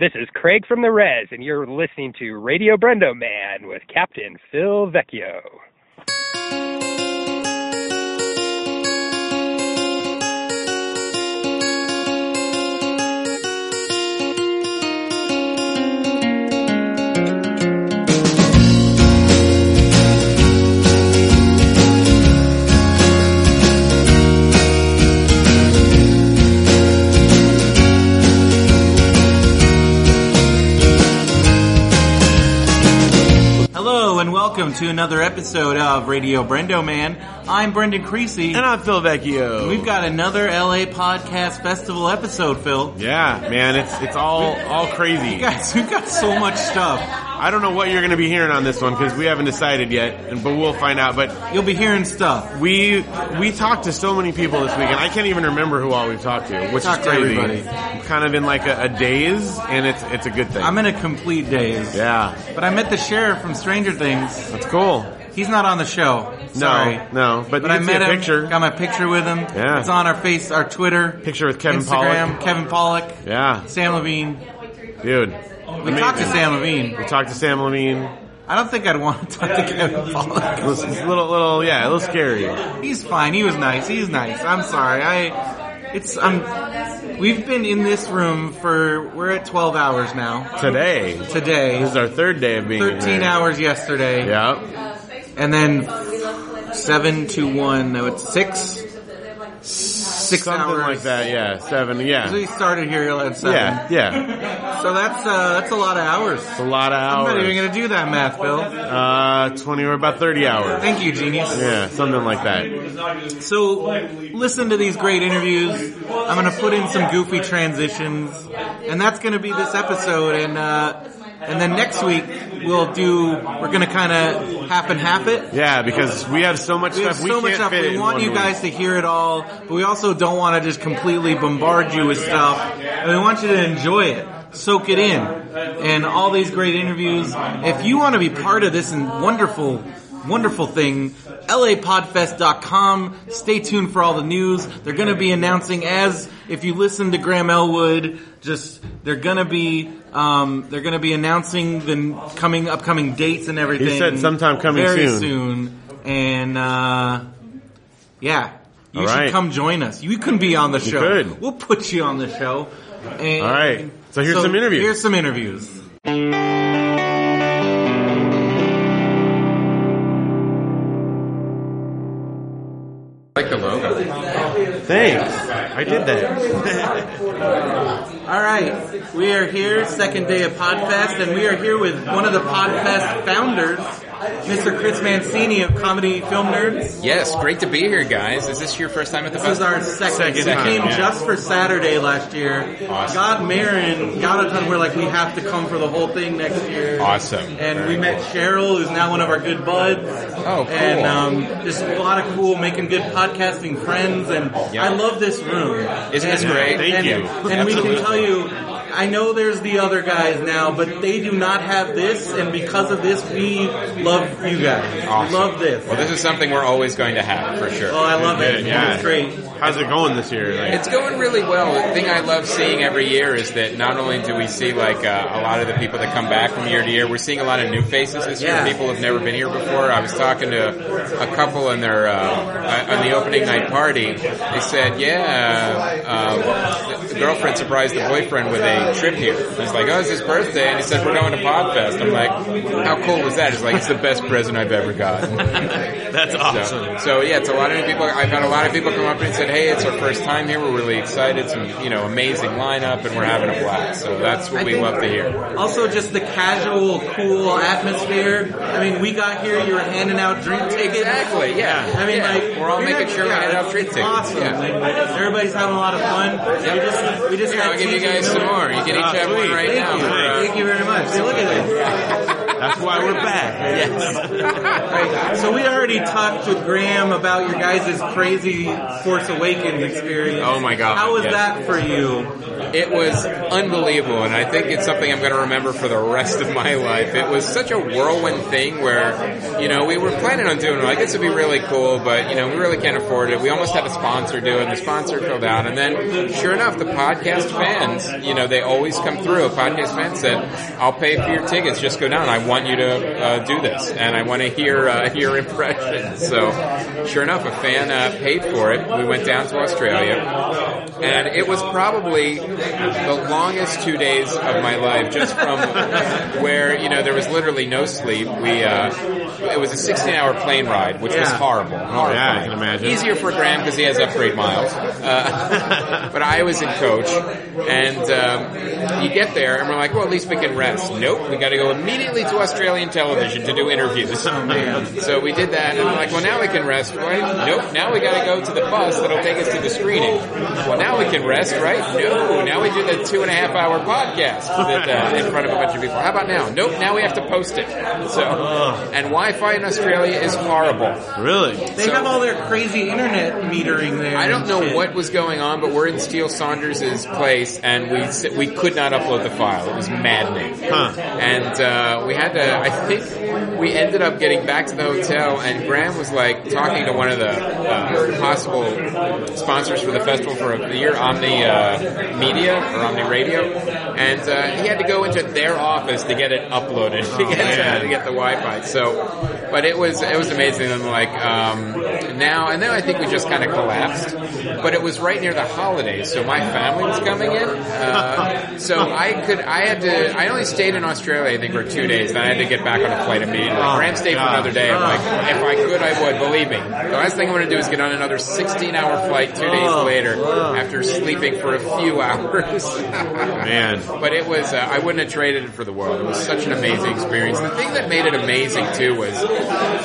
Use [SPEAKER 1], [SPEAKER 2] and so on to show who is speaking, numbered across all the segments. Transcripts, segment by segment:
[SPEAKER 1] This is Craig from the Res, and you're listening to Radio Brendo Man with Captain Phil Vecchio.
[SPEAKER 2] Hello and welcome to another episode of Radio Brendo Man. I'm Brendan Creasy.
[SPEAKER 3] And I'm Phil Vecchio.
[SPEAKER 2] We've got another LA Podcast Festival episode, Phil.
[SPEAKER 3] yeah, man, it's it's all all crazy.
[SPEAKER 2] Guys, we've got so much stuff.
[SPEAKER 3] I don't know what you're going to be hearing on this one because we haven't decided yet, and but we'll find out. But
[SPEAKER 2] You'll be hearing stuff.
[SPEAKER 3] we we talked to so many people this week, and I can't even remember who all we've talked to, which
[SPEAKER 2] Talked
[SPEAKER 3] is
[SPEAKER 2] to
[SPEAKER 3] crazy.
[SPEAKER 2] everybody.
[SPEAKER 3] I'm kind of in like a, a daze, and it's it's a good thing.
[SPEAKER 2] I'm in a complete daze.
[SPEAKER 3] yeah,
[SPEAKER 2] But I met the sheriff from Stranger Things.
[SPEAKER 3] that's cool.
[SPEAKER 2] He's not on the show.
[SPEAKER 3] No,
[SPEAKER 2] Sorry.
[SPEAKER 3] no,
[SPEAKER 2] But
[SPEAKER 3] but, you
[SPEAKER 2] I
[SPEAKER 3] can see
[SPEAKER 2] met
[SPEAKER 3] a
[SPEAKER 2] him.
[SPEAKER 3] picture
[SPEAKER 2] Got my picture with him.
[SPEAKER 3] Yeah.
[SPEAKER 2] It's on our face, our Twitter,
[SPEAKER 3] picture with Kevin
[SPEAKER 2] Instagram, Kevin Pollock,
[SPEAKER 3] Pollock. Yeah,
[SPEAKER 2] Sam Levine.
[SPEAKER 3] dude.
[SPEAKER 2] We talked to Sam Levine.
[SPEAKER 3] We talked to Sam Levine.
[SPEAKER 2] I don't think I'd want to talk to Kevin Pollock.
[SPEAKER 3] It was- it's a little, little, yeah, a little scary.
[SPEAKER 2] He's fine. He was nice. He's nice. I'm sorry. I, it's I'm. We've been in this room for we're at 12 hours now.
[SPEAKER 3] Today,
[SPEAKER 2] Today,
[SPEAKER 3] This is our third day of being in
[SPEAKER 2] 13
[SPEAKER 3] here.
[SPEAKER 2] hours yesterday,
[SPEAKER 3] Yeah.
[SPEAKER 2] and then seven to one. No, it's six. Six
[SPEAKER 3] Something
[SPEAKER 2] hours.
[SPEAKER 3] like that, yeah. Seven,
[SPEAKER 2] So
[SPEAKER 3] yeah.
[SPEAKER 2] we started here at seven.
[SPEAKER 3] Yeah, yeah.
[SPEAKER 2] So that's uh, that's a lot of hours.
[SPEAKER 3] It's a lot of
[SPEAKER 2] I'm not even
[SPEAKER 3] hours.
[SPEAKER 2] gonna do that math, Bill.
[SPEAKER 3] Uh, 20 or about 30 hours.
[SPEAKER 2] Thank you, genius.
[SPEAKER 3] Yeah, something like that.
[SPEAKER 2] So listen to these great interviews. I'm going to put in some goofy transitions, and that's going to be this episode. And uh, and then next week we'll do. We're going to kind of half and half it.
[SPEAKER 3] Yeah, because we have so much
[SPEAKER 2] We have
[SPEAKER 3] stuff we
[SPEAKER 2] so much
[SPEAKER 3] can't
[SPEAKER 2] stuff.
[SPEAKER 3] fit it
[SPEAKER 2] We
[SPEAKER 3] in
[SPEAKER 2] want
[SPEAKER 3] one
[SPEAKER 2] you
[SPEAKER 3] week.
[SPEAKER 2] guys to hear it all, but we also don't want to just completely bombard you with stuff. And we want you to enjoy it, soak it in, and all these great interviews. If you want to be part of this and wonderful, wonderful thing, lapodfest.com. Stay tuned for all the news. They're going to be announcing as if you listen to Graham Elwood, just they're going to be. Um, they're going to be announcing the n- coming upcoming dates and everything.
[SPEAKER 3] said sometime coming
[SPEAKER 2] very
[SPEAKER 3] soon.
[SPEAKER 2] soon, and uh, yeah, you
[SPEAKER 3] All
[SPEAKER 2] should
[SPEAKER 3] right.
[SPEAKER 2] come join us. You can be on the show.
[SPEAKER 3] could.
[SPEAKER 2] We'll put you on the show. And
[SPEAKER 3] All right. So here's some interviews.
[SPEAKER 2] Here's some interviews.
[SPEAKER 3] Thanks. I did that.
[SPEAKER 2] All right, we are here, second day of Podfest, and we are here with one of the Podfest founders, Mr. Chris Mancini of Comedy Film Nerds.
[SPEAKER 4] Yes, great to be here, guys. Is this your first time at the
[SPEAKER 2] This is
[SPEAKER 4] festival?
[SPEAKER 2] our second.
[SPEAKER 3] Second
[SPEAKER 2] we
[SPEAKER 3] time,
[SPEAKER 2] came
[SPEAKER 3] yeah.
[SPEAKER 2] just for Saturday last year.
[SPEAKER 4] Awesome.
[SPEAKER 2] Got Marin, got a ton. We're like, we have to come for the whole thing next year.
[SPEAKER 4] Awesome.
[SPEAKER 2] And we met Cheryl, who's now one of our good buds.
[SPEAKER 4] Oh, cool.
[SPEAKER 2] And um, just a lot of cool, making good podcasting friends. And
[SPEAKER 4] Yeah.
[SPEAKER 2] I love this room.
[SPEAKER 4] Isn't this
[SPEAKER 2] And-
[SPEAKER 4] great?
[SPEAKER 3] Thank
[SPEAKER 2] and,
[SPEAKER 3] you.
[SPEAKER 2] And we can tell you, I know there's the other guys now, but they do not have this. And because of this, we love you guys.
[SPEAKER 4] Awesome.
[SPEAKER 2] Love this.
[SPEAKER 4] Well, this is something we're always going to have for sure.
[SPEAKER 2] oh, I love it.
[SPEAKER 3] Yeah.
[SPEAKER 2] It's great.
[SPEAKER 3] How's it going this year? Like,
[SPEAKER 4] It's going really well. The thing I love seeing every year is that not only do we see like uh, a lot of the people that come back from year to year, we're seeing a lot of new faces this
[SPEAKER 2] Yeah.
[SPEAKER 4] year. People have never been here before. I was talking to a couple in their uh, uh, on the opening night party. They said, "Yeah, uh, um, the girlfriend surprised the boyfriend with a trip here." I was like, "Oh, it's his birthday," and he said, "We're going to Podfest." I'm like, "How cool was that?" He's like, "It's the best present I've ever gotten."
[SPEAKER 3] that's
[SPEAKER 4] So, so yeah, it's a lot of new people. I've had a lot of people come up and said, "Hey, it's our first time here. We're really excited. Some you know amazing lineup, and we're having a blast." So that's what
[SPEAKER 2] I
[SPEAKER 4] we
[SPEAKER 2] think
[SPEAKER 4] love to hear.
[SPEAKER 2] Also, just the casual, cool atmosphere. I mean, we got here, you were handing out drink tickets.
[SPEAKER 4] Exactly, yeah.
[SPEAKER 2] I mean,
[SPEAKER 4] Yeah.
[SPEAKER 2] like
[SPEAKER 4] We're all
[SPEAKER 2] you're
[SPEAKER 4] making
[SPEAKER 2] not-
[SPEAKER 4] sure we
[SPEAKER 2] yeah,
[SPEAKER 4] hand out
[SPEAKER 2] it's
[SPEAKER 4] drink tickets,
[SPEAKER 2] Awesome.
[SPEAKER 4] yeah.
[SPEAKER 2] Like, everybody's having a lot of fun. We just, we just
[SPEAKER 4] Here,
[SPEAKER 2] had
[SPEAKER 4] I'll give you
[SPEAKER 2] TJ
[SPEAKER 4] guys some
[SPEAKER 2] Miller.
[SPEAKER 4] more. You can each have one
[SPEAKER 3] sweet.
[SPEAKER 4] right
[SPEAKER 2] Thank
[SPEAKER 4] now.
[SPEAKER 2] you.
[SPEAKER 4] for, uh,
[SPEAKER 2] Thank you very much. See, look at this.
[SPEAKER 3] That's why we're back.
[SPEAKER 2] Right. So we already talked with Graham about your guys' crazy Force Awakens experience.
[SPEAKER 4] Oh my God,
[SPEAKER 2] How was
[SPEAKER 4] yes.
[SPEAKER 2] that for you?
[SPEAKER 4] It was unbelievable, and I think it's something I'm going to remember for the rest of my life. It was such a whirlwind thing where, you know, we were planning on doing it. Like, this would be really cool, but, you know, we really can't afford it. We almost had a sponsor do it, and the sponsor filled out. And then, sure enough, the podcast fans, you know, they always come through. A podcast fan said, I'll pay for your tickets. Just go down. I want you to uh, do this, and I want to hear uh, your impressions. So, sure enough, a fan uh, paid for it. We went down to Australia, and it was probably the longest two days of my life, just from where you know there was literally no sleep. We uh, it was a 16-hour plane ride, which was
[SPEAKER 2] Yeah.
[SPEAKER 4] horrible. horrible.
[SPEAKER 3] yeah, I can imagine.
[SPEAKER 4] Easier for Graham because he has upgrade miles. Uh, but I was in coach, and um, you get there, and we're like, well, at least we can rest. Nope, we got to go immediately to Australian television to do interviews. So we did that, and we're like, well, now we can rest, right? Nope, now we got to go to the bus that'll take us to the screening. Well, now we can rest, right? No, now we do the two and a half hour podcast that, uh, in front of a bunch of people. How about now? Nope, now we have to post it. So, and Wi-Fi in Australia is horrible.
[SPEAKER 3] Really?
[SPEAKER 2] They
[SPEAKER 4] So-
[SPEAKER 2] have all their crazy internet metering there.
[SPEAKER 4] I don't
[SPEAKER 2] and
[SPEAKER 4] know
[SPEAKER 2] shit.
[SPEAKER 4] what was going on, but we're in Steele Saunders' place, and we s- we could not upload the file. It was maddening,
[SPEAKER 3] Huh.
[SPEAKER 4] and uh, we had to. I think we ended up getting back to the hotel, and Graham was like talking to one of the uh, possible sponsors for the festival for the year, Omni uh, Media or Omni Radio, and uh, he had to go into their office to get it uploaded to, get, uh, to get the Wi-Fi. So, but it was it was amazing. And like um, now, and then I think we just kind of collapsed. But it was right near the holidays, so my family was coming in. Uh, so I could I had to I only stayed in Australia I think for two days. Then I had to get back on a flight immediately. Graham stayed for another day. I'm like, if I could, I would. Believe me. The last thing I'm going to do is get on another 16 hour flight two days later after sleeping for a few hours.
[SPEAKER 3] Man.
[SPEAKER 4] But it was, uh, I wouldn't have traded it for the world. It was such an amazing experience. The thing that made it amazing too was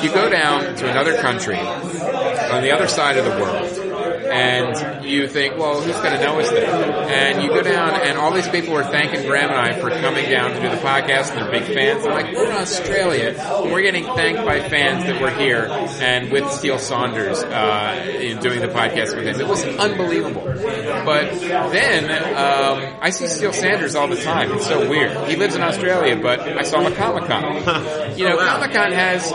[SPEAKER 4] you go down to another country on the other side of the world and you think, well, who's going to know us there? And you go down and all these people were thanking Graham and I for coming down to do the podcast and they're big fans. I'm like, we're in Australia. We're getting thanked by fans that we're here and with Steele Saunders, uh, in doing the podcast with him. It was unbelievable. But then, um, I see Steele Sanders all the time. It's so weird. He lives in Australia, but I saw him at Comic Con.
[SPEAKER 2] Oh,
[SPEAKER 4] you know, Comic Con has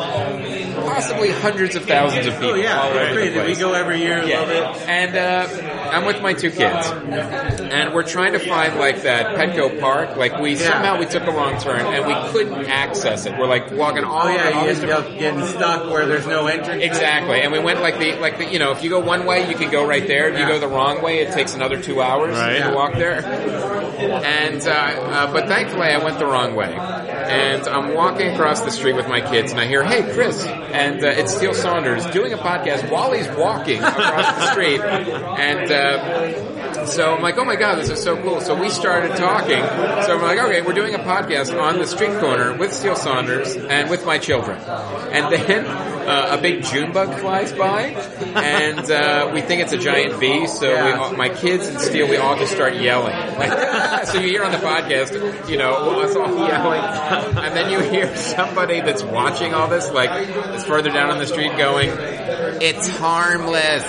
[SPEAKER 4] possibly hundreds of thousands of people.
[SPEAKER 2] Oh yeah,
[SPEAKER 4] all over the
[SPEAKER 2] it's crazy. We
[SPEAKER 4] place.
[SPEAKER 2] go every year.
[SPEAKER 4] Yeah.
[SPEAKER 2] Love it.
[SPEAKER 4] And uh, I'm with my two kids, and we're trying to find like that Petco Park. Like we somehow we took a long turn and we couldn't access it. We're like walking all
[SPEAKER 2] Oh
[SPEAKER 4] around all
[SPEAKER 2] yeah, you
[SPEAKER 4] these
[SPEAKER 2] end up getting stuck where there's no entrance.
[SPEAKER 4] Exactly, and we went like the like the you know if you go one way you can go right there. If you go the wrong way, it takes another two hours
[SPEAKER 3] Right.
[SPEAKER 4] to walk there. And uh, uh, but thankfully I went the wrong way, and I'm walking across the street with my kids, and I hear, "Hey, Chris!" And uh, it's Steele Saunders doing a podcast while he's walking across the street, and. Uh, so I'm like, oh my god, this is so cool. So we started talking. So I'm like, okay, we're doing a podcast on the street corner with Steele Saunders and with my children. And then uh, a big June bug flies by, and uh, we think it's a giant bee. So we
[SPEAKER 2] Yeah.
[SPEAKER 4] all, my kids and Steele, we all just start yelling. Like, so you hear on the podcast, you know, us all yelling, and then you hear somebody that's watching all this, like, it's further down on the street going, "It's harmless."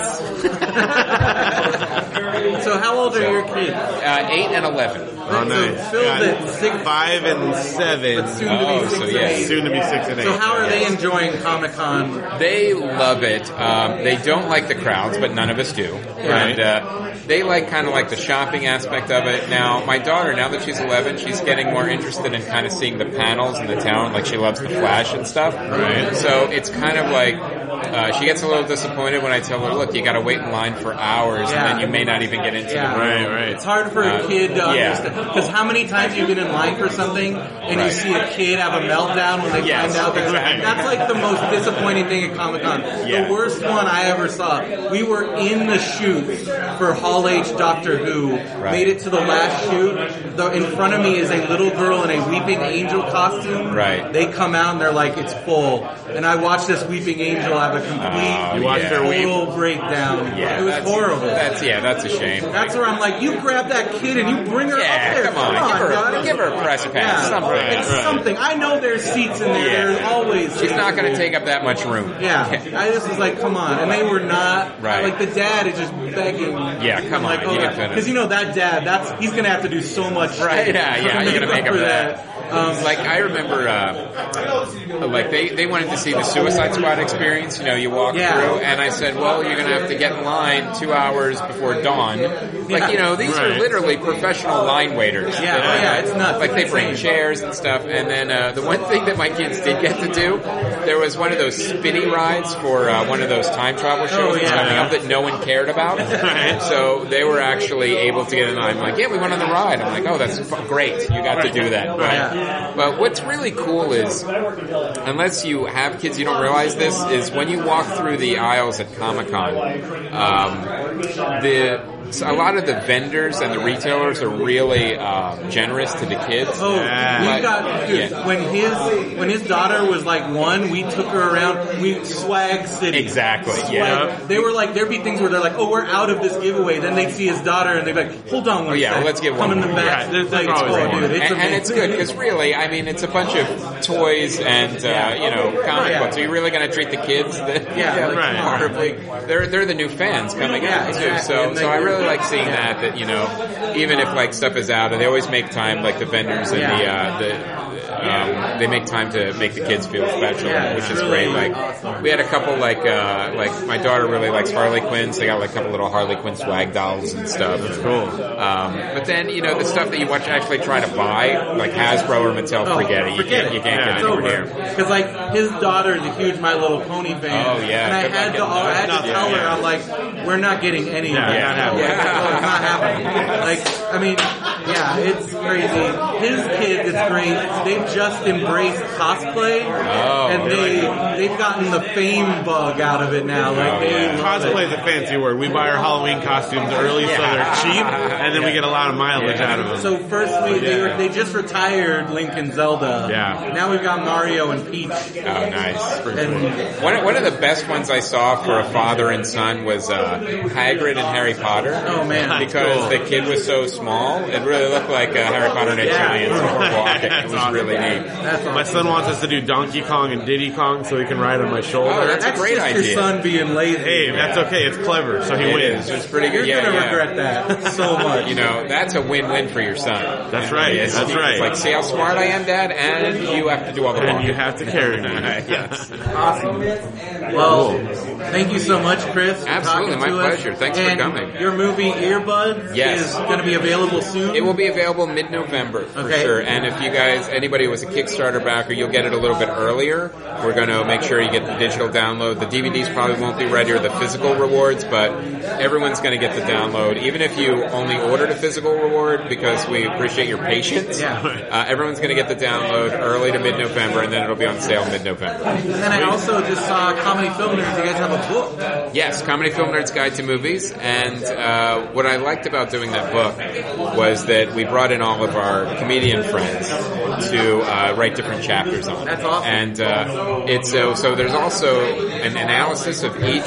[SPEAKER 2] So how old are your kids?
[SPEAKER 4] Uh, eight and eleven.
[SPEAKER 3] Oh, nice.
[SPEAKER 2] So Phil's at six-
[SPEAKER 3] five and seven.
[SPEAKER 2] Soon to be
[SPEAKER 4] Oh,
[SPEAKER 2] six
[SPEAKER 4] so
[SPEAKER 2] or
[SPEAKER 4] yeah.
[SPEAKER 2] eight.
[SPEAKER 3] Soon to be six and eight.
[SPEAKER 2] So how are they enjoying Comic Con?
[SPEAKER 4] Um, They love it. Um, they don't like the crowds, but none of us do. And uh, they like kind of like the shopping aspect of it. Now, my daughter, now that she's 11, she's getting more interested in kind of seeing the panels and the talent. Like she loves the Flash and stuff. Right. So it's kind of like uh, she gets a little disappointed when I tell her, "Look, you got to wait in line for hours,
[SPEAKER 2] Yeah.
[SPEAKER 4] and then you may not even get into
[SPEAKER 2] Yeah.
[SPEAKER 4] the room."
[SPEAKER 3] Right, right.
[SPEAKER 2] It's hard for a
[SPEAKER 4] Uh,
[SPEAKER 2] kid to
[SPEAKER 4] yeah.
[SPEAKER 2] understand because how many times you've been in line for something and you
[SPEAKER 4] Right.
[SPEAKER 2] see a kid have a meltdown when they
[SPEAKER 4] Yes,
[SPEAKER 2] find out that
[SPEAKER 3] exactly.
[SPEAKER 2] that's like the most disappointing thing at Comic Con.
[SPEAKER 3] Yeah.
[SPEAKER 2] The worst one I ever saw. We were in the shoot for Hall H Doctor Who,
[SPEAKER 4] Right.
[SPEAKER 2] made it to the last shoot. The, in front of me is a little girl in a weeping angel costume.
[SPEAKER 4] Right.
[SPEAKER 2] They come out and they're like, "It's full," and I watched this weeping angel have a
[SPEAKER 4] Oh,
[SPEAKER 2] complete
[SPEAKER 3] You watched
[SPEAKER 4] yeah.
[SPEAKER 3] her weep.
[SPEAKER 2] total breakdown.
[SPEAKER 4] Yeah,
[SPEAKER 2] it was
[SPEAKER 4] that's-
[SPEAKER 2] horrible.
[SPEAKER 4] That's yeah, that's a shame.
[SPEAKER 2] That's where I'm like, you grab that kid and you bring her
[SPEAKER 4] Yeah, come on, give her- give her a press pass, something.
[SPEAKER 2] It's something. I know there's seats in there.
[SPEAKER 4] Yeah.
[SPEAKER 2] There's always.
[SPEAKER 4] She's not going to take up that much room.
[SPEAKER 2] Yeah, I just was like, come on, and they were not.
[SPEAKER 4] Right.
[SPEAKER 2] Like the dad is just begging.
[SPEAKER 4] Yeah, come
[SPEAKER 2] I'm like,
[SPEAKER 4] on, you gotta finish.
[SPEAKER 2] because you know that dad, that's he's gonna have to do so much.
[SPEAKER 4] Right?
[SPEAKER 2] shit
[SPEAKER 4] Yeah, yeah.
[SPEAKER 2] to
[SPEAKER 4] You're gonna make up for that.
[SPEAKER 2] Um,
[SPEAKER 4] like I remember, uh, like they, they wanted to see the Suicide Squad experience. You know, you walk
[SPEAKER 2] Yeah.
[SPEAKER 4] through, and I said, "Well, you're gonna have to get in line two hours before dawn." Like you know, these are
[SPEAKER 3] Right.
[SPEAKER 4] literally professional line waiters.
[SPEAKER 2] Yeah, oh,
[SPEAKER 4] That,
[SPEAKER 2] yeah, it's nuts.
[SPEAKER 4] Like they
[SPEAKER 2] It's
[SPEAKER 4] bring
[SPEAKER 2] insane.
[SPEAKER 4] chairs and stuff. And then uh, the one thing that my kids did get to do, there was one of those spinny rides for uh, one of those time travel shows
[SPEAKER 2] Oh,
[SPEAKER 4] that's
[SPEAKER 2] yeah.
[SPEAKER 4] coming up that no one cared about. So they were actually able to get in. I'm like, yeah, we went on the ride. I'm like, oh, that's fu- great. You got to do that. But, but what's really cool is, unless you have kids, you don't realize this, is when you walk through the aisles at Comic Con, um, the, so a lot of the vendors and the retailers are really um, generous to the kids.
[SPEAKER 2] Oh,
[SPEAKER 4] But-
[SPEAKER 2] we got dude.
[SPEAKER 4] yeah.
[SPEAKER 2] When his when his daughter was like one, we took her around. We swag city.
[SPEAKER 4] Exactly,
[SPEAKER 2] Swag.
[SPEAKER 4] yeah.
[SPEAKER 2] They were like, there'd be things where they're like, oh, we're out of this giveaway. Then they'd see his daughter and they'd be like, hold on, one
[SPEAKER 4] Oh, Yeah,
[SPEAKER 2] sec.
[SPEAKER 4] let's give
[SPEAKER 2] Come
[SPEAKER 4] one
[SPEAKER 2] in the
[SPEAKER 4] more.
[SPEAKER 2] back.
[SPEAKER 3] Right, there's
[SPEAKER 2] Like,
[SPEAKER 3] always
[SPEAKER 2] oh,
[SPEAKER 3] one.
[SPEAKER 2] dude, it's
[SPEAKER 4] and, and it's
[SPEAKER 2] amazing.
[SPEAKER 4] good because really, I mean, it's a bunch of toys and uh, you know comic
[SPEAKER 2] Yeah.
[SPEAKER 4] books. Are you really going to treat the kids that,
[SPEAKER 2] Yeah, like,
[SPEAKER 3] Right.
[SPEAKER 4] horribly? They're they're the new fans coming
[SPEAKER 2] Yeah,
[SPEAKER 4] out too.
[SPEAKER 2] exactly.
[SPEAKER 4] So
[SPEAKER 2] And they-
[SPEAKER 4] so I really like seeing that. That you know, even if like stuff is out, and they always make time, like the vendors and the uh, the. Um, they make time to make the kids feel special,
[SPEAKER 2] Yeah,
[SPEAKER 4] which
[SPEAKER 2] it's
[SPEAKER 4] is
[SPEAKER 2] really
[SPEAKER 4] great. Like we had a couple, like uh, like my daughter really likes Harley Quinn, so they got like a couple little Harley Quinn swag dolls and stuff. That's cool. Um, but then you know the stuff that you want to actually try to buy, like Hasbro or Mattel,
[SPEAKER 2] Oh,
[SPEAKER 4] forget it. You can't, you can't get
[SPEAKER 2] it's
[SPEAKER 4] anywhere
[SPEAKER 2] over.
[SPEAKER 4] near.
[SPEAKER 2] Because like his daughter is a huge My Little Pony fan.
[SPEAKER 4] Oh, yeah.
[SPEAKER 2] And I
[SPEAKER 4] Good luck
[SPEAKER 2] had to,
[SPEAKER 4] getting
[SPEAKER 2] I had to
[SPEAKER 3] that.
[SPEAKER 2] tell her,
[SPEAKER 3] Yeah.
[SPEAKER 2] I'm like, we're not getting any. of
[SPEAKER 3] Yeah,
[SPEAKER 2] that.
[SPEAKER 3] not happening.
[SPEAKER 2] Like, no, it's not happening. Like, I mean, yeah, it's crazy. His kid is great. They've just embraced cosplay,
[SPEAKER 4] Oh,
[SPEAKER 2] and they they've gotten the fame bug out of it now. Like
[SPEAKER 4] Oh,
[SPEAKER 2] they
[SPEAKER 4] yeah.
[SPEAKER 2] love it.
[SPEAKER 3] Cosplay is a fancy word. We buy our Halloween costumes early so they're cheap, and then we get a lot of mileage
[SPEAKER 4] Yeah.
[SPEAKER 3] out of them.
[SPEAKER 2] So first we they, were,
[SPEAKER 3] Yeah.
[SPEAKER 2] they just retired Lincoln Zelda.
[SPEAKER 3] Yeah.
[SPEAKER 2] Now we've got Mario and Peach.
[SPEAKER 4] Oh, nice.
[SPEAKER 2] And
[SPEAKER 4] One, one of the best ones I saw for a father and son was uh, Hagrid and Harry Potter.
[SPEAKER 2] Oh, man. That's
[SPEAKER 4] because
[SPEAKER 3] cool.
[SPEAKER 4] the kid was so small, it really looked like uh, Harry Potter and a
[SPEAKER 2] Yeah.
[SPEAKER 4] giant sort of walking. It
[SPEAKER 3] That's
[SPEAKER 4] was
[SPEAKER 3] awesome.
[SPEAKER 4] really neat.
[SPEAKER 2] that's
[SPEAKER 3] My son wants us to do Donkey Kong and Diddy Kong so he can ride on my shoulder.
[SPEAKER 4] Oh, that's a great
[SPEAKER 2] just
[SPEAKER 4] idea.
[SPEAKER 2] Your son being lazy.
[SPEAKER 3] hey, that's okay. It's clever, so he
[SPEAKER 4] It
[SPEAKER 3] wins.
[SPEAKER 4] is. It's pretty
[SPEAKER 2] You're
[SPEAKER 4] good. Yeah,
[SPEAKER 2] gonna
[SPEAKER 4] yeah.
[SPEAKER 2] regret that so much.
[SPEAKER 4] You know, that's a win-win for your son.
[SPEAKER 3] That's right.
[SPEAKER 4] Yes.
[SPEAKER 3] That's
[SPEAKER 4] It's
[SPEAKER 3] right.
[SPEAKER 4] like, see how smart I am, Dad, and you have to do all the
[SPEAKER 3] And
[SPEAKER 4] walking.
[SPEAKER 3] you have to carry me.
[SPEAKER 4] yes.
[SPEAKER 2] awesome. Well, thank you so much, Chris. for
[SPEAKER 4] Absolutely,
[SPEAKER 2] talking to
[SPEAKER 4] my
[SPEAKER 2] us.
[SPEAKER 4] pleasure. Thanks for
[SPEAKER 2] And
[SPEAKER 4] coming.
[SPEAKER 2] Your movie Earbuds
[SPEAKER 4] Yes.
[SPEAKER 2] is going to be available soon.
[SPEAKER 4] It will be available mid-November for
[SPEAKER 2] Okay.
[SPEAKER 4] sure. And if you guys, anybody who was a Kickstarter backer, you'll get it a little bit earlier. We're going to make sure you get the digital download. The DVDs probably won't be ready or the physical rewards, but everyone's going to get the download. Even if you only ordered a physical reward, because we appreciate your patience.
[SPEAKER 2] Yeah.
[SPEAKER 4] Uh, everyone's going to get the download early to mid-November, and then it'll be on sale mid-November.
[SPEAKER 2] And then I also just saw Comedy Film Nerds. You guys have a book.
[SPEAKER 4] Yes, Comedy Film Nerd's Guide to Movies. And uh, what I liked about doing that book was that we brought in all of our comedian friends to uh, write different chapters on. it.
[SPEAKER 2] That's awesome.
[SPEAKER 4] And uh, it's so so. There's also an analysis of each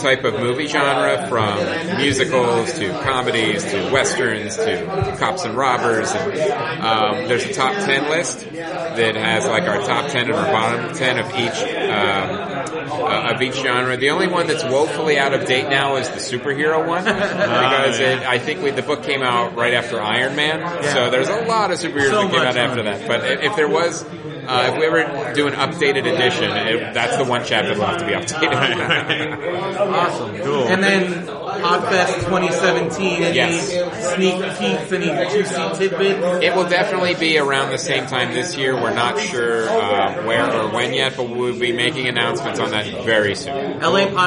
[SPEAKER 4] type of movie genre, from musicals to comedies to westerns to cops and robbers. And, um, there's a top ten list that has like our top ten and our bottom ten of each. Um, uh, of each genre. The only one that's woefully out of date now is the superhero one because
[SPEAKER 2] Oh,
[SPEAKER 3] yeah.
[SPEAKER 4] it, I think we, the book came out right after Iron Man, so there's a lot of superheroes
[SPEAKER 2] So
[SPEAKER 4] that came out
[SPEAKER 2] much,
[SPEAKER 4] after
[SPEAKER 2] huh?
[SPEAKER 4] that. But i- if there was, uh, if we ever do an updated edition, it, that's the one chapter that'll have to be updated.
[SPEAKER 2] Awesome.
[SPEAKER 3] Cool.
[SPEAKER 2] And then Podfest 2017. Any
[SPEAKER 4] Yes.
[SPEAKER 2] sneak peeks? Any juicy tidbits?
[SPEAKER 4] it will definitely be around the same time this year. We're not sure uh, where or when yet, but we'll be making announcements on that very soon.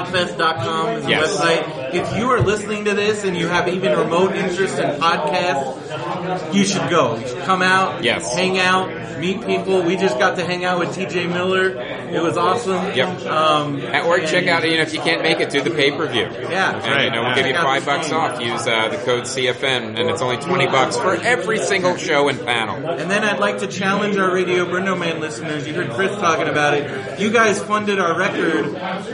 [SPEAKER 2] LAPodfest.com is the
[SPEAKER 4] Yes.
[SPEAKER 2] website. If you are listening to this and you have even remote interest in podcasts, you should go. You should come out,
[SPEAKER 4] Yes.
[SPEAKER 2] hang out, meet people. We just got to hang out with TJ Miller. It was awesome.
[SPEAKER 4] Yep.
[SPEAKER 2] Um,
[SPEAKER 4] Or check out, you know, if you can't make it, do the pay per view.
[SPEAKER 2] Yeah.
[SPEAKER 4] and,
[SPEAKER 3] Right.
[SPEAKER 4] You know, we'll
[SPEAKER 3] Yeah.
[SPEAKER 4] give you
[SPEAKER 2] Check out
[SPEAKER 4] five
[SPEAKER 2] the
[SPEAKER 4] bucks
[SPEAKER 2] stream.
[SPEAKER 4] off. Use uh, the code CFN, and it's only twenty bucks for every single show and panel.
[SPEAKER 2] And then I'd like to challenge our Radio Brendo Man listeners. You heard Chris talking about it. You guys funded our record.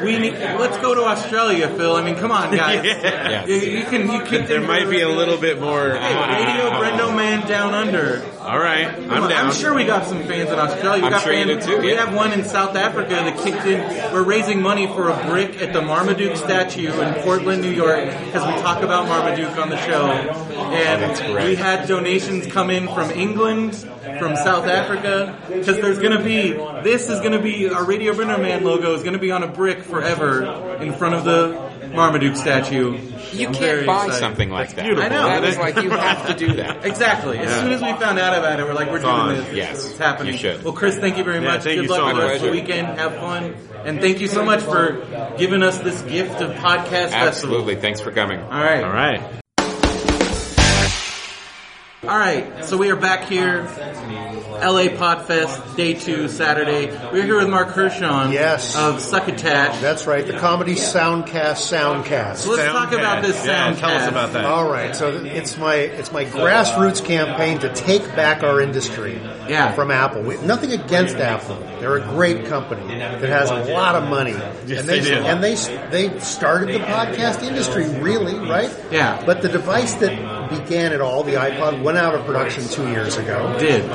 [SPEAKER 2] We need, let's go to Australia, Phil. I mean, come on, guys.
[SPEAKER 4] Yeah.
[SPEAKER 2] You, you can. You can
[SPEAKER 3] There might be a little bit more.
[SPEAKER 2] Hey, Radio Brendo Man down under.
[SPEAKER 3] All right, I'm
[SPEAKER 2] Well,
[SPEAKER 3] down.
[SPEAKER 2] I'm sure we got some fans in Australia. We
[SPEAKER 4] I'm
[SPEAKER 2] got
[SPEAKER 4] sure you
[SPEAKER 2] fans,
[SPEAKER 4] do too,
[SPEAKER 2] We
[SPEAKER 4] yeah.
[SPEAKER 2] have one in South Africa that kicked in. We're raising money for a brick at the Marmaduke statue in Portland, New York, because we talk about Marmaduke on the show.
[SPEAKER 4] Oh,
[SPEAKER 2] And we had donations come in from England, from South Africa, because there's going to be this is going to be our Radio Brenner Man logo is going to be on a brick forever in front of the Marmaduke statue.
[SPEAKER 4] You
[SPEAKER 2] I'm very
[SPEAKER 4] can't buy
[SPEAKER 2] excited.
[SPEAKER 4] something like that.
[SPEAKER 3] beautiful.
[SPEAKER 2] I know.
[SPEAKER 4] That is like you have to do that.
[SPEAKER 2] Exactly. As soon as we found out about it, we're like, we're
[SPEAKER 3] on.
[SPEAKER 2] doing this.
[SPEAKER 4] Yes.
[SPEAKER 2] It's happening.
[SPEAKER 4] You should.
[SPEAKER 2] Well, Chris, thank you very
[SPEAKER 3] Yeah,
[SPEAKER 2] much.
[SPEAKER 3] thank
[SPEAKER 2] Good
[SPEAKER 3] you
[SPEAKER 2] luck
[SPEAKER 3] so
[SPEAKER 2] with
[SPEAKER 4] much.
[SPEAKER 2] us the
[SPEAKER 4] Pleasure.
[SPEAKER 2] weekend. Have fun. And thank you so much for giving us this gift of podcast festival.
[SPEAKER 4] Absolutely. Thanks for coming.
[SPEAKER 2] All right.
[SPEAKER 3] All right.
[SPEAKER 2] All right. So we are back here. LA Podfest, day two, Saturday. We're here with Mark Hershon
[SPEAKER 5] Yes.
[SPEAKER 2] of Succotash.
[SPEAKER 5] That's right, the comedy soundcast, soundcast.
[SPEAKER 2] So let's talk about this
[SPEAKER 3] Soundcast. Yeah,
[SPEAKER 2] soundcast.
[SPEAKER 3] tell us about that.
[SPEAKER 5] All right, so it's my it's my grassroots campaign to take back our industry
[SPEAKER 2] Yeah.
[SPEAKER 5] from Apple. We, nothing against Apple; they're a great company that has a lot of money, and
[SPEAKER 3] they do.
[SPEAKER 5] and they they started the podcast industry, really, right?
[SPEAKER 2] Yeah.
[SPEAKER 5] But the device that began it all, the iPod, went out of production two years ago.
[SPEAKER 2] Did.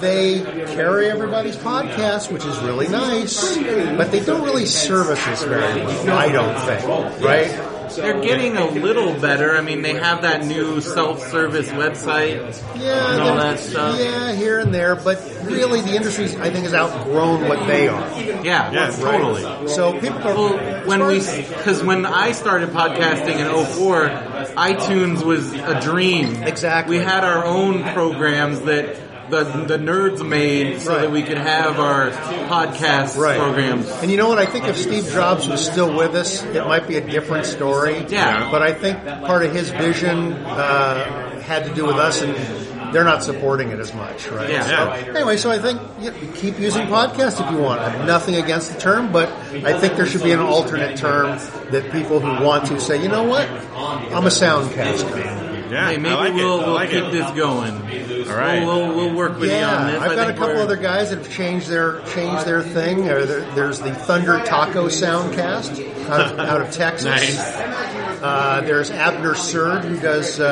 [SPEAKER 5] They carry everybody's podcast, which is really nice, but they don't really service us very well. I don't think, right?
[SPEAKER 2] They're getting a little better. I mean, they have that new self-service website.
[SPEAKER 5] Yeah,
[SPEAKER 2] and all
[SPEAKER 5] there-
[SPEAKER 2] that stuff.
[SPEAKER 5] Yeah, here and there, but really the industry, I think, has outgrown what they are.
[SPEAKER 2] Yeah,
[SPEAKER 3] Yes,
[SPEAKER 2] right.
[SPEAKER 3] totally.
[SPEAKER 5] So people are
[SPEAKER 2] Well, when we, because when I started podcasting in 04, iTunes was a dream.
[SPEAKER 5] Exactly.
[SPEAKER 2] We had our own programs that the, the nerds made so
[SPEAKER 5] Right.
[SPEAKER 2] that we could have our podcast
[SPEAKER 5] Right.
[SPEAKER 2] programs.
[SPEAKER 5] And you know what? I think if Steve Jobs was still with us, it might be a different story.
[SPEAKER 2] Yeah.
[SPEAKER 5] But I think part of his vision uh, had to do with us, and they're not supporting it as much, right?
[SPEAKER 2] Yeah.
[SPEAKER 5] So, anyway, so I think you know, keep using podcast if you want. I have nothing against the term, but I think there should be an alternate term that people who want to say, you know what? I'm a soundcaster.
[SPEAKER 3] Yeah,
[SPEAKER 2] Hey, maybe
[SPEAKER 3] I like
[SPEAKER 2] we'll,
[SPEAKER 3] it. I
[SPEAKER 2] we'll
[SPEAKER 3] like
[SPEAKER 2] keep
[SPEAKER 3] it.
[SPEAKER 2] this going.
[SPEAKER 3] All right.
[SPEAKER 2] We'll, we'll, we'll work with you on this.
[SPEAKER 5] I've
[SPEAKER 2] I
[SPEAKER 5] got a
[SPEAKER 2] think
[SPEAKER 5] couple
[SPEAKER 2] we're-
[SPEAKER 5] other guys that have changed their changed their thing. Or there- There's the Thunder Taco Soundcast out of, out of Texas.
[SPEAKER 3] Nice.
[SPEAKER 5] Uh, there's Abner Surd who does uh,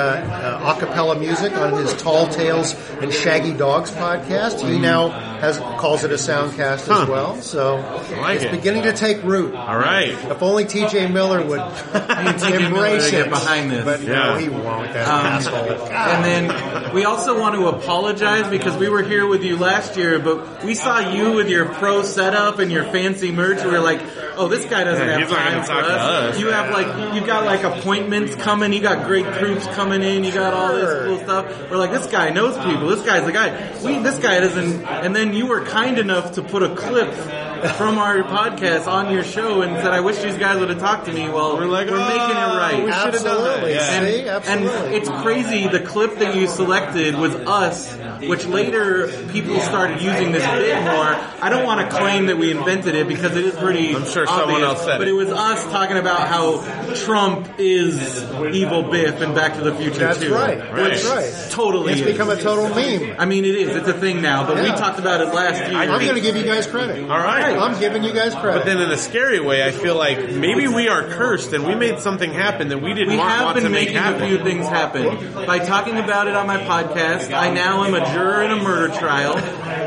[SPEAKER 5] uh, acapella music on his Tall Tales and Shaggy Dogs podcast.
[SPEAKER 2] Mm.
[SPEAKER 5] He now has calls it a soundcast
[SPEAKER 3] Huh.
[SPEAKER 5] as well. So
[SPEAKER 3] like
[SPEAKER 5] it's
[SPEAKER 3] it.
[SPEAKER 5] beginning to take root.
[SPEAKER 3] All right.
[SPEAKER 5] If only T.J. Miller would
[SPEAKER 2] Miller to
[SPEAKER 5] embrace
[SPEAKER 2] get
[SPEAKER 5] it
[SPEAKER 2] behind this. Um,
[SPEAKER 5] but
[SPEAKER 3] Yeah.
[SPEAKER 5] no, he won't. That asshole.
[SPEAKER 2] And then we also want to apologize because we were here with you last year, but we saw you with your pro setup and your fancy merch. We were like, oh, this guy doesn't
[SPEAKER 3] Yeah,
[SPEAKER 2] have
[SPEAKER 3] he's not
[SPEAKER 2] time
[SPEAKER 3] gonna
[SPEAKER 2] for
[SPEAKER 3] talk to
[SPEAKER 2] us.
[SPEAKER 3] us.
[SPEAKER 2] You have like, you got like appointments coming. You got great groups coming in. You got all this
[SPEAKER 5] Sure.
[SPEAKER 2] cool stuff. We're like, this guy knows people. This guy's the guy. We, this guy doesn't. And then you were kind enough to put a clip from our podcast on your show and said, I wish these guys would have talked to me. Well, we're,
[SPEAKER 3] like,
[SPEAKER 2] making
[SPEAKER 3] "Oh,
[SPEAKER 2] it right.
[SPEAKER 3] we should've done that."
[SPEAKER 5] Absolutely.
[SPEAKER 3] Yeah.
[SPEAKER 2] And-
[SPEAKER 5] See,
[SPEAKER 2] and
[SPEAKER 5] absolutely.
[SPEAKER 2] it's crazy. The clip that you selected was us, which later people started using this bit more. I don't want to claim that we invented it because it is pretty.
[SPEAKER 3] I'm sure someone
[SPEAKER 2] obvious,
[SPEAKER 3] else said
[SPEAKER 2] but
[SPEAKER 3] it.
[SPEAKER 2] it was us talking about how Trump is evil Biff and Back to the Future
[SPEAKER 5] That's
[SPEAKER 2] too.
[SPEAKER 5] right.
[SPEAKER 2] Which
[SPEAKER 5] That's right.
[SPEAKER 2] Totally.
[SPEAKER 5] It's
[SPEAKER 2] is.
[SPEAKER 5] become a total meme.
[SPEAKER 2] I mean, it is. It's a thing now, but we
[SPEAKER 5] Yeah.
[SPEAKER 2] talked about it last year.
[SPEAKER 5] I'm going to give you guys credit.
[SPEAKER 3] All right.
[SPEAKER 5] I'm giving you guys credit.
[SPEAKER 3] But then in a scary way, I feel like maybe we are cursed and we made something happen that we didn't
[SPEAKER 2] we
[SPEAKER 3] want,
[SPEAKER 2] have
[SPEAKER 3] want to
[SPEAKER 2] been
[SPEAKER 3] make
[SPEAKER 2] making a few
[SPEAKER 3] happen.
[SPEAKER 2] things happen by talking about it on my podcast. I now am a juror in a murder trial.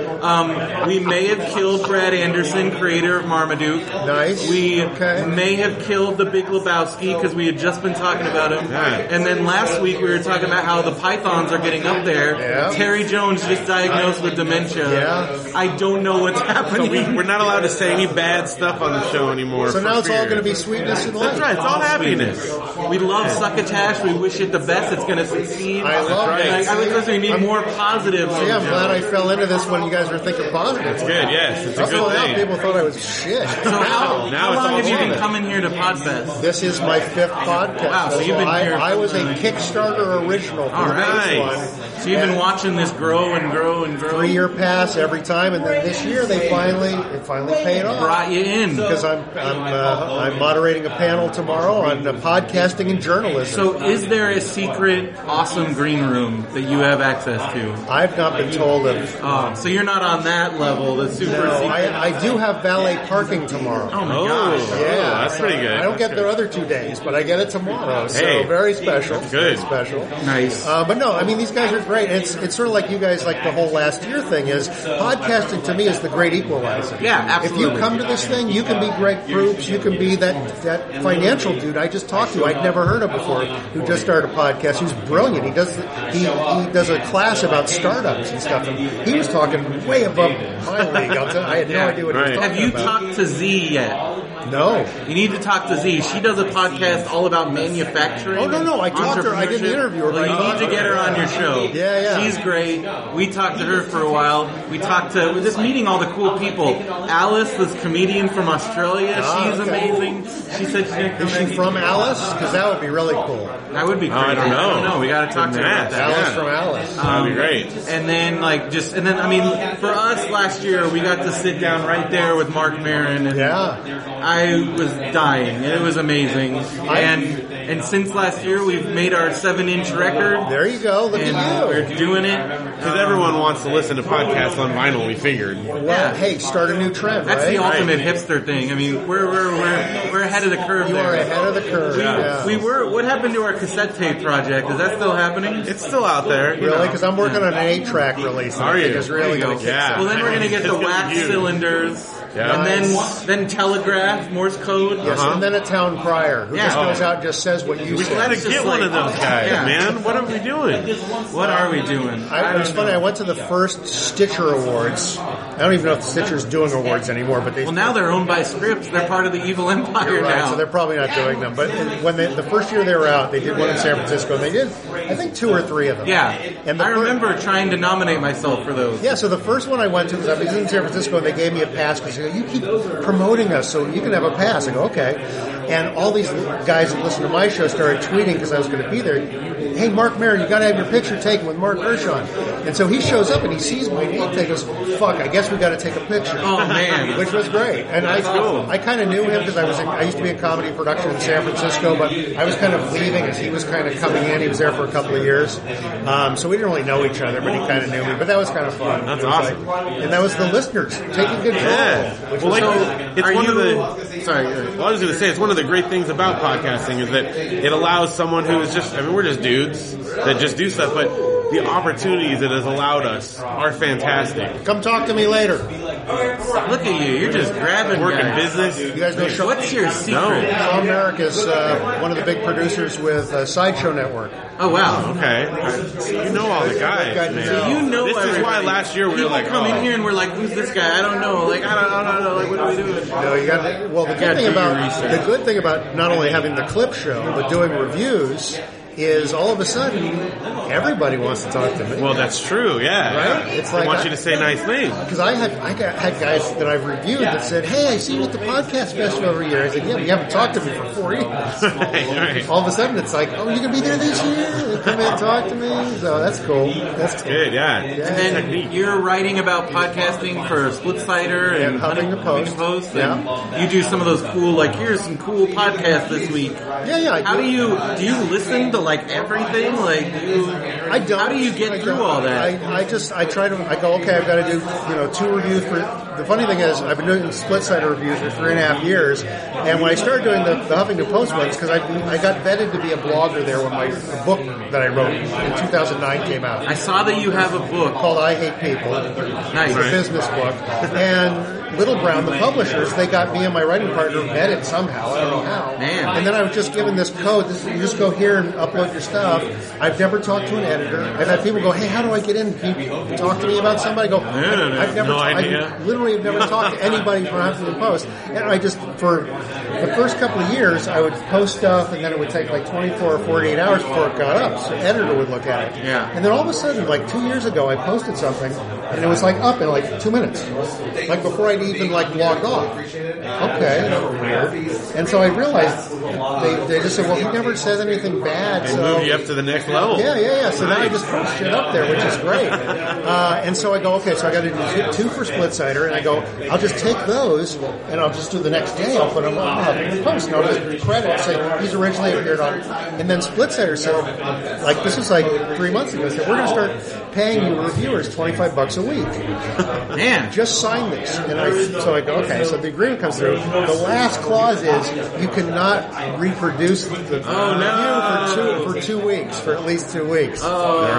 [SPEAKER 2] Um, we may have killed Brad Anderson, creator of Marmaduke.
[SPEAKER 5] Nice.
[SPEAKER 2] We
[SPEAKER 5] Okay.
[SPEAKER 2] may have killed the Big Lebowski because we had just been talking about him.
[SPEAKER 3] Yeah.
[SPEAKER 2] And then last week we were talking about how the pythons are getting up there.
[SPEAKER 5] Yeah.
[SPEAKER 2] Terry Jones just diagnosed with dementia.
[SPEAKER 5] Yeah.
[SPEAKER 2] I don't know what's
[SPEAKER 3] So
[SPEAKER 2] happening.
[SPEAKER 3] we, we're not allowed to say any bad stuff on the show anymore.
[SPEAKER 5] so
[SPEAKER 3] for
[SPEAKER 5] now it's all
[SPEAKER 3] fear.
[SPEAKER 5] going to be sweetness and light.
[SPEAKER 3] That's right. It's all happiness.
[SPEAKER 2] We love Succotash. We wish it the best. It's going to succeed.
[SPEAKER 5] I love
[SPEAKER 3] That's right.
[SPEAKER 2] Like, I was listening. We need
[SPEAKER 5] I'm-
[SPEAKER 2] more positive positive.
[SPEAKER 5] See, I'm glad I fell into this when you guys were thinking positive.
[SPEAKER 3] Good, yes, it's a
[SPEAKER 5] Up till
[SPEAKER 3] good
[SPEAKER 5] now,
[SPEAKER 3] thing.
[SPEAKER 5] people thought I was shit.
[SPEAKER 2] So Oh, how,
[SPEAKER 3] Now
[SPEAKER 2] how
[SPEAKER 3] it's
[SPEAKER 2] long
[SPEAKER 3] all
[SPEAKER 2] have you been
[SPEAKER 3] positive.
[SPEAKER 2] coming here to PodFest?
[SPEAKER 5] This is my fifth podcast.
[SPEAKER 2] Wow, so you've been
[SPEAKER 5] I,
[SPEAKER 2] here-
[SPEAKER 5] I was a Kickstarter original for
[SPEAKER 2] All
[SPEAKER 5] the
[SPEAKER 2] right.
[SPEAKER 5] first one.
[SPEAKER 2] So you've been watching this grow and grow and grow.
[SPEAKER 5] Three year pass every time, and then this year they finally it finally paid off.
[SPEAKER 2] Brought you in.
[SPEAKER 5] Because I'm I'm, uh, I'm moderating a panel tomorrow on uh, podcasting and journalism.
[SPEAKER 2] So is there a secret awesome green room that you have access to?
[SPEAKER 5] I've not been told of.
[SPEAKER 2] Oh, so you're not on that level, the super
[SPEAKER 5] No,
[SPEAKER 2] secret.
[SPEAKER 5] I, I do have valet parking tomorrow.
[SPEAKER 2] oh my
[SPEAKER 3] Oh,
[SPEAKER 2] gosh.
[SPEAKER 5] Yeah,
[SPEAKER 3] oh, that's pretty good.
[SPEAKER 5] I don't
[SPEAKER 3] That's
[SPEAKER 5] get
[SPEAKER 3] good.
[SPEAKER 5] their other two days, but I get it tomorrow. So
[SPEAKER 3] Hey,
[SPEAKER 5] very special.
[SPEAKER 3] good.
[SPEAKER 5] Very special.
[SPEAKER 2] Nice.
[SPEAKER 5] Uh, but no, I mean these guys are great. It's it's sort of like you guys like the whole last year thing is podcasting to me is the great equalizer.
[SPEAKER 2] Yeah,
[SPEAKER 5] If
[SPEAKER 2] absolutely.
[SPEAKER 5] you come to this thing, you can be Greg Proops, you can be that that financial dude I just talked to. I'd never heard of before, who just started a podcast. Who's brilliant. He does he, he does a class about startups and stuff. And he was talking way above my league. I'll tell- I had no
[SPEAKER 2] Yeah.
[SPEAKER 5] idea what he
[SPEAKER 3] Right.
[SPEAKER 5] was talking
[SPEAKER 2] Have you
[SPEAKER 5] about.
[SPEAKER 2] talked to Z yet?
[SPEAKER 5] No.
[SPEAKER 2] You need to talk to Z. She does a podcast all about manufacturing.
[SPEAKER 5] Oh, no, no, I talked to her. I didn't
[SPEAKER 2] entrepreneurship.
[SPEAKER 5] interview her,
[SPEAKER 2] Well,
[SPEAKER 5] but I
[SPEAKER 2] you
[SPEAKER 5] talked
[SPEAKER 2] need to
[SPEAKER 5] to
[SPEAKER 2] get
[SPEAKER 5] her.
[SPEAKER 2] her on your show.
[SPEAKER 5] Yeah, yeah.
[SPEAKER 2] She's great. We talked to her for a while. We talked to, we're just meeting all the cool people. Alice, this comedian from Australia,
[SPEAKER 5] Ah,
[SPEAKER 2] she's
[SPEAKER 5] okay.
[SPEAKER 2] amazing. She said she didn't come
[SPEAKER 5] Is she
[SPEAKER 2] in.
[SPEAKER 5] from Alice? Because that would be really cool.
[SPEAKER 2] That would be great.
[SPEAKER 3] I don't know.
[SPEAKER 2] We got to talk to her about
[SPEAKER 3] Yes.
[SPEAKER 2] that.
[SPEAKER 5] Alice
[SPEAKER 3] Yeah.
[SPEAKER 5] from Alice.
[SPEAKER 3] That'd be great.
[SPEAKER 2] And then like just and then I mean for us last year we got to sit down right there with Mark Marin and
[SPEAKER 5] Yeah.
[SPEAKER 2] I was dying. It was amazing. And and since last year we've made our seven inch record
[SPEAKER 5] There you go. Look
[SPEAKER 2] and
[SPEAKER 5] at you.
[SPEAKER 2] we're doing it.
[SPEAKER 3] Because everyone wants to listen to podcasts on vinyl, we figured.
[SPEAKER 5] Well,
[SPEAKER 2] Yeah.
[SPEAKER 5] hey, start a new trend,
[SPEAKER 2] That's
[SPEAKER 5] right?
[SPEAKER 2] the ultimate hipster thing. I mean we're we're we're, we're ahead of the curve
[SPEAKER 5] You are
[SPEAKER 2] there.
[SPEAKER 5] ahead of the curve. Yeah.
[SPEAKER 2] We were what happened to our cassette tape project? Is that still happening?
[SPEAKER 3] It's still out there. you
[SPEAKER 5] really?
[SPEAKER 3] know.
[SPEAKER 5] Because I'm working on an eight-track release.
[SPEAKER 3] Are
[SPEAKER 5] I think
[SPEAKER 3] you?
[SPEAKER 5] It's really
[SPEAKER 2] There
[SPEAKER 5] going to
[SPEAKER 2] you go.
[SPEAKER 5] kick
[SPEAKER 3] Yeah.
[SPEAKER 2] Well, then we're gonna get
[SPEAKER 3] It's
[SPEAKER 2] the
[SPEAKER 3] gonna
[SPEAKER 2] wax
[SPEAKER 3] be huge.
[SPEAKER 2] cylinders,
[SPEAKER 3] Yeah.
[SPEAKER 2] and
[SPEAKER 5] Nice.
[SPEAKER 2] then then telegraph, Morse code.
[SPEAKER 5] Yes, and then a town crier who
[SPEAKER 2] Yeah.
[SPEAKER 5] just goes out and just says what you
[SPEAKER 3] Uh-huh. We
[SPEAKER 5] said.
[SPEAKER 3] gotta
[SPEAKER 2] It's
[SPEAKER 3] get
[SPEAKER 2] just
[SPEAKER 3] one
[SPEAKER 2] like- oh,
[SPEAKER 3] of those guys,
[SPEAKER 2] Yeah.
[SPEAKER 3] man. What are we doing?
[SPEAKER 2] What are we doing?
[SPEAKER 5] I, it was
[SPEAKER 2] don't
[SPEAKER 5] funny.
[SPEAKER 2] know.
[SPEAKER 5] I went to the first Stitcher Awards. I don't even know if Stitcher's doing awards anymore, but they
[SPEAKER 2] Well, now they're owned by Scripps. They're part of the evil empire
[SPEAKER 5] Right,
[SPEAKER 2] now.
[SPEAKER 5] so they're probably not doing them. But when they, the first year they were out, they did one in San Francisco, and they did, I think, two or three of them.
[SPEAKER 2] yeah,
[SPEAKER 5] And the
[SPEAKER 2] I
[SPEAKER 5] fir-
[SPEAKER 2] remember trying to nominate myself for those.
[SPEAKER 5] Yeah, so the first one I went to was I was in San Francisco, and they gave me a pass because you keep promoting us, so you can have a pass. I go, okay. And all these guys that listen to my show started tweeting because I was going to be there. Hey, Mark Maron, you got to have your picture taken with Mark Gershon. And so he shows up and he sees my name tag. Goes, fuck, I guess we got to take a picture.
[SPEAKER 2] Oh, man.
[SPEAKER 5] which was great. And I, I kind of knew him because I was in, I used to be in comedy production in San Francisco, but I was kind of leaving as he was kind of coming in. He was there for a couple of years, um, so we didn't really know each other, but he kind of knew me. But that was kind of fun.
[SPEAKER 3] That's
[SPEAKER 5] It was
[SPEAKER 3] awesome.
[SPEAKER 5] like- and that was the listeners taking control.
[SPEAKER 3] Yeah.
[SPEAKER 5] Which was
[SPEAKER 3] Well, like,
[SPEAKER 5] awesome.
[SPEAKER 3] it's
[SPEAKER 2] Are
[SPEAKER 3] one
[SPEAKER 2] you-
[SPEAKER 3] of the. Sorry. Well, I was going to say it's one of the great things about podcasting is that it allows someone who is just. I mean, we're just dudes that just do stuff, but the opportunities it has allowed us are fantastic.
[SPEAKER 5] Come talk to me later.
[SPEAKER 2] Look at you. You're just grabbing
[SPEAKER 3] Working
[SPEAKER 2] guys.
[SPEAKER 5] You
[SPEAKER 3] business.
[SPEAKER 5] guys know Sean,
[SPEAKER 2] What's your secret?
[SPEAKER 5] Sean Merrick is uh, one of the big producers with uh, Sideshow Network.
[SPEAKER 2] Oh, wow.
[SPEAKER 3] Okay. You know all the guys,
[SPEAKER 5] guys
[SPEAKER 3] man.
[SPEAKER 5] know.
[SPEAKER 2] You know
[SPEAKER 3] This is why
[SPEAKER 2] everybody.
[SPEAKER 3] last year we
[SPEAKER 2] People
[SPEAKER 3] were like,
[SPEAKER 2] come
[SPEAKER 3] oh.
[SPEAKER 2] in here and we're like, who's this guy? I don't know. Like, I don't, I don't know. Like, what are we doing?
[SPEAKER 5] No, you got to, well. The
[SPEAKER 2] gotta
[SPEAKER 5] good thing
[SPEAKER 2] do
[SPEAKER 5] about
[SPEAKER 2] your
[SPEAKER 5] the good thing about not only having the clip show but doing reviews is all of a sudden everybody wants to talk to me.
[SPEAKER 3] Well, that's true. Yeah.
[SPEAKER 5] Right?
[SPEAKER 3] It's
[SPEAKER 5] It's like
[SPEAKER 3] like they want
[SPEAKER 5] I-
[SPEAKER 3] you to say nice things.
[SPEAKER 5] Because I had I got, had guys that I've reviewed that said, "Hey, I see you at the podcast festival every year." I said, "Yeah, but you haven't talked to me for four years."
[SPEAKER 3] right, right.
[SPEAKER 5] All of a sudden, it's like, "Oh, you gonna be there this year? Come in and talk to me." So that's cool. That's cool.
[SPEAKER 3] Good. Yeah.
[SPEAKER 5] Yeah.
[SPEAKER 2] And
[SPEAKER 3] Technique.
[SPEAKER 2] then you're writing about podcasting for Split Cider and,
[SPEAKER 5] And Huffington Post.
[SPEAKER 2] and you do some of those cool, like, here's some cool podcasts this week.
[SPEAKER 5] Yeah, yeah. I
[SPEAKER 2] How do you do you listen to like everything? Like do you,
[SPEAKER 5] I don't.
[SPEAKER 2] How do you
[SPEAKER 5] I
[SPEAKER 2] get through
[SPEAKER 5] don't.
[SPEAKER 2] all that?
[SPEAKER 5] I, I just I try to. I go okay. I've got to do you know two reviews for. The funny thing is I've been doing split sided reviews for three and a half years, and when I started doing the, the Huffington Post ones because I I got vetted to be a blogger there when my book that I wrote in 2009 came out
[SPEAKER 2] I, saw that you have a book.
[SPEAKER 5] called I Hate People. It's
[SPEAKER 2] Nice.
[SPEAKER 5] a business book. And Little Brown, the publishers, they got me and my writing partner vetted somehow. I don't know how.
[SPEAKER 2] Man.
[SPEAKER 5] And then I was just given this code. This, you just go here and upload your stuff. I've never talked to an editor. I've had people go, hey, how do I get in? Can you talk to me about somebody? I go,
[SPEAKER 3] no, no,
[SPEAKER 5] I've never
[SPEAKER 3] no
[SPEAKER 5] I
[SPEAKER 3] idea."
[SPEAKER 5] literally normally have never talked to anybody from Huffington Post. And I just, for the first couple of years, I would post stuff and then it would take like 24 or 48 hours before it got up, so the editor would look at it.
[SPEAKER 2] Yeah.
[SPEAKER 5] And then all of a sudden, like two years ago, I posted something and it was like up in like two minutes. Like before I'd even like logged off. Okay, weird. And so I realized they, they just said, well, he never said anything bad, so.
[SPEAKER 3] Move you up to the next level.
[SPEAKER 5] Yeah, yeah, yeah. So then I just post shit up there, which is great. Uh, and so I go, okay, so I got to do two for Split Sider, and I go, I'll just take those, and I'll just do the next day. I'll put them on up in the post, and I'll just credit, say he's originally appeared on. And then Split Sider said, like this was like three months ago, said we're going to start paying you reviewers twenty five bucks a week
[SPEAKER 2] Man,
[SPEAKER 5] just sign this. And I, so I go, okay, so the agreement comes through. The last clause is you cannot reproduce the review for two, for two weeks, for at least two weeks.
[SPEAKER 3] They're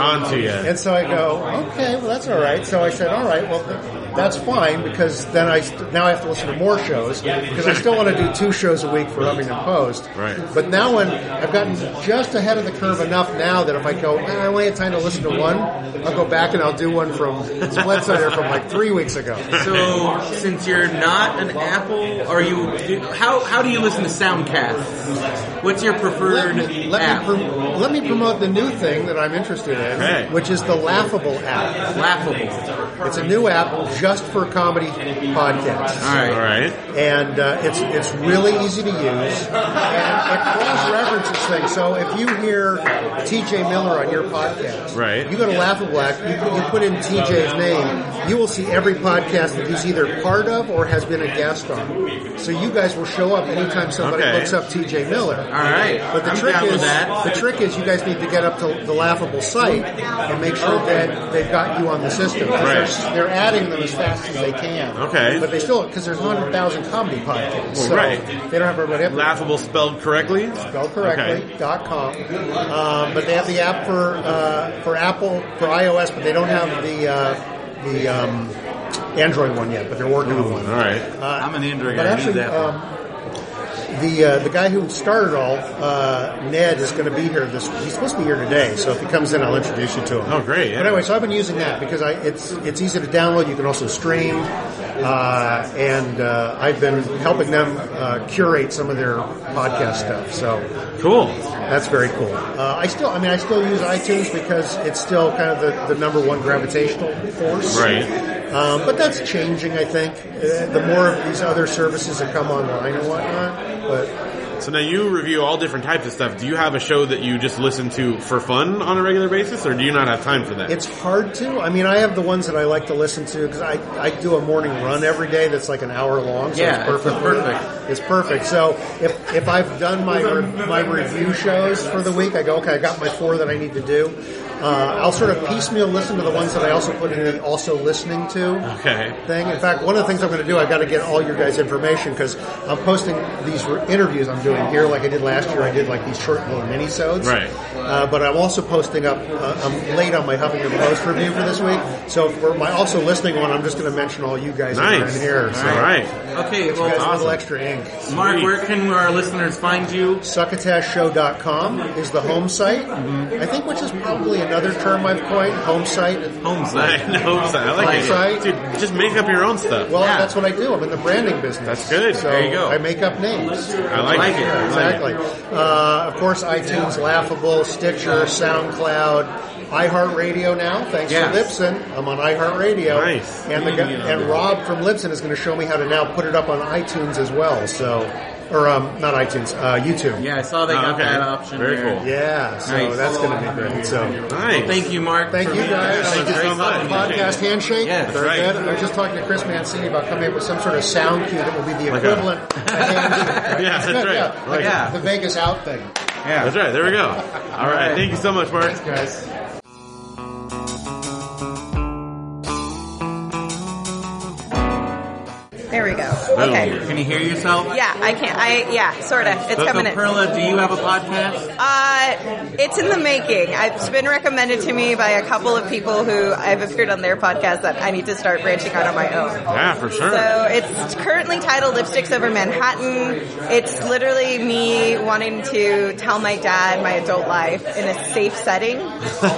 [SPEAKER 3] on to you.
[SPEAKER 5] And so I go, okay, well that's all right. So I said, all right, well th- that's fine because then I st- now I have to listen to more shows because I still want to do two shows a week for Huffington Post.
[SPEAKER 3] Right.
[SPEAKER 5] But now when I've gotten just ahead of the curve enough now that if I go, "Ah, I only have time to listen to one, I'll go back and I'll do one from Split Center from like three weeks ago.
[SPEAKER 2] so since you're not an Apple, are you? do- How how do you listen to soundcasts? What's your preferred
[SPEAKER 5] Let me, let,
[SPEAKER 2] app?
[SPEAKER 5] me prom- let me promote the new thing that I'm interested in,
[SPEAKER 3] Okay.
[SPEAKER 5] which is the Laughable app.
[SPEAKER 2] Laughable.
[SPEAKER 5] It's a new app just for comedy podcasts.
[SPEAKER 2] All right.
[SPEAKER 3] All right.
[SPEAKER 5] and uh, it's it's really easy to use. And it cross references things. So if you hear T.J. Miller on your podcast,
[SPEAKER 3] Right.
[SPEAKER 5] You go to Laughable Black, you, you put in T.J.'s name, you will see every podcast that he's either part of or has been a guest on. So you guys will show up anytime somebody
[SPEAKER 3] Okay.
[SPEAKER 5] looks up T.J. Miller.
[SPEAKER 2] All right.
[SPEAKER 5] But the
[SPEAKER 2] I'm
[SPEAKER 5] trick
[SPEAKER 2] down
[SPEAKER 5] is
[SPEAKER 2] with that.
[SPEAKER 5] the trick is you guys need to get up to the laughable site and make sure that they've got you on the system. 'Cause
[SPEAKER 3] Right.
[SPEAKER 5] They're, they're adding them as fast as they can.
[SPEAKER 3] Okay.
[SPEAKER 5] But they still because there's 100,000 comedy podcasts, so
[SPEAKER 3] right.
[SPEAKER 5] they don't have everybody up. there.
[SPEAKER 3] Laughable spelled correctly.
[SPEAKER 5] Spelled correctly. Dot com. Um, but they have the app for uh, for Apple for iOS, but they don't have the uh, the um, Android one yet. But they're working on one.
[SPEAKER 3] All right.
[SPEAKER 2] I'm an Android
[SPEAKER 5] But actually, um, the uh, the guy who started it all, uh, Ned, is going to be here. This he's supposed to be here today. So if he comes in, I'll introduce you to him.
[SPEAKER 3] Oh, great, yeah.
[SPEAKER 5] But anyway, so I've been using that because I, it's it's easy to download. You can also stream, uh, and uh, I've been helping them uh, curate some of their podcast stuff. So
[SPEAKER 3] Cool.
[SPEAKER 5] that's very cool. Uh, I still, I mean, I still use iTunes because it's still kind of the, the number one gravitational force.
[SPEAKER 3] Right.
[SPEAKER 5] Um, but that's changing, I think. Uh, the more of these other services that come online and whatnot, but
[SPEAKER 3] So now you review all different types of stuff. Do you have a show that you just listen to for fun on a regular basis, or do you not have time for that?
[SPEAKER 5] it's hard to. I mean, I have the ones that I like to listen to because I, I do a morning run every day that's like an hour long. So
[SPEAKER 2] Yeah,
[SPEAKER 5] it's
[SPEAKER 2] it's
[SPEAKER 5] perfect.
[SPEAKER 2] perfect.
[SPEAKER 5] It's perfect. So if if I've done my re- my review shows for the week, I go okay, I got my four that I need to do. Uh, I'll sort of piecemeal listen to the ones that I also put in the also listening to.
[SPEAKER 3] okay.
[SPEAKER 5] thing. In fact, one of the things I'm going to do, I've got to get all your guys' information because I'm posting these re- interviews I'm doing here, like I did last year. I did like these short little minisodes,
[SPEAKER 3] Right.
[SPEAKER 5] Uh, but I'm also posting up. Uh, I'm late on my Huffington Post review for this week, so for my also listening one, I'm just going to mention all you guys that are
[SPEAKER 3] Nice.
[SPEAKER 5] in here. So
[SPEAKER 3] All right.
[SPEAKER 2] Okay.
[SPEAKER 5] You guys
[SPEAKER 2] Well,
[SPEAKER 5] have a little extra ink.
[SPEAKER 2] Mark, where can our listeners find you?
[SPEAKER 5] Succotashshow.com is the home site,
[SPEAKER 3] Mm-hmm.
[SPEAKER 5] I think, which is probably another term I've coined. Home site.
[SPEAKER 2] Homes.
[SPEAKER 3] I know. I like
[SPEAKER 5] Website.
[SPEAKER 3] it. Dude, just make up your own stuff.
[SPEAKER 5] Well,
[SPEAKER 2] Yeah.
[SPEAKER 5] that's what I do. I'm in the branding business.
[SPEAKER 3] That's good.
[SPEAKER 5] So
[SPEAKER 3] There you
[SPEAKER 2] go.
[SPEAKER 5] I make up names.
[SPEAKER 3] I like,
[SPEAKER 2] like
[SPEAKER 3] it.
[SPEAKER 2] it.
[SPEAKER 3] I like
[SPEAKER 5] Exactly. Uh, of course, iTunes, Laughable, Stitcher, SoundCloud, iHeartRadio now. Thanks
[SPEAKER 2] Yes.
[SPEAKER 5] to Libsyn. I'm on iHeartRadio.
[SPEAKER 3] Nice. Mm.
[SPEAKER 5] And, the, guy- and Rob from Libsyn is going to show me how to now put it up on iTunes as well. So, or um, not iTunes, uh, YouTube.
[SPEAKER 2] Yeah, I saw they
[SPEAKER 3] Oh,
[SPEAKER 2] got
[SPEAKER 3] okay.
[SPEAKER 2] that option.
[SPEAKER 3] Very
[SPEAKER 2] there.
[SPEAKER 3] cool.
[SPEAKER 5] Yeah, so
[SPEAKER 2] Nice.
[SPEAKER 5] that's going to be great. So,
[SPEAKER 3] Nice.
[SPEAKER 2] Thank you, Mark.
[SPEAKER 5] thank
[SPEAKER 2] for
[SPEAKER 5] you
[SPEAKER 2] being here.
[SPEAKER 5] guys.
[SPEAKER 3] Thank you so
[SPEAKER 5] Great
[SPEAKER 3] much.
[SPEAKER 5] Podcast handshake.
[SPEAKER 2] Yes.
[SPEAKER 5] Very
[SPEAKER 3] Right.
[SPEAKER 5] good. I was just talking to Chris Mancini about coming up with some sort of sound cue that will be the equivalent. of handshake, right?
[SPEAKER 3] Yeah, that's
[SPEAKER 5] Good,
[SPEAKER 3] right.
[SPEAKER 5] Yeah.
[SPEAKER 3] Like
[SPEAKER 5] Like
[SPEAKER 2] that.
[SPEAKER 5] the Vegas out thing.
[SPEAKER 2] Yeah.
[SPEAKER 3] That's right. There we go. All right. Thank you so much, Mark.
[SPEAKER 5] guys.
[SPEAKER 6] There we go. Okay.
[SPEAKER 2] Can you hear yourself?
[SPEAKER 6] Yeah, I can't. I yeah, sorta. It's
[SPEAKER 2] So,
[SPEAKER 6] coming
[SPEAKER 2] so
[SPEAKER 6] in.
[SPEAKER 2] Perla, do you have a podcast?
[SPEAKER 6] Uh, it's in the making. It's been recommended to me by a couple of people who I've appeared on their podcast that I need to start branching out on my own.
[SPEAKER 3] Yeah, for sure.
[SPEAKER 6] So it's currently titled Lipsticks Over Manhattan. It's literally me wanting to tell my dad my adult life in a safe setting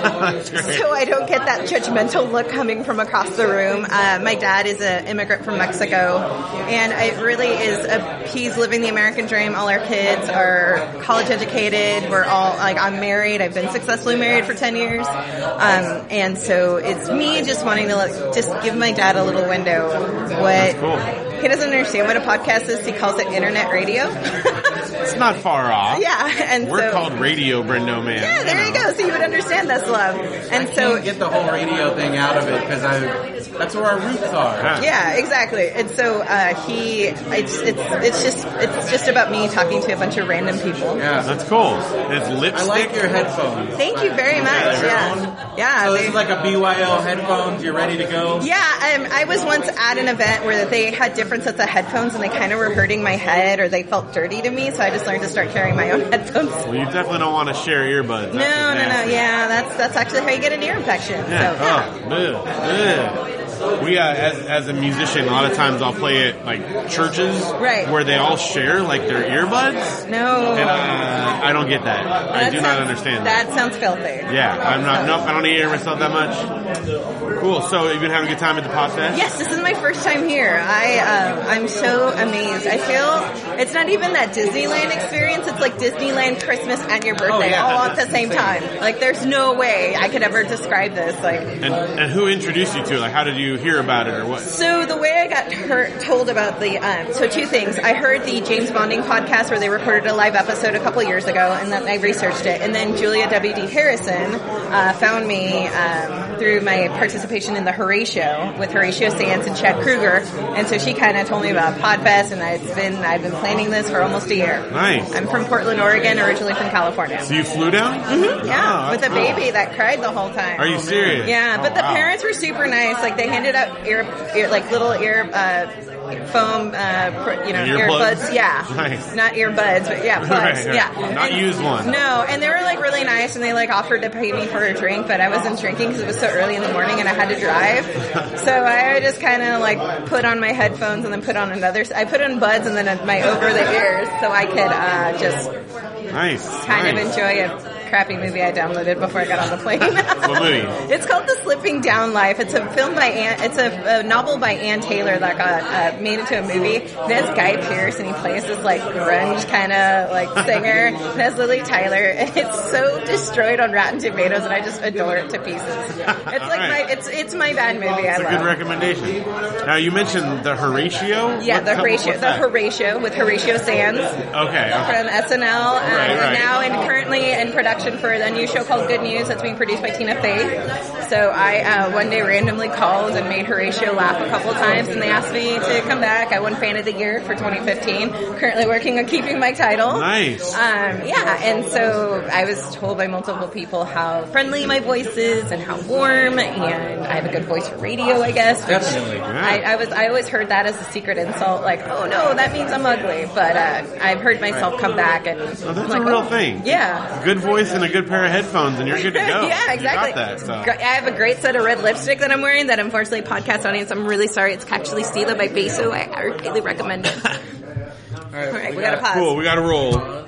[SPEAKER 6] so I don't get that judgmental look coming from across the room. Uh, my dad is an immigrant from Mexico, and it really is a he's living the American dream. All our kids are college educated. We're all like I'm married. I've been successfully married for ten years, um, and so it's me just wanting to like, just give my dad a little window of what. He doesn't understand what a podcast is. He calls it internet radio.
[SPEAKER 3] it's not far off.
[SPEAKER 6] yeah, and so
[SPEAKER 3] We're called Radio Brendo Man.
[SPEAKER 6] yeah, there you go. So you would understand this love, and so
[SPEAKER 2] Can't get the whole radio thing out of it because I that's where our roots are.
[SPEAKER 6] Yeah, exactly. And so uh, he, it's, it's it's just it's just about me talking to a bunch of random people.
[SPEAKER 2] Yeah.
[SPEAKER 3] That's cool. And it's
[SPEAKER 2] I
[SPEAKER 3] lipstick.
[SPEAKER 2] like your headphones.
[SPEAKER 6] Thank you very much. Yeah, yeah.
[SPEAKER 2] So
[SPEAKER 6] they-
[SPEAKER 2] this is like a BYO headphones. You're ready to go.
[SPEAKER 6] yeah, um, I was once at an event where they had different sets of headphones and they kind of were hurting my head or they felt dirty to me, so I just learned to start carrying my own headphones.
[SPEAKER 3] well, you definitely don't want to share earbuds. That's
[SPEAKER 6] No, no, no.
[SPEAKER 3] nasty.
[SPEAKER 6] Yeah, that's that's actually how you get an ear infection. So, yeah.
[SPEAKER 3] Yeah. Oh, ugh, ugh. We uh, as as a musician, a lot of times I'll play at like churches,
[SPEAKER 6] Right.
[SPEAKER 3] where they all share like their Oh, earbuds,
[SPEAKER 6] No.
[SPEAKER 3] and uh, I don't get that. I
[SPEAKER 6] That
[SPEAKER 3] do not
[SPEAKER 6] sounds-
[SPEAKER 3] understand that.
[SPEAKER 6] That sounds filthy.
[SPEAKER 3] Yeah, I'm not. Nope, I don't need to hear myself that much. Cool. So you've been having a good time at the podcast.
[SPEAKER 6] Yes, this is my first time here. I um, I'm so amazed. I feel it's not even that Disneyland experience. It's like Disneyland Christmas and your birthday
[SPEAKER 3] yeah.
[SPEAKER 6] all at the same time. Like there's no way I could ever describe this. Like
[SPEAKER 3] And and who introduced you to it? Like, how did you hear about it or what?
[SPEAKER 6] so the way I got heard, told about the um, so two things. I heard the James Bonding podcast where they recorded a live episode a couple years ago, and then I researched it. And then Julia W. D. Harrison uh, found me um, through my participation in the Horatio with Horatio Sands and Chad Kruger, and so she kind of told me about Podfest, and I've been I've been planning this for almost a year.
[SPEAKER 3] Nice.
[SPEAKER 6] I'm from Portland, Oregon, originally from California.
[SPEAKER 3] So you flew down?
[SPEAKER 6] Mm-hmm, Yeah,
[SPEAKER 3] Oh,
[SPEAKER 6] with a
[SPEAKER 3] that's cool.
[SPEAKER 6] baby that cried the whole time.
[SPEAKER 3] Are you serious?
[SPEAKER 6] Yeah,
[SPEAKER 3] Oh,
[SPEAKER 6] but the
[SPEAKER 3] wow.
[SPEAKER 6] parents were super nice. Like they handed out ear, ear like little ear uh, foam, uh, pr- you know,
[SPEAKER 3] Earplugs?
[SPEAKER 6] earbuds. Yeah,
[SPEAKER 3] Nice.
[SPEAKER 6] not earbuds, but yeah, plugs.
[SPEAKER 3] Right, right.
[SPEAKER 6] Yeah,
[SPEAKER 3] Not
[SPEAKER 6] And-
[SPEAKER 3] used one.
[SPEAKER 6] No, and they were like really nice, and they like offered to pay me for a drink, but I wasn't drinking because it was so early in the morning and I had to drive. so I just kind of like put on my headphones and then put on another. I put on buds and then my over the ears so I could uh, just
[SPEAKER 3] Nice.
[SPEAKER 6] kind
[SPEAKER 3] nice.
[SPEAKER 6] of enjoy a crappy movie I downloaded before I got on the plane. what
[SPEAKER 3] movie?
[SPEAKER 6] It's called The Slipping Down Life. It's a film by Ann, it's a, a novel by Ann Taylor that got uh, made into a movie. And it has Guy Pearce and he plays this like grunge kind of like singer. and it has Lily Tyler and it's so destroyed on Rotten Tomatoes and I just adore it to pieces. It's like
[SPEAKER 3] Alright.
[SPEAKER 6] my, it's, it's my bad movie. I
[SPEAKER 3] That's a
[SPEAKER 6] love.
[SPEAKER 3] good recommendation. Now you mentioned the Horatio.
[SPEAKER 6] yeah,
[SPEAKER 3] What
[SPEAKER 6] the
[SPEAKER 3] co-
[SPEAKER 6] Horatio,
[SPEAKER 3] what's
[SPEAKER 6] the
[SPEAKER 3] that?
[SPEAKER 6] Horatio with Horatio Sands.
[SPEAKER 3] Okay. okay.
[SPEAKER 6] from SNL, um,
[SPEAKER 3] Right,
[SPEAKER 6] and
[SPEAKER 3] right.
[SPEAKER 6] now and currently in production for a new show called Good News that's being produced by Tina Fey. So I uh, one day randomly called and made Horatio laugh a couple times, and they asked me to come back. I won Fan of the Year for 2015. Currently working on keeping my title.
[SPEAKER 3] Nice.
[SPEAKER 6] Um, yeah, and so I was told by multiple people how friendly my voice is and how warm, and I have a good voice for radio, I guess. which
[SPEAKER 2] Definitely.
[SPEAKER 6] I, I was I always heard that as a secret insult, like, oh no, that means I'm ugly. But uh, I've heard myself come back and
[SPEAKER 3] Oh, that's
[SPEAKER 6] like,
[SPEAKER 3] a real
[SPEAKER 6] oh,
[SPEAKER 3] thing.
[SPEAKER 6] Yeah.
[SPEAKER 3] Good voice and a good pair of headphones, and you're good to go.
[SPEAKER 6] yeah, exactly.
[SPEAKER 3] You got that. So.
[SPEAKER 6] Gr- I have a great set of red lipstick that I'm wearing that unfortunately podcast audience, I'm really sorry. It's actually Stila by Beso. I, I highly recommend it. All right, we gotta pause.
[SPEAKER 3] Cool. We got to roll.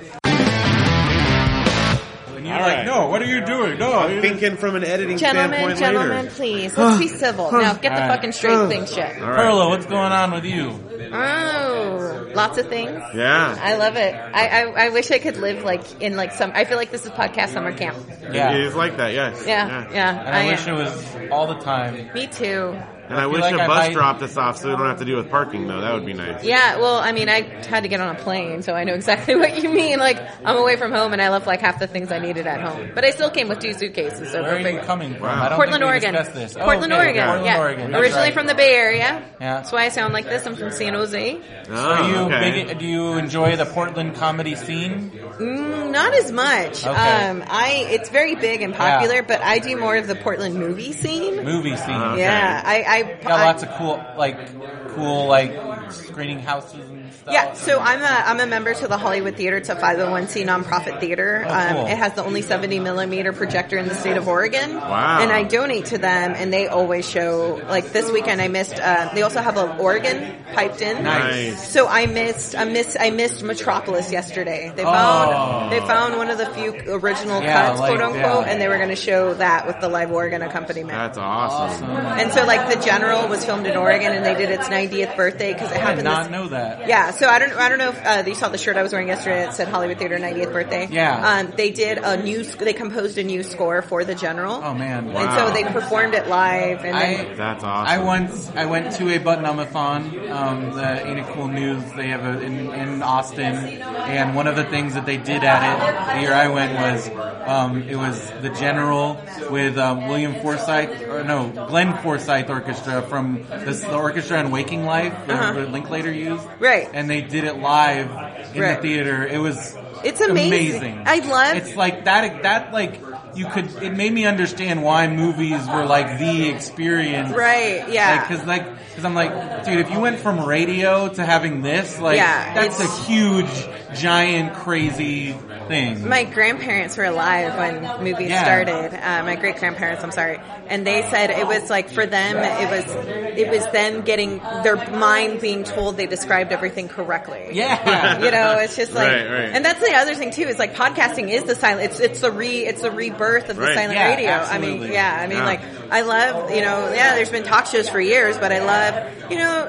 [SPEAKER 2] And you're
[SPEAKER 3] All
[SPEAKER 2] like,
[SPEAKER 3] right.
[SPEAKER 2] no, what are you doing? No.
[SPEAKER 3] Thinking from an editing
[SPEAKER 6] Gentlemen,
[SPEAKER 3] standpoint
[SPEAKER 6] gentlemen,
[SPEAKER 3] later.
[SPEAKER 6] please. Let's be civil. Now get the fucking straight thing shit.
[SPEAKER 3] All right.
[SPEAKER 2] Perla, what's going on with you?
[SPEAKER 6] Oh, lots of things.
[SPEAKER 3] Yeah.
[SPEAKER 6] I love it. I, I, I wish I could live like in like some. I feel like this is podcast summer camp.
[SPEAKER 2] Yeah.
[SPEAKER 3] It is like that. Yes.
[SPEAKER 6] Yeah, yeah.
[SPEAKER 2] And I, wish
[SPEAKER 6] am.
[SPEAKER 2] it was all the time.
[SPEAKER 6] Me too.
[SPEAKER 3] And
[SPEAKER 2] I
[SPEAKER 3] I,
[SPEAKER 2] feel
[SPEAKER 3] wish
[SPEAKER 2] like
[SPEAKER 3] a
[SPEAKER 2] I
[SPEAKER 3] bus
[SPEAKER 2] might-
[SPEAKER 3] dropped us off so we don't have to deal with parking though. That would be nice.
[SPEAKER 6] Yeah. Well, I mean, I had to get on a plane, so I know exactly what you mean. Like, I'm away from home, and I left like half the things I needed at home, but I still came with two suitcases. So
[SPEAKER 2] Where are you
[SPEAKER 6] perfect.
[SPEAKER 2] coming from?
[SPEAKER 3] Wow.
[SPEAKER 2] I don't
[SPEAKER 6] Portland,
[SPEAKER 2] think we
[SPEAKER 6] Oregon.
[SPEAKER 2] discussed This. Oh,
[SPEAKER 6] Portland,
[SPEAKER 2] okay,
[SPEAKER 6] Oregon.
[SPEAKER 2] Portland,
[SPEAKER 6] yeah.
[SPEAKER 2] Oregon. That's
[SPEAKER 6] Originally
[SPEAKER 2] right.
[SPEAKER 6] from the Bay Area.
[SPEAKER 2] Yeah.
[SPEAKER 6] That's why I sound like this. I'm from San Jose.
[SPEAKER 3] Oh,
[SPEAKER 2] Are you
[SPEAKER 3] okay.
[SPEAKER 2] big, do you enjoy the Portland comedy scene?
[SPEAKER 6] Mm, not as much.
[SPEAKER 2] Okay.
[SPEAKER 6] Um, I it's very big and popular,
[SPEAKER 2] Yeah.
[SPEAKER 6] but I do more of the Portland movie scene.
[SPEAKER 2] Movie scene.
[SPEAKER 3] Uh-huh. Oh, Okay.
[SPEAKER 6] Yeah, I, I
[SPEAKER 2] Got lots of cool, like, cool, like, screening houses and stuff?
[SPEAKER 6] Yeah, so I'm a I'm a member to the Hollywood Theater. It's a 501c nonprofit theater.
[SPEAKER 2] Oh,
[SPEAKER 6] um,
[SPEAKER 2] cool.
[SPEAKER 6] It has the only 70 millimeter projector in the state of Oregon.
[SPEAKER 3] Wow.
[SPEAKER 6] And I donate to them, and they always show. Like this weekend, I missed. Uh, they also have an organ piped in.
[SPEAKER 3] Nice.
[SPEAKER 6] So I missed. I missed. I missed Metropolis yesterday. They
[SPEAKER 2] Oh.
[SPEAKER 6] found. They found one of the few original
[SPEAKER 2] Yeah,
[SPEAKER 6] cuts,
[SPEAKER 2] like
[SPEAKER 6] quote unquote,
[SPEAKER 2] that.
[SPEAKER 6] and they were going to show that with the live organ accompaniment.
[SPEAKER 3] That's awesome.
[SPEAKER 6] and so, like, The General was filmed in Oregon, and they did its 90th birthday because it
[SPEAKER 2] I
[SPEAKER 6] happened
[SPEAKER 2] did
[SPEAKER 6] this
[SPEAKER 2] not know that.
[SPEAKER 6] yeah, so I don't, I don't know if uh, you saw the shirt I was wearing yesterday. It said Hollywood Theater 90th birthday.
[SPEAKER 2] Yeah.
[SPEAKER 6] Um, they did a new, sc- they composed a new score for The General.
[SPEAKER 2] Oh man.
[SPEAKER 6] And so they performed it live, and then,
[SPEAKER 2] I,
[SPEAKER 3] That's
[SPEAKER 2] I
[SPEAKER 3] awesome.
[SPEAKER 2] once I went to a buttonumathon, um, the Ain't It Cool News. They have a, in in Austin, and one of the things that they did at it the year I went was um, it was the General with um, William Forsythe or no Glenn Forsythe Orchestra from this, the orchestra in Waking Life that
[SPEAKER 6] Uh-huh.
[SPEAKER 2] Linklater used,
[SPEAKER 6] Right.
[SPEAKER 2] And they did it live in
[SPEAKER 6] Right.
[SPEAKER 2] the theater. It was
[SPEAKER 6] It's amazing. I love-
[SPEAKER 2] It's like that. That like. You could. It made me understand why movies were like the experience,
[SPEAKER 6] right, yeah.
[SPEAKER 2] because like, because I'm like, dude, if you went from radio to having this, like,
[SPEAKER 6] Yeah,
[SPEAKER 2] that's
[SPEAKER 6] it's-
[SPEAKER 2] a huge, giant, crazy thing.
[SPEAKER 6] my grandparents were alive when movies
[SPEAKER 2] Yeah.
[SPEAKER 6] started. Uh, my great grandparents, I'm sorry, and they said it was like for them, it was it was them getting their mind being told they described everything correctly.
[SPEAKER 2] Yeah.
[SPEAKER 6] you know, it's just like,
[SPEAKER 3] Right, right.
[SPEAKER 6] and that's the other thing too. Is like podcasting is the silent. It's it's the re it's the rebirth of the
[SPEAKER 3] Right.
[SPEAKER 6] silent
[SPEAKER 2] Yeah,
[SPEAKER 6] radio. I mean,
[SPEAKER 2] absolutely.
[SPEAKER 6] yeah, I mean,
[SPEAKER 3] Yeah.
[SPEAKER 6] like I love you know, yeah. There's been talk shows for years, but I love you know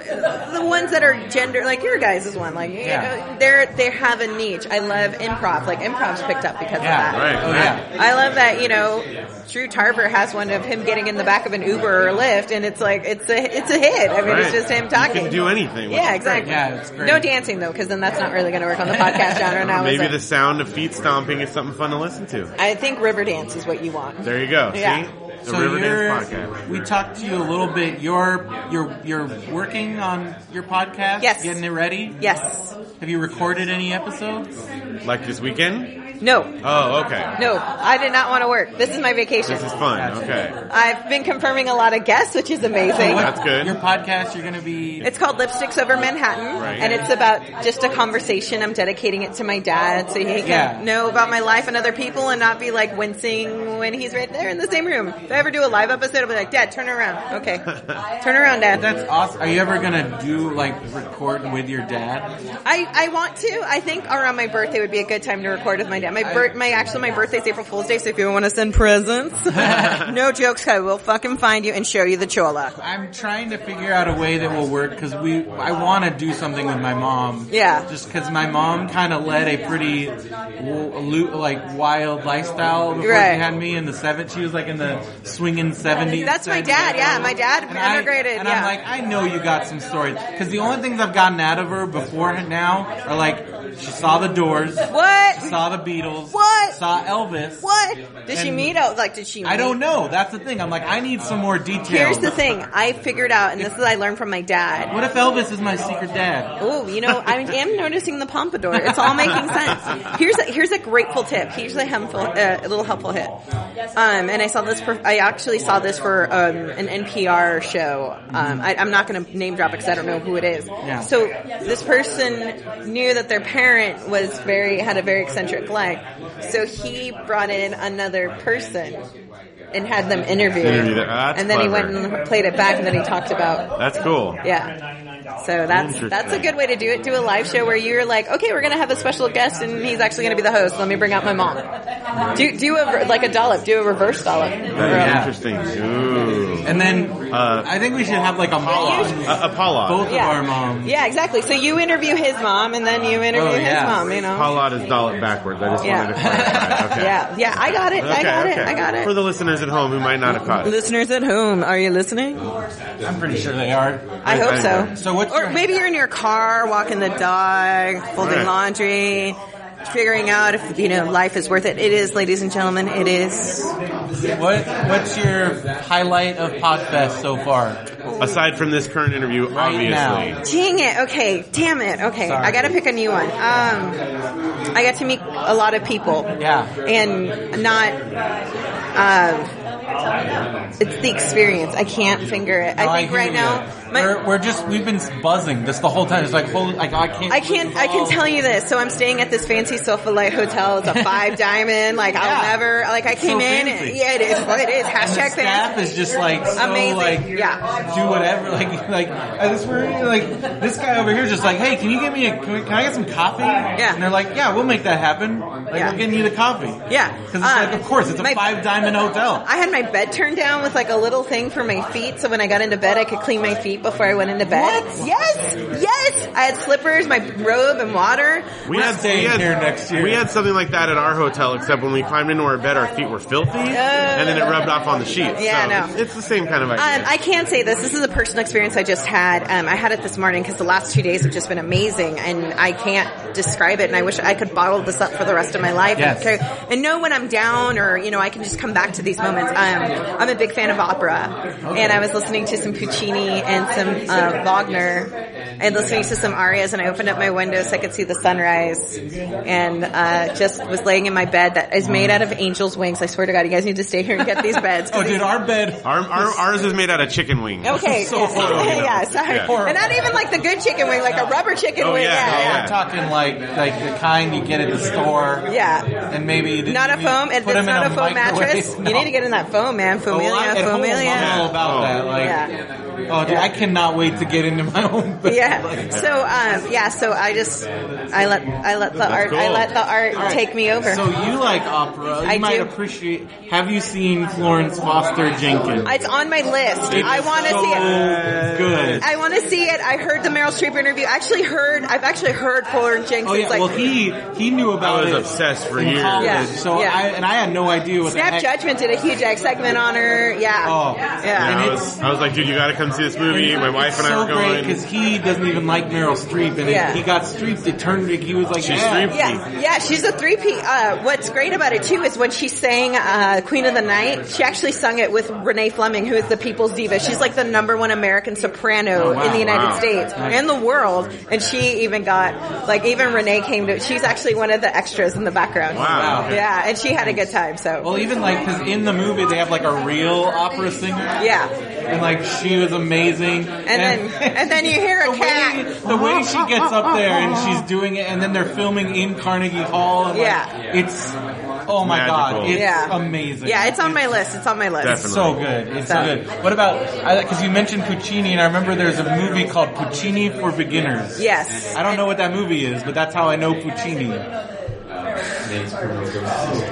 [SPEAKER 6] the ones that are gender like your guys is one. Like you
[SPEAKER 2] Yeah.
[SPEAKER 6] know, they're they have a niche. I love improv. Like improv's picked up because
[SPEAKER 2] yeah,
[SPEAKER 6] of that.
[SPEAKER 3] Right.
[SPEAKER 2] oh yeah.
[SPEAKER 6] I love that, you know, Drew Tarver has one of him getting in the back of an Uber or Lyft and it's like, it's a, it's a hit. I mean, it's
[SPEAKER 3] Right.
[SPEAKER 6] just him
[SPEAKER 3] You
[SPEAKER 6] talking.
[SPEAKER 3] can do anything with
[SPEAKER 6] Yeah,
[SPEAKER 3] it.
[SPEAKER 6] exactly.
[SPEAKER 2] Yeah, it's great.
[SPEAKER 6] No dancing though, because then that's not really going to work on the podcast genre now. is
[SPEAKER 3] Maybe
[SPEAKER 6] it?
[SPEAKER 3] the sound of feet stomping is something fun to listen to.
[SPEAKER 6] I think river dance is what you want.
[SPEAKER 3] There you go.
[SPEAKER 6] Yeah.
[SPEAKER 3] See? The
[SPEAKER 2] So
[SPEAKER 3] Riverdance
[SPEAKER 2] you're,
[SPEAKER 3] podcast.
[SPEAKER 2] we talked to you a little bit. You're you're you're working on your podcast.
[SPEAKER 6] Yes.
[SPEAKER 2] Getting it ready.
[SPEAKER 6] Yes.
[SPEAKER 2] Have you recorded any episodes?
[SPEAKER 3] Like this weekend?
[SPEAKER 6] No.
[SPEAKER 3] Oh, okay.
[SPEAKER 6] No, I did not want to work. This is my vacation.
[SPEAKER 3] This is fun. Okay.
[SPEAKER 6] I've been confirming a lot of guests, which is amazing.
[SPEAKER 2] What-
[SPEAKER 3] That's good.
[SPEAKER 2] Your podcast. You're going to be.
[SPEAKER 6] It's called Lipsticks Over Manhattan,
[SPEAKER 3] Right.
[SPEAKER 6] and it's about just a conversation. I'm dedicating it to my dad so he can
[SPEAKER 2] Yeah.
[SPEAKER 6] know about my life and other people and not be like wincing when he's right there in the same room. If I ever do a live episode, I'll be like, Dad, turn around. Okay. turn around, Dad.
[SPEAKER 2] That's awesome. Are you ever going to do like record with your dad?
[SPEAKER 6] I, I want to. I think around my birthday would be a good time to record with my dad. My bir- my actually my birthday's April Fool's Day, so if you want to send presents, no jokes, I will fucking find you and show you the chola.
[SPEAKER 2] I'm trying to figure out a way that will work because we. I want to do something with my mom.
[SPEAKER 6] Yeah.
[SPEAKER 2] Just because my mom kind of led a pretty w- lo- like wild lifestyle before
[SPEAKER 6] Right.
[SPEAKER 2] she had me in the seven. She was like in the swinging seventies.
[SPEAKER 6] That's my dad. Yeah, my dad
[SPEAKER 2] And I-
[SPEAKER 6] immigrated.
[SPEAKER 2] and
[SPEAKER 6] yeah.
[SPEAKER 2] I'm like, I know you got some stories because the only things I've gotten out of her before now are like she saw the Doors,
[SPEAKER 6] what?
[SPEAKER 2] saw the Beatles,
[SPEAKER 6] What?
[SPEAKER 2] saw Elvis,
[SPEAKER 6] What did she
[SPEAKER 2] And-
[SPEAKER 6] meet? out? Like, did she? Meet?
[SPEAKER 2] I don't know. That's the thing. I'm like, I need some more details.
[SPEAKER 6] Here's the thing. I figured out, and this is I learned from my dad.
[SPEAKER 2] What if Elvis is my secret dad?
[SPEAKER 6] Oh, you know, I am noticing the pompadour. It's all making sense. Here's a, here's a grateful tip. Here's a helpful, uh, a little helpful hit. Um, and I saw this. For, I actually saw this for um, an NPR show. Um, I, I'm not going to name drop it because I don't know who it is.
[SPEAKER 2] Yeah.
[SPEAKER 6] So this person knew that their parent was very had a very eccentric life. So he brought in another person and had them interviewed.
[SPEAKER 3] Interview that- that's
[SPEAKER 6] and then he
[SPEAKER 3] clever.
[SPEAKER 6] went and played it back, and then he talked about
[SPEAKER 3] That's cool.
[SPEAKER 6] yeah. So that's
[SPEAKER 3] Interesting.
[SPEAKER 6] that's a good way to do it. Do a live show where you're like, okay, we're gonna have a special guest, and he's actually gonna be the host. Let me bring out my mom. Do do a re- like a dollop. Do a reverse dollop.
[SPEAKER 3] That
[SPEAKER 2] Yeah.
[SPEAKER 3] is interesting. Ooh.
[SPEAKER 2] And then
[SPEAKER 3] Uh,
[SPEAKER 2] I think we should have like a monologue.
[SPEAKER 3] Uh, Apollo.
[SPEAKER 2] Both
[SPEAKER 6] Yeah.
[SPEAKER 2] of our moms.
[SPEAKER 6] Yeah, exactly. So you interview his mom, and then you interview
[SPEAKER 2] Oh,
[SPEAKER 6] his
[SPEAKER 2] yeah.
[SPEAKER 6] mom. You know.
[SPEAKER 3] Apollo is dollop backwards. I just
[SPEAKER 6] Yeah.
[SPEAKER 3] wanted to clarify. Okay.
[SPEAKER 6] Yeah, yeah. I got it. I
[SPEAKER 3] Okay,
[SPEAKER 6] got it.
[SPEAKER 3] okay.
[SPEAKER 6] I got
[SPEAKER 3] For
[SPEAKER 6] it.
[SPEAKER 3] the listeners at home who might not have caught it.
[SPEAKER 6] Listeners at home, are you listening?
[SPEAKER 2] I'm pretty sure they are.
[SPEAKER 6] I hope so.
[SPEAKER 2] So what's
[SPEAKER 6] or
[SPEAKER 2] your-
[SPEAKER 6] maybe you're in your car, walking the dog, folding
[SPEAKER 3] Right.
[SPEAKER 6] laundry, figuring out if you know life is worth it. It is, ladies and gentlemen. It is.
[SPEAKER 2] What What's your highlight of Podfest so far?
[SPEAKER 3] Aside from this current interview,
[SPEAKER 2] Right
[SPEAKER 3] obviously.
[SPEAKER 2] now.
[SPEAKER 6] Dang it. Okay. Damn it. Okay.
[SPEAKER 2] Sorry.
[SPEAKER 6] I got to pick a new one. Um, I got to meet a lot of people.
[SPEAKER 2] Yeah.
[SPEAKER 6] And not, uh, It's the experience. I can't finger it. I think
[SPEAKER 2] hear
[SPEAKER 6] right
[SPEAKER 2] you.
[SPEAKER 6] now,
[SPEAKER 2] we're,
[SPEAKER 6] my,
[SPEAKER 2] we're just we've been buzzing this the whole time. It's like holy, like I can't.
[SPEAKER 6] I can't. I can tell you this. So I'm staying at this fancy sofa light hotel. It's a five diamond. Like I'll
[SPEAKER 2] Yeah.
[SPEAKER 6] never. Like I came
[SPEAKER 2] so
[SPEAKER 6] in.
[SPEAKER 2] fancy.
[SPEAKER 6] And, yeah, it is. It is.
[SPEAKER 2] And the
[SPEAKER 6] Hashtag
[SPEAKER 2] staff
[SPEAKER 6] fancy.
[SPEAKER 2] is just like so
[SPEAKER 6] Amazing.
[SPEAKER 2] like
[SPEAKER 6] Yeah.
[SPEAKER 2] do whatever like like I just we're like this guy over here is just like hey can you get me a can we- can I get some coffee
[SPEAKER 6] Yeah.
[SPEAKER 2] and they're like yeah we'll make that happen like
[SPEAKER 6] Yeah.
[SPEAKER 2] we're getting you the coffee
[SPEAKER 6] Yeah.
[SPEAKER 2] because it's
[SPEAKER 6] Uh,
[SPEAKER 2] like of course it's a
[SPEAKER 6] my-
[SPEAKER 2] five diamond hotel
[SPEAKER 6] I had my bed turned down with like a little thing for my feet, so when I got into bed, I could clean my feet before I went into bed. Yes, yes. I had slippers, my robe, and water.
[SPEAKER 3] We
[SPEAKER 2] We're
[SPEAKER 3] had,
[SPEAKER 2] staying
[SPEAKER 3] we had-
[SPEAKER 2] here next year.
[SPEAKER 3] We had something like that at our hotel, except when we climbed into our bed, our feet were filthy, and then it rubbed off on the sheets.
[SPEAKER 6] Oh. Yeah,
[SPEAKER 3] so
[SPEAKER 6] no.
[SPEAKER 3] it's, it's the same kind of
[SPEAKER 6] Um,
[SPEAKER 3] idea.
[SPEAKER 6] I can say this. This is a personal experience I just had. Um, I had it this morning because the last two days have just been amazing, and I can't describe it. And I wish I could bottle this up for the rest of my life
[SPEAKER 2] Yes.
[SPEAKER 6] and, carry- and know when I'm down, or you know, I can just come back to these moments. Um, I'm a big fan of opera, and I was listening to some Puccini and some uh, Wagner, and listening to some arias. And I opened up my window so I could see the sunrise, and uh, just was laying in my bed that is made out of angels' wings. I swear to God, you guys need to stay here and get these beds. 'cause
[SPEAKER 2] oh dude our bed
[SPEAKER 3] our, our, ours is made out of chicken wings.
[SPEAKER 6] Okay.
[SPEAKER 2] So
[SPEAKER 6] yeah.
[SPEAKER 2] horrible.
[SPEAKER 6] yeah, sorry.
[SPEAKER 3] Yeah.
[SPEAKER 6] And not even like the good chicken wing, like a rubber chicken
[SPEAKER 3] Oh,
[SPEAKER 6] wing.
[SPEAKER 3] yeah,
[SPEAKER 6] Yeah,
[SPEAKER 3] oh,
[SPEAKER 2] we're
[SPEAKER 6] yeah.
[SPEAKER 2] talking like like the kind you get at the store
[SPEAKER 6] yeah.
[SPEAKER 2] and maybe you
[SPEAKER 6] Not a
[SPEAKER 2] need-
[SPEAKER 6] foam, and
[SPEAKER 2] put
[SPEAKER 6] it's
[SPEAKER 2] them in
[SPEAKER 6] not a foam
[SPEAKER 2] microwave.
[SPEAKER 6] mattress.
[SPEAKER 2] No.
[SPEAKER 6] You need to get in that foam, man.
[SPEAKER 2] Oh, I-
[SPEAKER 6] Foamelia,
[SPEAKER 2] at home, I'm all
[SPEAKER 6] foamelia.
[SPEAKER 2] about that. Like, oh, dude, I cannot wait to get into my own bed.
[SPEAKER 6] Yeah.
[SPEAKER 2] Like,
[SPEAKER 6] So, um, yeah. So I just, I let, I let the art, I
[SPEAKER 3] cool.
[SPEAKER 6] let the art
[SPEAKER 2] all right.
[SPEAKER 6] take me over.
[SPEAKER 2] So you like opera? You
[SPEAKER 6] I
[SPEAKER 2] might
[SPEAKER 6] do.
[SPEAKER 2] appreciate. Have you seen Florence Foster Jenkins?
[SPEAKER 6] it's on my list. I want to
[SPEAKER 2] so
[SPEAKER 6] see it.
[SPEAKER 2] Good.
[SPEAKER 6] I want to see it. I heard the Meryl Streep interview. I actually heard. I've actually heard Florence Jenkins.
[SPEAKER 2] Oh yeah,
[SPEAKER 6] like,
[SPEAKER 2] well he he knew about
[SPEAKER 3] I was
[SPEAKER 2] it
[SPEAKER 3] obsessed for
[SPEAKER 2] in
[SPEAKER 3] years.
[SPEAKER 2] college,
[SPEAKER 6] Yeah,
[SPEAKER 2] So
[SPEAKER 6] yeah.
[SPEAKER 2] I and I had no idea what the
[SPEAKER 6] Snap
[SPEAKER 2] heck.
[SPEAKER 6] Judgment did a huge segment on her. Yeah.
[SPEAKER 2] Oh.
[SPEAKER 6] yeah.
[SPEAKER 3] I, was, I was like, dude, you gotta come see this movie. My wife and I were going.
[SPEAKER 2] because he doesn't even like Meryl Streep, and
[SPEAKER 6] Yeah.
[SPEAKER 2] it, he got streeped. It turned. He was like,
[SPEAKER 3] She's
[SPEAKER 2] yeah.
[SPEAKER 3] streeped.
[SPEAKER 6] Yeah, yeah, she's a three P. Uh, what's great about it too is when she sang uh, "Queen of the Night," she actually sung it with Renee Fleming, who is the People's Diva. She's like the number one American soprano
[SPEAKER 2] Oh, wow.
[SPEAKER 6] in the United
[SPEAKER 3] Wow.
[SPEAKER 6] States and the world. And she even got like even Renee came to. She's actually one of the extras in the background.
[SPEAKER 3] Wow.
[SPEAKER 6] Yeah, and she had a good time. So
[SPEAKER 2] Well, even like because in the movie they have like a real opera singer.
[SPEAKER 6] yeah,
[SPEAKER 2] and like she was
[SPEAKER 6] and
[SPEAKER 2] amazing.
[SPEAKER 6] then and then you hear a
[SPEAKER 2] the way,
[SPEAKER 6] cat.
[SPEAKER 2] the way she gets up there and she's doing it, and then they're filming in Carnegie Hall. And like,
[SPEAKER 6] Yeah.
[SPEAKER 2] it's oh my god,
[SPEAKER 3] Magical.
[SPEAKER 2] it's
[SPEAKER 6] Yeah.
[SPEAKER 2] amazing.
[SPEAKER 6] Yeah, it's on my list. It's on my list.
[SPEAKER 3] Definitely.
[SPEAKER 2] so good. It's so
[SPEAKER 6] So-
[SPEAKER 2] good. What about because you mentioned Puccini, and I remember there's a movie called Puccini for Beginners.
[SPEAKER 6] Yes.
[SPEAKER 2] I don't know what that movie is, but that's how I know Puccini.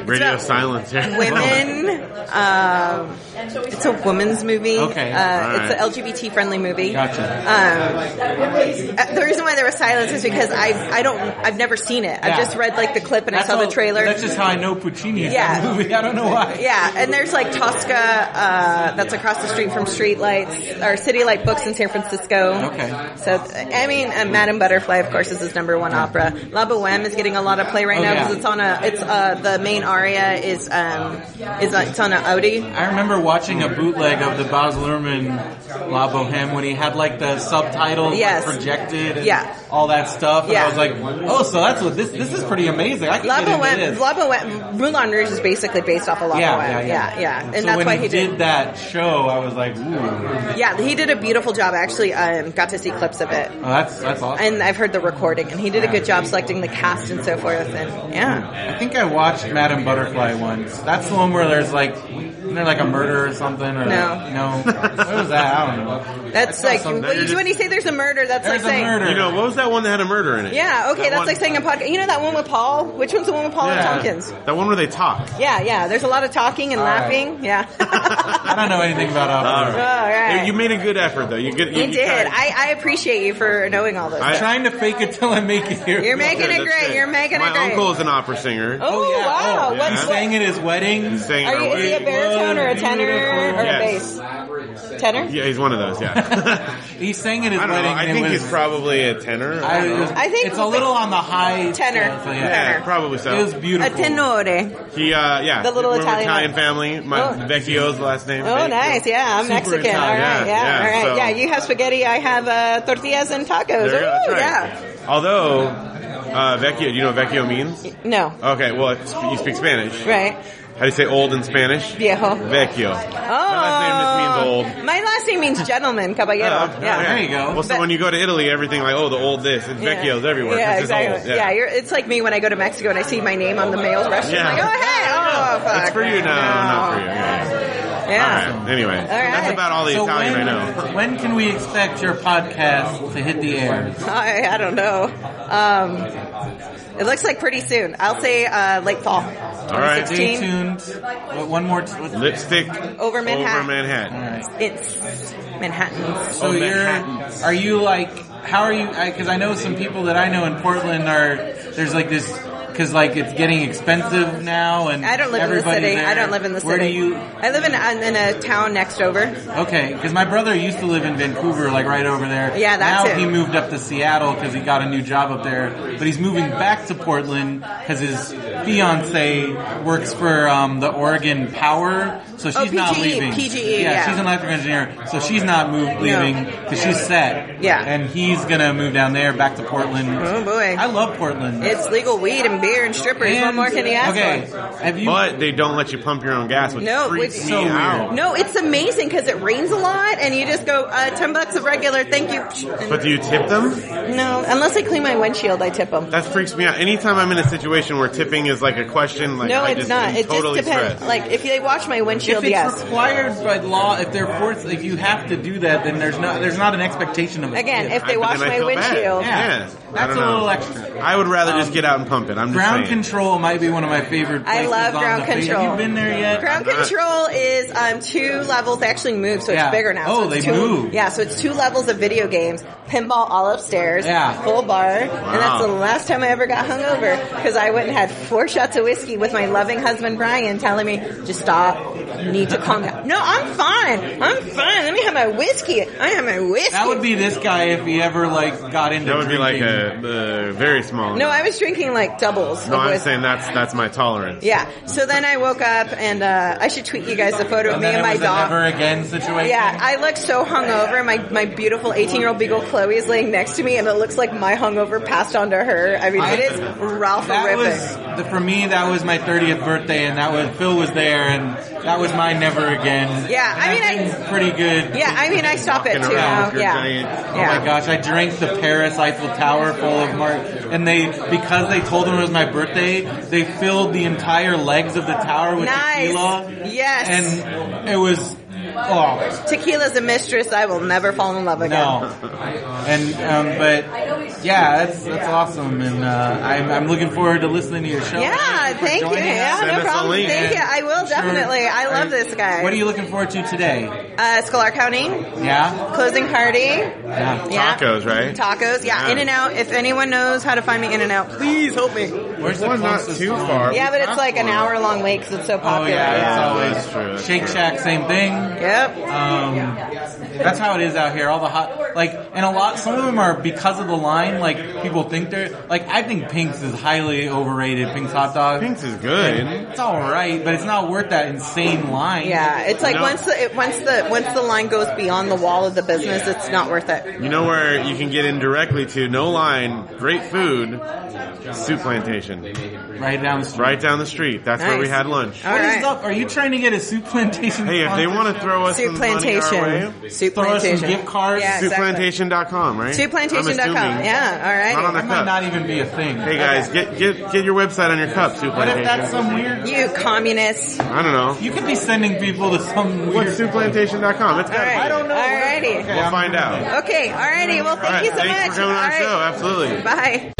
[SPEAKER 3] radio
[SPEAKER 6] So-
[SPEAKER 3] silence here.
[SPEAKER 6] women. Um, it's a woman's movie.
[SPEAKER 2] Okay.
[SPEAKER 6] Uh,
[SPEAKER 3] Alright.
[SPEAKER 6] It's an LGBT friendly movie.
[SPEAKER 2] Gotcha.
[SPEAKER 6] Um, uh, the reason why there was silence is because I I don't I've never seen it.
[SPEAKER 2] Yeah.
[SPEAKER 6] I've just read like the clip and
[SPEAKER 2] That's
[SPEAKER 6] I saw
[SPEAKER 2] how-
[SPEAKER 6] the trailer.
[SPEAKER 2] That's just how I know Puccini. is
[SPEAKER 6] Yeah.
[SPEAKER 2] That movie. I don't know why.
[SPEAKER 6] yeah, and there's like Tosca, uh, that's across the street from Streetlights or City Light Books in San Francisco.
[SPEAKER 2] Okay.
[SPEAKER 6] So I mean, uh, Madame Butterfly, of course, is his number one opera. La Boheme is getting a lot of play right
[SPEAKER 2] Oh,
[SPEAKER 6] now
[SPEAKER 2] yeah.
[SPEAKER 6] because it's on a it's uh, the main aria is um is uh, it's on an Audi.
[SPEAKER 2] I remember watching a bootleg of the Baz Luhrmann La Boheme when he had like the subtitles like,
[SPEAKER 6] Yes.
[SPEAKER 2] projected and
[SPEAKER 6] Yeah.
[SPEAKER 2] all that stuff. And
[SPEAKER 6] Yeah.
[SPEAKER 2] I was like, oh, so that's what this this is pretty amazing. I can
[SPEAKER 6] La
[SPEAKER 2] get into
[SPEAKER 6] Boheme,
[SPEAKER 2] this.
[SPEAKER 6] La Boheme, Moulin Rouge is basically based off of La
[SPEAKER 2] yeah, yeah,
[SPEAKER 6] Boheme.
[SPEAKER 2] yeah,
[SPEAKER 6] And
[SPEAKER 2] so
[SPEAKER 6] that's
[SPEAKER 2] when
[SPEAKER 6] why
[SPEAKER 2] he
[SPEAKER 6] he did.
[SPEAKER 2] that show, I was like, ooh,
[SPEAKER 6] Yeah, he did a beautiful job. I actually um, got to see clips of it.
[SPEAKER 2] oh, that's that's awesome.
[SPEAKER 6] And I've heard the recording, and he did a good job selecting the cast and so forth. And yeah,
[SPEAKER 2] I think I watched Madame Butterfly once. That's the one where there's like, isn't there like a murder or something? Or,
[SPEAKER 6] No.
[SPEAKER 2] no, what was that? I don't know.
[SPEAKER 6] that's like
[SPEAKER 2] some-
[SPEAKER 6] when you, when you say there's a murder, that's
[SPEAKER 2] There's
[SPEAKER 6] like saying.
[SPEAKER 2] a murder.
[SPEAKER 3] You know, what was that one that had a murder in it?
[SPEAKER 6] Yeah, okay,
[SPEAKER 3] That
[SPEAKER 6] that's
[SPEAKER 3] one-
[SPEAKER 6] like saying a podcast. You know that one with Paul? Which one's the one with Paul
[SPEAKER 3] Yeah.
[SPEAKER 6] and Tompkins?
[SPEAKER 3] That one where they talk.
[SPEAKER 6] Yeah, yeah. There's a lot of talking and
[SPEAKER 2] All right.
[SPEAKER 6] laughing. Yeah.
[SPEAKER 2] I don't know anything about opera.
[SPEAKER 3] All
[SPEAKER 6] All
[SPEAKER 3] right.
[SPEAKER 6] right.
[SPEAKER 3] You made a good effort though. You, get, you,
[SPEAKER 6] You
[SPEAKER 3] you
[SPEAKER 6] did.
[SPEAKER 3] tried.
[SPEAKER 6] I, I appreciate you for knowing all this.
[SPEAKER 3] I-
[SPEAKER 2] I'm trying to fake it till I make it here.
[SPEAKER 6] You're making
[SPEAKER 3] Good,
[SPEAKER 6] it
[SPEAKER 3] that's
[SPEAKER 6] great.
[SPEAKER 3] good.
[SPEAKER 6] You're making
[SPEAKER 3] My
[SPEAKER 6] it great.
[SPEAKER 3] uncle is an opera singer.
[SPEAKER 6] Oh, wow!
[SPEAKER 2] Oh,
[SPEAKER 6] What's
[SPEAKER 2] He sang
[SPEAKER 6] what-
[SPEAKER 2] at his wedding.
[SPEAKER 3] Sang
[SPEAKER 6] Are
[SPEAKER 3] our
[SPEAKER 6] you, is he a
[SPEAKER 3] way.
[SPEAKER 6] baritone or a tenor or
[SPEAKER 3] Yes.
[SPEAKER 6] a bass? Tenor?
[SPEAKER 3] Yeah, he's one of those. Yeah.
[SPEAKER 2] He sang at his
[SPEAKER 3] I don't
[SPEAKER 2] wedding.
[SPEAKER 3] know. I
[SPEAKER 2] and it
[SPEAKER 3] think
[SPEAKER 2] was,
[SPEAKER 3] he's probably a tenor.
[SPEAKER 2] I, it was-
[SPEAKER 6] I think
[SPEAKER 2] it's a little on the high
[SPEAKER 6] Tenor.
[SPEAKER 2] Yeah, so yeah.
[SPEAKER 3] yeah,
[SPEAKER 6] tenor.
[SPEAKER 3] probably so.
[SPEAKER 2] It was
[SPEAKER 6] A
[SPEAKER 2] beautiful.
[SPEAKER 6] tenore.
[SPEAKER 3] He, uh, yeah,
[SPEAKER 6] The little
[SPEAKER 3] we're an
[SPEAKER 6] Italian
[SPEAKER 3] Italian
[SPEAKER 6] one.
[SPEAKER 3] family. My
[SPEAKER 6] Oh.
[SPEAKER 3] Vecchio's last name.
[SPEAKER 6] Oh, nice. Yeah, I'm
[SPEAKER 2] Super
[SPEAKER 6] Mexican.
[SPEAKER 2] Italian.
[SPEAKER 6] All right. Yeah.
[SPEAKER 3] Yeah, yeah,
[SPEAKER 6] all right.
[SPEAKER 3] so-
[SPEAKER 6] Yeah. You have spaghetti. I have uh, tortillas and tacos.
[SPEAKER 3] There you go.
[SPEAKER 6] Ooh,
[SPEAKER 3] That's right.
[SPEAKER 6] Yeah.
[SPEAKER 3] Although uh, Vecchio, do you know what Vecchio means?
[SPEAKER 6] No.
[SPEAKER 3] Okay, well, it, you speak Spanish.
[SPEAKER 6] Right.
[SPEAKER 3] do you say old in Spanish?
[SPEAKER 6] Viejo.
[SPEAKER 3] Vecchio.
[SPEAKER 6] Oh.
[SPEAKER 3] last name just means old.
[SPEAKER 6] My last name means gentleman, caballero.
[SPEAKER 3] Oh,
[SPEAKER 6] yeah.
[SPEAKER 3] yeah.
[SPEAKER 2] There you go.
[SPEAKER 3] Well, so when you go to Italy, everything like, oh, the old this, and
[SPEAKER 6] Yeah.
[SPEAKER 3] Vecchio's everywhere.
[SPEAKER 6] Yeah,
[SPEAKER 3] it's just
[SPEAKER 6] exactly.
[SPEAKER 3] old.
[SPEAKER 6] yeah. you're, it's like me when I go to Mexico and I see my name on the mail restaurant.
[SPEAKER 3] Yeah.
[SPEAKER 6] I'm like, oh, hey, oh, fuck.
[SPEAKER 3] It's for you? No, not for you. Yeah.
[SPEAKER 6] Yeah.
[SPEAKER 3] All right. Anyway, that's
[SPEAKER 6] right.
[SPEAKER 3] about all the
[SPEAKER 2] So
[SPEAKER 3] Italian
[SPEAKER 2] when,
[SPEAKER 3] I know.
[SPEAKER 2] when can we expect your podcast to hit the air?
[SPEAKER 6] I, I don't know. Um, it looks like pretty soon. I'll say uh, late fall.
[SPEAKER 3] All right.
[SPEAKER 2] Stay
[SPEAKER 6] 16.
[SPEAKER 2] tuned. What- One more. T- what-
[SPEAKER 3] Lipstick
[SPEAKER 6] Over Manhattan.
[SPEAKER 3] Over Manhattan.
[SPEAKER 6] It's Manhattan.
[SPEAKER 2] so you're,
[SPEAKER 3] Oh, Manhattan.
[SPEAKER 2] are you like, how are you? Because I, know some people that I know in Portland are. There's like this because like it's getting expensive now, and
[SPEAKER 6] I don't live in the
[SPEAKER 2] everybody
[SPEAKER 6] city.
[SPEAKER 2] There.
[SPEAKER 6] I don't live in the city.
[SPEAKER 2] Where do you?
[SPEAKER 6] I live in in- in a town next over.
[SPEAKER 2] Okay, because my brother used to live in Vancouver, like right over there.
[SPEAKER 6] Yeah, that's
[SPEAKER 2] now
[SPEAKER 6] it.
[SPEAKER 2] he moved up to Seattle because he got a new job up there. But he's moving back to Portland because his fiance works for um, the Oregon Power, so she's
[SPEAKER 6] Oh,
[SPEAKER 2] not
[SPEAKER 6] PGE,
[SPEAKER 2] leaving.
[SPEAKER 6] PGE,
[SPEAKER 2] yeah,
[SPEAKER 6] E, yeah.
[SPEAKER 2] she's an electrical engineer, so she's not move, leaving because she's set.
[SPEAKER 6] Yeah.
[SPEAKER 2] and he's gonna move down there, back to Portland.
[SPEAKER 6] Oh boy.
[SPEAKER 2] I love Portland.
[SPEAKER 6] it's legal weed and beer and strippers.
[SPEAKER 2] And-
[SPEAKER 6] One more can you ask
[SPEAKER 2] Okay,
[SPEAKER 6] for?
[SPEAKER 2] have you?
[SPEAKER 3] But they don't let you pump your own gas, which
[SPEAKER 6] No,
[SPEAKER 3] freaks
[SPEAKER 6] which-
[SPEAKER 3] me
[SPEAKER 2] So weird.
[SPEAKER 3] out.
[SPEAKER 6] No, it's amazing because it rains a lot, and you just go uh, ten bucks of regular. Thank you. And-
[SPEAKER 3] But do you tip them?
[SPEAKER 6] no, unless I clean my windshield, I tip them.
[SPEAKER 3] That freaks me out. Anytime I'm in a situation where tipping is like a question, like
[SPEAKER 6] no,
[SPEAKER 3] I
[SPEAKER 6] it's
[SPEAKER 3] just
[SPEAKER 6] not.
[SPEAKER 3] am
[SPEAKER 6] It
[SPEAKER 3] totally
[SPEAKER 6] just depends.
[SPEAKER 3] stressed.
[SPEAKER 6] Like if they wash my
[SPEAKER 2] If
[SPEAKER 6] windshield,
[SPEAKER 2] it's
[SPEAKER 6] yes.
[SPEAKER 2] required by law, if they're forced, if you have to do that, then there's no, there's not an expectation of it.
[SPEAKER 6] Again, if
[SPEAKER 3] I-
[SPEAKER 6] they
[SPEAKER 3] but
[SPEAKER 6] wash
[SPEAKER 3] then I
[SPEAKER 6] my
[SPEAKER 3] feel bad.
[SPEAKER 6] windshield,
[SPEAKER 2] Yeah.
[SPEAKER 3] Yeah, I
[SPEAKER 2] That's
[SPEAKER 3] don't
[SPEAKER 2] a
[SPEAKER 3] know.
[SPEAKER 2] little extra.
[SPEAKER 3] I would rather just
[SPEAKER 2] Um,
[SPEAKER 3] get out and pump it. I'm just
[SPEAKER 2] Ground
[SPEAKER 3] saying.
[SPEAKER 2] control might be one of my favorite.
[SPEAKER 6] I
[SPEAKER 2] places
[SPEAKER 6] love
[SPEAKER 2] on
[SPEAKER 6] ground
[SPEAKER 2] the face. Have
[SPEAKER 6] control.
[SPEAKER 2] you been there yet?
[SPEAKER 6] Ground
[SPEAKER 3] I'm not-
[SPEAKER 6] control is um, two levels. They actually move, so
[SPEAKER 2] Yeah.
[SPEAKER 6] it's bigger now.
[SPEAKER 2] Oh,
[SPEAKER 6] so it's
[SPEAKER 2] they
[SPEAKER 6] two,
[SPEAKER 2] move.
[SPEAKER 6] Yeah, so it's two levels of video games. Pinball all upstairs.
[SPEAKER 2] Yeah.
[SPEAKER 6] Full bar. And that's the last time I ever got hungover because I went and had four shots of whiskey with my loving husband Brian telling me, just stop. You need to calm down. No, I'm fine. I'm fine. Let me have my whiskey. I have my whiskey.
[SPEAKER 2] That would be this guy if he ever like got into.
[SPEAKER 3] That would be like
[SPEAKER 2] drinking.
[SPEAKER 3] a uh, very small.
[SPEAKER 6] no, I was drinking like doubles.
[SPEAKER 3] No,
[SPEAKER 6] of
[SPEAKER 3] I'm
[SPEAKER 6] whis-
[SPEAKER 3] saying that's that's my tolerance.
[SPEAKER 6] Yeah. So then I woke up and uh, I should tweet you guys the photo of
[SPEAKER 2] And
[SPEAKER 6] me
[SPEAKER 2] then
[SPEAKER 6] and
[SPEAKER 2] it
[SPEAKER 6] my
[SPEAKER 2] was a
[SPEAKER 6] dog.
[SPEAKER 2] never again situation.
[SPEAKER 6] Yeah, I look so hungover. My my beautiful 18 year old beagle Chloe is laying next to me, and it looks like my hungover passed on to her. I mean, it is Ralph
[SPEAKER 2] That was
[SPEAKER 6] horrific.
[SPEAKER 2] the, for me. That was my 30th birthday, and that was Phil was there, and that was my never again.
[SPEAKER 6] Yeah,
[SPEAKER 2] And
[SPEAKER 6] I
[SPEAKER 2] that's
[SPEAKER 6] mean, I-
[SPEAKER 2] been pretty good.
[SPEAKER 6] Yeah, I mean, I stop it
[SPEAKER 3] Walking
[SPEAKER 6] too
[SPEAKER 3] around
[SPEAKER 6] now.
[SPEAKER 3] with your
[SPEAKER 6] Yeah.
[SPEAKER 3] giant-
[SPEAKER 2] Oh my
[SPEAKER 6] yeah.
[SPEAKER 2] gosh, I drank the Paris Eiffel Tower full of mark, and they, because they told them it was my birthday, they filled the entire legs of the tower with
[SPEAKER 6] Nice.
[SPEAKER 2] tequila.
[SPEAKER 6] Yes.
[SPEAKER 2] And it was, oh,
[SPEAKER 6] Tequila's a mistress. I will never fall in love again.
[SPEAKER 2] no. And, um, but, yeah, that's, that's awesome, and, uh, I'm, I'm looking forward to listening to your show.
[SPEAKER 6] Yeah,
[SPEAKER 2] for
[SPEAKER 6] thank you.
[SPEAKER 2] joining us.
[SPEAKER 6] Yeah,
[SPEAKER 3] Send us
[SPEAKER 6] no
[SPEAKER 3] a
[SPEAKER 6] problem.
[SPEAKER 3] link.
[SPEAKER 6] Thank you. I will
[SPEAKER 2] Sure.
[SPEAKER 6] definitely. I
[SPEAKER 2] Are-
[SPEAKER 6] love this guy.
[SPEAKER 2] What are you looking forward to today?
[SPEAKER 6] Uh, Scholar County
[SPEAKER 2] Yeah?
[SPEAKER 6] closing party.
[SPEAKER 2] Yeah.
[SPEAKER 6] Yeah.
[SPEAKER 3] Tacos, right?
[SPEAKER 6] Tacos. Yeah.
[SPEAKER 3] Yeah.
[SPEAKER 6] In and out. If anyone knows how to find me, In and Out, please help me.
[SPEAKER 2] Where's the
[SPEAKER 3] Well, not
[SPEAKER 2] closest
[SPEAKER 3] too
[SPEAKER 2] one?
[SPEAKER 3] far.
[SPEAKER 6] Yeah, but it's like an hour long wait because it's so
[SPEAKER 2] Oh,
[SPEAKER 6] popular.
[SPEAKER 2] yeah,
[SPEAKER 3] that's
[SPEAKER 2] it's
[SPEAKER 3] true,
[SPEAKER 2] always
[SPEAKER 3] that's
[SPEAKER 2] Shake
[SPEAKER 3] true.
[SPEAKER 2] Shack, same thing.
[SPEAKER 6] Yep.
[SPEAKER 2] Um, that's how it is out here. All the hot, like, and a lot. Some of them are because of the line. Like people think they're like. I think Pink's is highly overrated. Pink's hot dog.
[SPEAKER 3] Pink's is good.
[SPEAKER 2] It's all right, but it's not worth that insane line.
[SPEAKER 6] Yeah, it's like
[SPEAKER 3] No.
[SPEAKER 6] once the it, once the once the line goes beyond the wall of the business, it's not worth it.
[SPEAKER 3] You know where you can get in directly to no line, great food, soup plantation,
[SPEAKER 2] right down the street.
[SPEAKER 3] right down the street. That's where we
[SPEAKER 6] Nice. Oh,
[SPEAKER 3] had lunch.
[SPEAKER 6] All
[SPEAKER 2] What is
[SPEAKER 6] right.
[SPEAKER 2] up? Are you trying to get a soup plantation?
[SPEAKER 3] Hey, if they want to throw us
[SPEAKER 6] Soup
[SPEAKER 3] some money our
[SPEAKER 6] plantation.
[SPEAKER 3] way,
[SPEAKER 6] Soup
[SPEAKER 2] Throw us some
[SPEAKER 6] plantation.
[SPEAKER 2] gift cards.
[SPEAKER 6] Yeah, exactly.
[SPEAKER 3] soupplantation.com, right? I'm
[SPEAKER 6] Soupplantation.com.
[SPEAKER 3] assuming.
[SPEAKER 6] Yeah,
[SPEAKER 3] Not
[SPEAKER 6] all
[SPEAKER 3] on
[SPEAKER 6] right.
[SPEAKER 2] that might not even be a thing.
[SPEAKER 3] Hey guys, get get get your website on your cup, soup
[SPEAKER 2] What if
[SPEAKER 3] plantation.
[SPEAKER 2] that's some weird?
[SPEAKER 6] You communist.
[SPEAKER 3] I don't know.
[SPEAKER 2] You could be sending people to some weird.
[SPEAKER 3] What's soupplantation.com? It's
[SPEAKER 6] All
[SPEAKER 3] got
[SPEAKER 6] right.
[SPEAKER 3] to
[SPEAKER 2] don't know.
[SPEAKER 6] Alrighty.
[SPEAKER 3] be. We'll find out.
[SPEAKER 6] Okay. Alrighty. Well, thank
[SPEAKER 3] All right,
[SPEAKER 6] you so
[SPEAKER 3] thanks
[SPEAKER 6] much.
[SPEAKER 3] for coming on
[SPEAKER 6] All
[SPEAKER 3] our show.
[SPEAKER 6] right.
[SPEAKER 3] Absolutely.
[SPEAKER 6] Bye.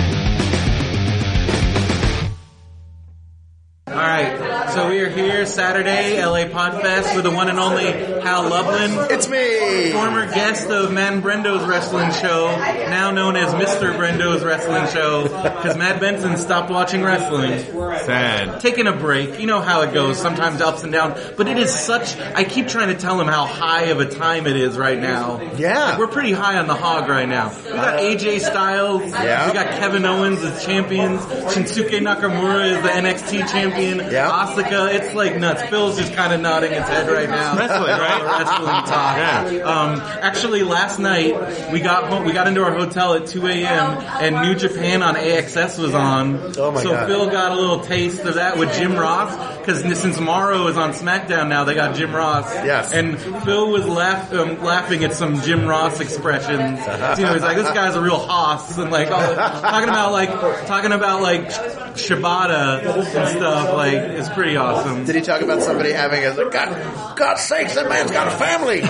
[SPEAKER 2] All right, so we are here Saturday, LA Podfest, with the one and only Hal Loveland,
[SPEAKER 5] It's me.
[SPEAKER 2] former guest of Man Brendo's wrestling show, now known as Mr. Brendo's wrestling show, because Matt Benson stopped watching wrestling,
[SPEAKER 3] Sad.
[SPEAKER 2] taking a break. You know how it goes, sometimes ups and downs, but it is such. I keep trying to tell him how high of a time it is right now.
[SPEAKER 5] Yeah.
[SPEAKER 2] we're pretty high on the hog right now. We got AJ Styles,
[SPEAKER 5] Yeah.
[SPEAKER 2] we got Kevin Owens as champions, Shinsuke Nakamura is the NXT champion,
[SPEAKER 5] Yeah.
[SPEAKER 2] Asuka. It's like like nuts. Bill's just kind of nodding his head right now.
[SPEAKER 3] Wrestling, right?
[SPEAKER 2] wrestling talk.
[SPEAKER 3] Yeah.
[SPEAKER 2] Um, actually, last night we got home, we got into our hotel at 2 a.m. and New Japan on AXS was on.
[SPEAKER 5] Oh my
[SPEAKER 2] so
[SPEAKER 5] God.
[SPEAKER 2] Bill got a little taste of that with Jim Ross because since Morrow is on SmackDown now, they got Jim Ross.
[SPEAKER 5] Yes.
[SPEAKER 2] And Phil was laugh, um, laughing at some Jim Ross expressions.
[SPEAKER 7] Uh-huh.
[SPEAKER 2] Too. He's like, "This guy's a real hoss," and like all, talking about like talking about like Shibata and stuff. Like it's pretty awesome.
[SPEAKER 7] Did he talk about somebody having a God? God's sakes, that man's got a family.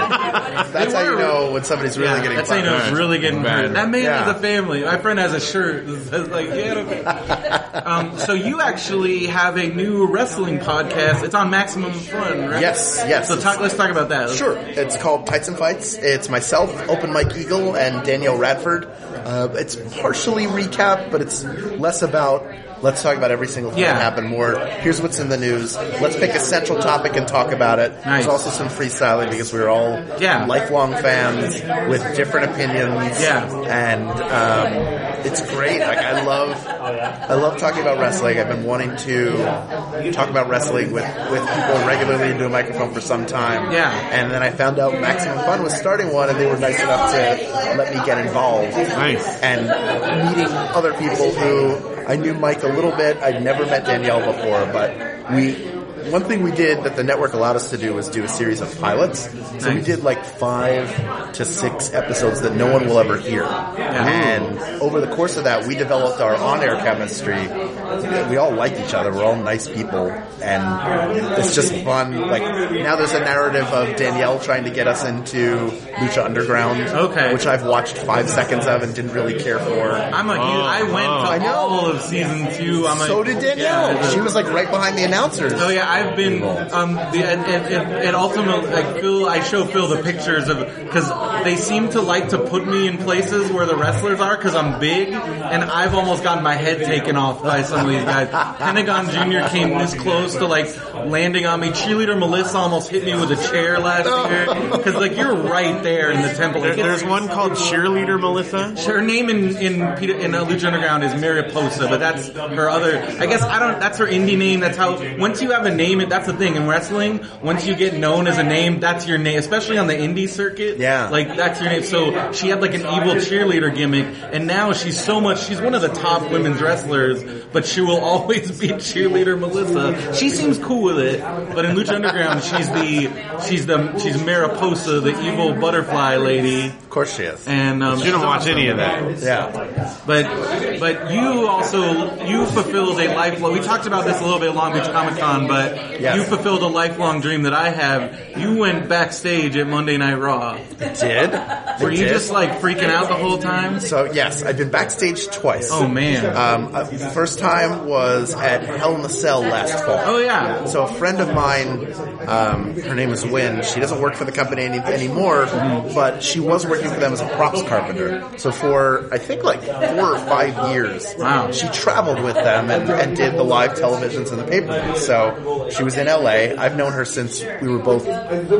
[SPEAKER 7] That's how you
[SPEAKER 2] were-
[SPEAKER 7] know when somebody's really
[SPEAKER 2] Yeah,
[SPEAKER 7] getting.
[SPEAKER 2] that's how you know it's
[SPEAKER 7] fucked.
[SPEAKER 2] really getting
[SPEAKER 3] Bad.
[SPEAKER 2] bad. That man
[SPEAKER 7] Yeah.
[SPEAKER 2] is a family. My friend has a shirt that says like, yeah. okay." um, so you actually have a new wrestling podcast. It's on Maximum Fun, right?
[SPEAKER 7] Yes, yes.
[SPEAKER 2] So talk, let's talk about that.
[SPEAKER 7] Sure. It's called Tights and Fights. It's myself, Open Mike Eagle, and Danielle Radford. Uh, it's partially recap, but it's less about let's talk about every single thing
[SPEAKER 2] Yeah.
[SPEAKER 7] that happened. More here's what's in the news. Let's pick a central topic and talk about it.
[SPEAKER 2] Nice.
[SPEAKER 7] There's also some freestyling because we were all
[SPEAKER 2] Yeah.
[SPEAKER 7] lifelong fans with different opinions.
[SPEAKER 2] Yeah.
[SPEAKER 7] and um, it's great. Like I love, I love talking about wrestling. I've been wanting to talk about wrestling with with people regularly into a microphone for some time.
[SPEAKER 2] Yeah.
[SPEAKER 7] And then I found out Maximum Fun was starting one, and they were nice enough to let me get involved.
[SPEAKER 3] Nice.
[SPEAKER 7] And meeting other people who I knew Mike a little bit. I'd never met Danielle before, but we. One thing we did that the network allowed us to do was do a series of pilots. So we
[SPEAKER 2] Nice.
[SPEAKER 7] did like five to six episodes that no one will ever hear. And over the course of that, we developed our on-air chemistry. We all like each other. We're all nice people, and it's just fun. Like now, there's a narrative of Danielle trying to get us into Lucha Underground,
[SPEAKER 2] Okay.
[SPEAKER 7] which I've watched five seconds of and didn't really care for.
[SPEAKER 2] I'm a huge, I went
[SPEAKER 3] oh.
[SPEAKER 2] to
[SPEAKER 7] I know.
[SPEAKER 2] all of season two. I'm a,
[SPEAKER 7] So did Danielle.
[SPEAKER 2] Yeah,
[SPEAKER 7] she was like right behind the announcers.
[SPEAKER 2] Oh yeah, I've been um the and, and, and, and ultimately like Phil, I show Phil the pictures of because they seem to like to put me in places where the wrestlers are because I'm big and I've almost gotten my head taken off by some of these guys. Pentagon Junior came this close to like landing on me. Cheerleader Melissa almost hit me with a chair last year because like you're right there in the temple.
[SPEAKER 3] There,
[SPEAKER 2] Like, it's-
[SPEAKER 3] there's one called cheerleader Melissa.
[SPEAKER 2] her name in in Peter, in uh, Lucha Underground is Mariposa, but that's her other. I guess I don't. That's her indie name. That's how. Once you have a name, and that's the thing in wrestling. Once you get known as a name, that's your name, especially on the indie circuit.
[SPEAKER 7] Yeah.
[SPEAKER 2] like that's your name. So she had like an evil cheerleader gimmick, and now she's so much. She's one of the top women's wrestlers, but she will always be cheerleader Melissa. She seems cool with it, but in Lucha Underground, she's the she's the she's Mariposa, the evil butterfly lady,
[SPEAKER 7] Of course she is.
[SPEAKER 2] and um,
[SPEAKER 3] You don't watch any of that.
[SPEAKER 7] Yeah.
[SPEAKER 2] but but you also you fulfilled a lifelong. We talked about this a little bit at Long Beach Comic Con, but
[SPEAKER 7] Yes.
[SPEAKER 2] you fulfilled a lifelong dream that I have. You went backstage at Monday Night Raw.
[SPEAKER 7] Did? I
[SPEAKER 2] Were you
[SPEAKER 7] did.
[SPEAKER 2] just like freaking out the whole time?
[SPEAKER 7] So yes, I've been backstage twice.
[SPEAKER 2] Oh man!
[SPEAKER 7] Um, uh, the first time was at Hell in a Cell last fall.
[SPEAKER 2] Oh yeah!
[SPEAKER 7] So a friend of mine, um, her name is Wynn. She doesn't work for the company any, anymore, but she was working for them as a props carpenter. So for I think like four or five years,
[SPEAKER 2] Wow.
[SPEAKER 7] she traveled with them and, and did the live televisions and the pay per views. So she was in LA. I've known her since we were both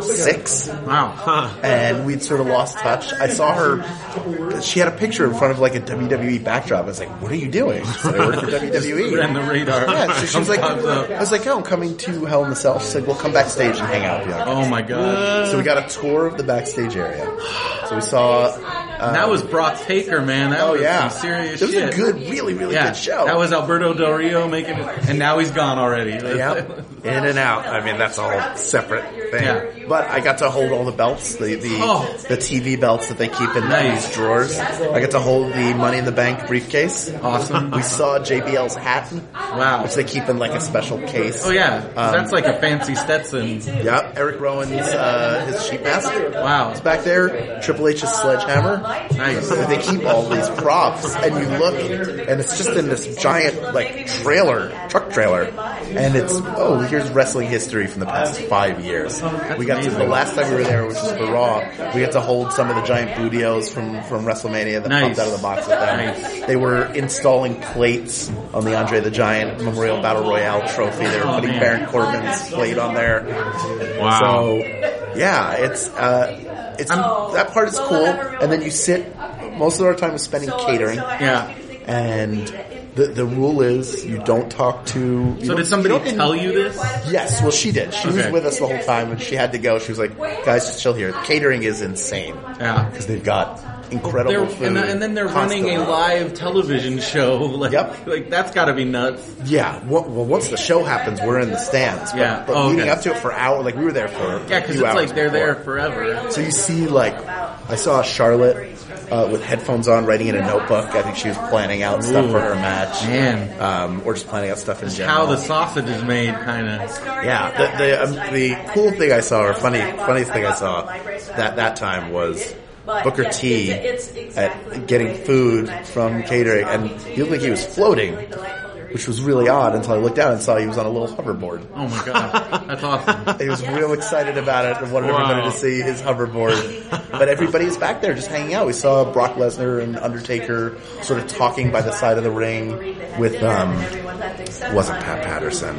[SPEAKER 7] six
[SPEAKER 2] Wow!
[SPEAKER 7] and we'd sort of lost touch. I saw her; she had a picture in front of like a WWE backdrop. I was like, "What are you doing?" She said, I work for WWE.
[SPEAKER 2] Ran the radar.
[SPEAKER 7] E.
[SPEAKER 2] uh,
[SPEAKER 7] Yeah, so she was like, "I was like, oh, I'm coming to Hell in a Cell." She said, "Well, come backstage and hang out." with you."
[SPEAKER 2] Oh my god!
[SPEAKER 7] So we got a tour of the backstage area. So we saw. Uh,
[SPEAKER 2] That was Brock Taker, man. That
[SPEAKER 7] oh
[SPEAKER 2] was
[SPEAKER 7] yeah,
[SPEAKER 2] some serious
[SPEAKER 7] It was
[SPEAKER 2] shit.
[SPEAKER 7] a good, really, really
[SPEAKER 2] yeah,
[SPEAKER 7] good show.
[SPEAKER 2] that was Alberto Del Rio making it, and now he's gone already.
[SPEAKER 7] Yep. In and out. I mean, that's all separate thing.
[SPEAKER 2] Yeah.
[SPEAKER 7] But I got to hold all the belts, the the,
[SPEAKER 2] Oh.
[SPEAKER 7] the TV belts that they keep in
[SPEAKER 2] Nice.
[SPEAKER 7] these drawers. I got to hold the Money in the Bank briefcase.
[SPEAKER 2] Awesome.
[SPEAKER 7] We saw JBL's hat,
[SPEAKER 2] Wow!
[SPEAKER 7] which they keep in like a special case. Um,
[SPEAKER 2] Oh yeah, 'cause that's like a fancy Stetson.
[SPEAKER 7] Yep. Eric Rowan's uh, his sheet mask.
[SPEAKER 2] Wow.
[SPEAKER 7] It's back there. Triple H's sledgehammer.
[SPEAKER 2] Nice.
[SPEAKER 7] So they keep all these props, and you look, and it's just in this giant like trailer, truck trailer, and it's oh, here's wrestling history from the past five years. we got to, the last time we were there, which was for Raw. We got to hold some of the giant bootios from from WrestleMania that
[SPEAKER 2] Nice.
[SPEAKER 7] popped out of the box with them.
[SPEAKER 2] Nice.
[SPEAKER 7] They were installing plates on the Andre the Giant Memorial Battle Royale trophy. They were
[SPEAKER 2] Oh,
[SPEAKER 7] putting
[SPEAKER 2] man.
[SPEAKER 7] Baron Corbin's plate on there.
[SPEAKER 3] Wow.
[SPEAKER 7] So yeah, it's uh, it's that part is cool, and then you sit. Most of our time is spending catering,
[SPEAKER 2] Yeah.
[SPEAKER 7] and the, the rule is you don't talk to. you
[SPEAKER 2] So
[SPEAKER 7] don't-
[SPEAKER 2] did somebody
[SPEAKER 7] you don't-
[SPEAKER 2] tell you this?
[SPEAKER 7] Yes, well, she did. She was
[SPEAKER 2] Okay.
[SPEAKER 7] with us the whole time, and she had to go. She was like, "Guys, just chill here. Catering is insane
[SPEAKER 2] Yeah.
[SPEAKER 7] because they've got incredible
[SPEAKER 2] They're,
[SPEAKER 7] food."
[SPEAKER 2] and, and then they're running a
[SPEAKER 7] constantly.
[SPEAKER 2] live television show. Like,
[SPEAKER 7] Yep.
[SPEAKER 2] like that's got to be nuts.
[SPEAKER 7] Yeah. Well, well, once the show happens, we're in the stands. But,
[SPEAKER 2] Yeah.
[SPEAKER 7] But
[SPEAKER 2] Oh,
[SPEAKER 7] leading
[SPEAKER 2] okay.
[SPEAKER 7] up to it for hours, like we were there for
[SPEAKER 2] Yeah,
[SPEAKER 7] a
[SPEAKER 2] because it's
[SPEAKER 7] few hours
[SPEAKER 2] like they're
[SPEAKER 7] before.
[SPEAKER 2] there forever.
[SPEAKER 7] So you see, like, I saw Charlotte uh, with headphones on, writing in a notebook. I think she was planning out stuff for her match,
[SPEAKER 2] Man.
[SPEAKER 7] um, or just planning out stuff in general.
[SPEAKER 2] How the sausage is made, kind of.
[SPEAKER 7] Yeah, the the, um, the cool thing I saw, or funny funniest thing I saw that that time was Booker T at getting food from catering, and he looked like he was floating, which was really odd until I looked down and saw he was on a little hoverboard.
[SPEAKER 2] Oh my god, that's awesome.
[SPEAKER 7] He was real excited about it and wanted everybody
[SPEAKER 2] Wow.
[SPEAKER 7] to see his hoverboard. But everybody was back there just hanging out. We saw Brock Lesnar and Undertaker sort of talking by the side of the ring with um wasn't Pat Patterson.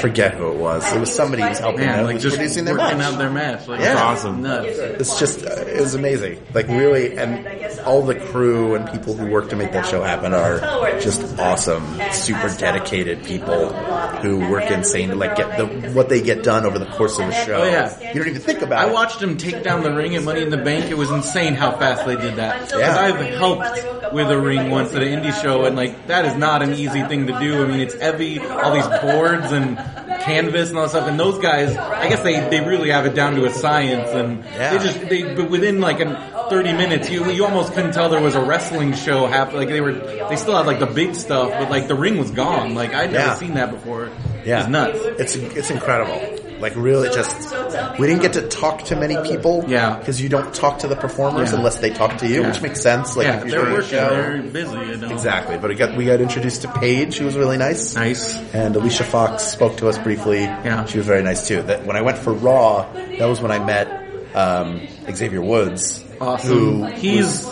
[SPEAKER 7] Forget who it was. It was somebody who was helping
[SPEAKER 2] Man,
[SPEAKER 7] them
[SPEAKER 2] like
[SPEAKER 7] was
[SPEAKER 2] just
[SPEAKER 7] producing
[SPEAKER 2] working
[SPEAKER 7] their match.
[SPEAKER 2] out their match. Like,
[SPEAKER 7] Yeah.
[SPEAKER 2] that's
[SPEAKER 7] Awesome.
[SPEAKER 2] Nuts.
[SPEAKER 7] It's just uh, it was amazing. Like really and all the crew and people who work to make that show happen are just awesome, super dedicated people who work insane to like get the what they get done over the course of a show.
[SPEAKER 2] Oh, yeah.
[SPEAKER 7] You don't even think about
[SPEAKER 2] I
[SPEAKER 7] it.
[SPEAKER 2] watched them take down the ring at Money in the Bank. It was insane how fast they did that. Because
[SPEAKER 7] Yeah.
[SPEAKER 2] I've helped with a ring once at an indie show, and like that is not an easy thing to do. I mean, it's heavy, all these boards and canvas and all that stuff. And those guys, I guess they they really have it down to a science. And
[SPEAKER 7] Yeah.
[SPEAKER 2] they just they but within like an 30 minutes, you you almost couldn't tell there was a wrestling show happening. Like they were they still had like the big stuff, but like the ring was gone. Like I'd never
[SPEAKER 7] Yeah.
[SPEAKER 2] seen that before.
[SPEAKER 7] Yeah.
[SPEAKER 2] It's nuts.
[SPEAKER 7] It's it's incredible. Like really, just we didn't get to talk to many people.
[SPEAKER 2] Yeah.
[SPEAKER 7] because you don't talk to the performers
[SPEAKER 2] Yeah.
[SPEAKER 7] unless they talk to you,
[SPEAKER 2] Yeah.
[SPEAKER 7] which makes sense. Like
[SPEAKER 2] yeah,
[SPEAKER 7] if you're
[SPEAKER 2] they're
[SPEAKER 7] doing a
[SPEAKER 2] working.
[SPEAKER 7] show.
[SPEAKER 2] They're busy. You know.
[SPEAKER 7] Exactly, but we got we got introduced to Paige, who was really nice,
[SPEAKER 2] Nice.
[SPEAKER 7] and Alicia Fox spoke to us briefly.
[SPEAKER 2] Yeah.
[SPEAKER 7] she was very nice too. That when I went for Raw, that was when I met um, Xavier Woods,
[SPEAKER 2] Awesome.
[SPEAKER 7] who
[SPEAKER 2] he's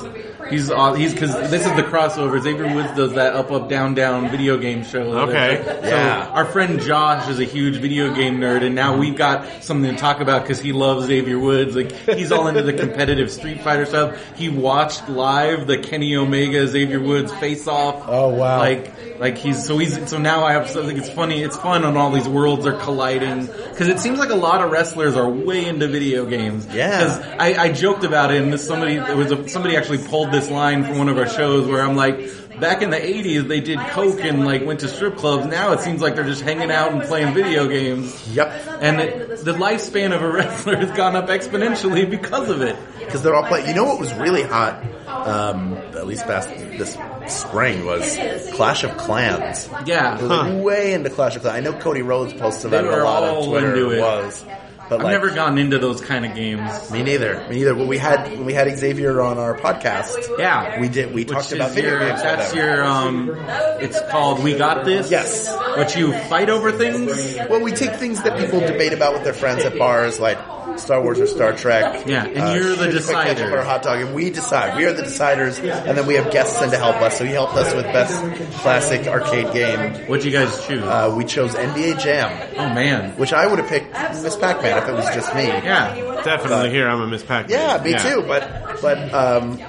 [SPEAKER 2] he's aw- he's because this is the crossover. Xavier Woods does that up up down down video game show.
[SPEAKER 3] Okay.
[SPEAKER 2] So
[SPEAKER 7] Yeah.
[SPEAKER 2] Our friend Josh is a huge video game nerd, and now we've got something to talk about because he loves Xavier Woods. Like he's all into the competitive Street Fighter stuff. He watched live the Kenny Omega Xavier Woods face off.
[SPEAKER 7] Oh, wow.
[SPEAKER 2] Like like he's so he's so now I have something. It's funny. It's fun on all these worlds are colliding because it seems like a lot of wrestlers are way into video games.
[SPEAKER 7] Yeah.
[SPEAKER 2] 'Cause I, I joked about it, and this somebody there was a, somebody actually pulled this line from one of our shows where I'm like, back in the '80s they did coke and like went to strip clubs. Now it seems like they're just hanging out and playing video games.
[SPEAKER 7] Yep,
[SPEAKER 2] And it, the lifespan of a wrestler has gone up exponentially because of it.
[SPEAKER 7] because they're all playing. You know what was really hot, um, at least past this spring, was Clash of Clans.
[SPEAKER 2] Yeah.
[SPEAKER 7] They were, like, way into Clash of Clans. I know Cody Rhodes posted about
[SPEAKER 2] They
[SPEAKER 7] it a
[SPEAKER 2] were
[SPEAKER 7] lot on
[SPEAKER 2] all
[SPEAKER 7] Twitter.
[SPEAKER 2] into it.
[SPEAKER 7] Was but
[SPEAKER 2] I've
[SPEAKER 7] like,
[SPEAKER 2] never gotten into those kind of games.
[SPEAKER 7] me neither. Me neither. When we had when we had Xavier on our podcast,
[SPEAKER 2] Yeah.
[SPEAKER 7] we did we
[SPEAKER 2] Which
[SPEAKER 7] talked
[SPEAKER 2] is
[SPEAKER 7] about video
[SPEAKER 2] your,
[SPEAKER 7] games. with
[SPEAKER 2] That's
[SPEAKER 7] him.
[SPEAKER 2] your, um, it's called We Got This.
[SPEAKER 7] Yes.
[SPEAKER 2] What you fight over things.
[SPEAKER 7] Well, we take things that people debate about with their friends at bars, like Star Wars or Star Trek.
[SPEAKER 2] Yeah, and you're the
[SPEAKER 7] should we put ketchup
[SPEAKER 2] decider.
[SPEAKER 7] Or a hot dog, and we decide. We are the deciders, and then we have guests in to help us. So he helped us with best classic arcade game.
[SPEAKER 2] What'd you guys choose?
[SPEAKER 7] Uh, we chose NBA Jam,
[SPEAKER 2] oh man.
[SPEAKER 7] which I would have picked Miss Pac-Man if it was just me.
[SPEAKER 2] Yeah.
[SPEAKER 3] Definitely here. I'm a Miss Pac.
[SPEAKER 7] Yeah, me too. But but um,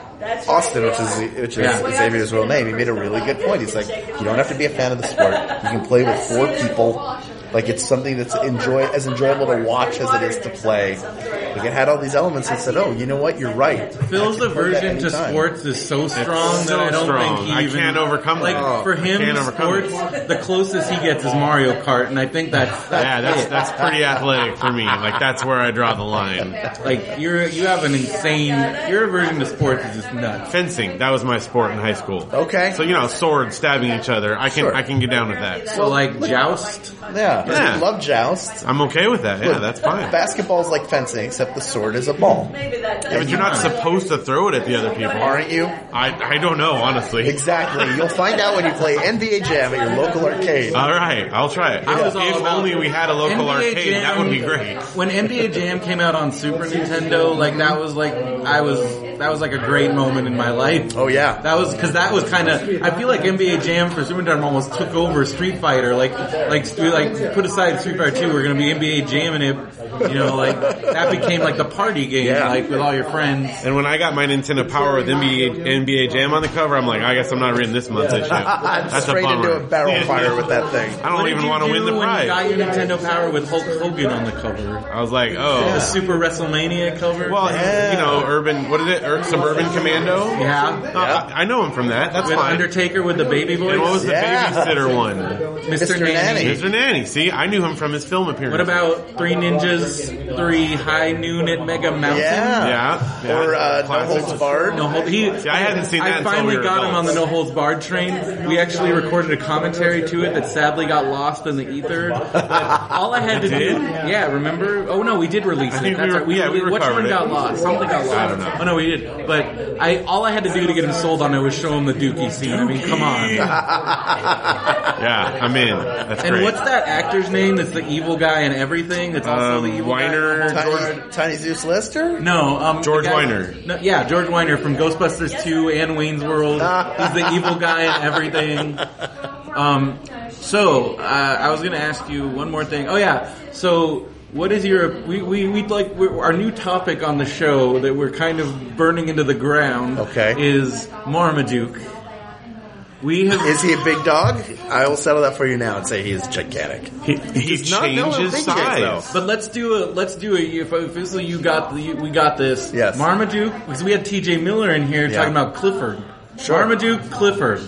[SPEAKER 7] Austin, which is which is
[SPEAKER 2] Yeah.
[SPEAKER 7] Xavier's real name, he made a really good point. He's like, you don't have to be a fan of the sport. You can play with four people. Like it's something that's enjoy as enjoyable to watch as it is to play. Like it had all these elements and said, oh, you know what, you're right.
[SPEAKER 2] Phil's
[SPEAKER 7] I can play that
[SPEAKER 2] aversion to
[SPEAKER 7] anytime.
[SPEAKER 2] sports is so strong
[SPEAKER 3] so
[SPEAKER 2] that I don't
[SPEAKER 3] strong.
[SPEAKER 2] think he
[SPEAKER 3] I
[SPEAKER 2] even
[SPEAKER 3] can't overcome
[SPEAKER 2] like
[SPEAKER 3] that.
[SPEAKER 2] for
[SPEAKER 3] I
[SPEAKER 2] him
[SPEAKER 3] can't overcome it.
[SPEAKER 2] sports the closest he gets is Mario Kart and I think that's, that's
[SPEAKER 3] Yeah, that's
[SPEAKER 2] it.
[SPEAKER 3] that's pretty athletic for me. Like that's where I draw the line.
[SPEAKER 2] like you're you have an insane your aversion to sports is just nuts.
[SPEAKER 3] Fencing. That was my sport in high school.
[SPEAKER 7] Okay.
[SPEAKER 3] So you know, sword stabbing each other. I can
[SPEAKER 7] Sure.
[SPEAKER 3] I can get down with that.
[SPEAKER 2] So like joust
[SPEAKER 7] yeah,
[SPEAKER 3] Yeah.
[SPEAKER 7] love joust.
[SPEAKER 3] I'm okay with that. Yeah, that's fine.
[SPEAKER 7] Basketball's like fencing, except the sword is a ball,
[SPEAKER 3] Yeah, but you're not supposed to throw it at the other people.
[SPEAKER 7] aren't you?
[SPEAKER 3] I I don't know honestly.
[SPEAKER 7] Exactly. You'll find out when you play NBA Jam at your local arcade.
[SPEAKER 3] All right, I'll try it.
[SPEAKER 2] I was
[SPEAKER 3] If
[SPEAKER 2] all about-
[SPEAKER 3] only we had a local
[SPEAKER 2] NBA
[SPEAKER 3] arcade, that
[SPEAKER 2] Jam-
[SPEAKER 3] would be great.
[SPEAKER 2] When NBA Jam came out on Super Nintendo, like that was like I was that was like a great moment in my life.
[SPEAKER 7] Oh yeah.
[SPEAKER 2] That was because that was kind of. I feel like NBA Jam for Super Nintendo almost took over Street Fighter. Like, like, like put aside Street Fighter Two, we're gonna be NBA jamming it. You know, like that became like the party game,
[SPEAKER 7] Yeah.
[SPEAKER 2] like with all your friends.
[SPEAKER 3] And when I got my Nintendo Power with NBA, NBA Jam on the cover, I'm like, I guess I'm not reading this month's issue.
[SPEAKER 7] I'm
[SPEAKER 3] That's a
[SPEAKER 7] straight
[SPEAKER 3] bummer.
[SPEAKER 7] into a barrel fire with that thing.
[SPEAKER 3] I don't even want to win the
[SPEAKER 2] You got
[SPEAKER 3] prize.
[SPEAKER 2] your Nintendo Power with Hulk Hogan on the cover,
[SPEAKER 3] I was like, oh.
[SPEAKER 2] the Super WrestleMania cover.
[SPEAKER 3] Well, you know, urban, what is it? Ur- Suburban Commando?
[SPEAKER 2] yeah.
[SPEAKER 3] Uh, I I know him from that. That's
[SPEAKER 2] With
[SPEAKER 3] fine.
[SPEAKER 2] Undertaker with the baby voice.
[SPEAKER 3] and what was the
[SPEAKER 7] Yeah.
[SPEAKER 3] babysitter one?
[SPEAKER 2] Mr.
[SPEAKER 7] Mr.
[SPEAKER 2] Nanny.
[SPEAKER 7] Nanny.
[SPEAKER 3] Mr. Nanny. See, I knew him from his film appearance.
[SPEAKER 2] What about Three Ninjas, Three High Noon at Mega Mountain?
[SPEAKER 7] Yeah.
[SPEAKER 3] Yeah. yeah.
[SPEAKER 7] Or uh, No
[SPEAKER 3] Classic.
[SPEAKER 7] Holds Barred.
[SPEAKER 2] No hold. He,
[SPEAKER 3] See, I hadn't seen that
[SPEAKER 2] I
[SPEAKER 3] until
[SPEAKER 2] finally
[SPEAKER 3] we were
[SPEAKER 2] got him
[SPEAKER 3] adults.
[SPEAKER 2] on the No Holds Barred train. We actually recorded a commentary to it that sadly got lost in the ether. But all I had to do,
[SPEAKER 3] did?
[SPEAKER 2] yeah, remember? Oh no, we did release
[SPEAKER 3] I
[SPEAKER 2] it.
[SPEAKER 3] think
[SPEAKER 2] That's
[SPEAKER 3] we were-
[SPEAKER 2] right. We,
[SPEAKER 3] yeah, we
[SPEAKER 2] which one
[SPEAKER 3] recovered it.
[SPEAKER 2] got lost? Something got lost.
[SPEAKER 3] I don't know.
[SPEAKER 2] Oh no, we did. But I, all I had to do to get him sold on it was show him the Dookie scene. I mean, come on.
[SPEAKER 3] Yeah, I'm in. That's
[SPEAKER 2] And
[SPEAKER 3] great.
[SPEAKER 2] what's that actor's name? That's the evil guy and everything. That's also
[SPEAKER 3] Um,
[SPEAKER 2] the evil
[SPEAKER 3] Weiner-
[SPEAKER 2] Guy in No Holds Barred?
[SPEAKER 7] Tiny, Tiny Zeus Lester?
[SPEAKER 2] No, um, the
[SPEAKER 3] George
[SPEAKER 2] guy-
[SPEAKER 3] Weiner.
[SPEAKER 2] No, yeah, George Weiner from Ghostbusters 2 and Wayne's World. He's the evil guy and everything. Um, so uh, I was going to ask you one more thing. Oh yeah, so what is your we we we like we our new topic on the show that we're kind of burning into the ground?
[SPEAKER 7] Okay.
[SPEAKER 2] is Marmaduke. We have
[SPEAKER 7] Is he a big dog? I will settle that for you now and say he is gigantic.
[SPEAKER 3] He, he
[SPEAKER 7] does not know how
[SPEAKER 3] changes
[SPEAKER 7] big he is,
[SPEAKER 3] size.
[SPEAKER 2] But let's do a let's do a if, if this is you got the we got this
[SPEAKER 7] Yes.
[SPEAKER 2] Marmaduke because we had T.J. Miller in here
[SPEAKER 7] Yeah.
[SPEAKER 2] talking about Clifford.
[SPEAKER 7] Sure.
[SPEAKER 2] Marmaduke Clifford.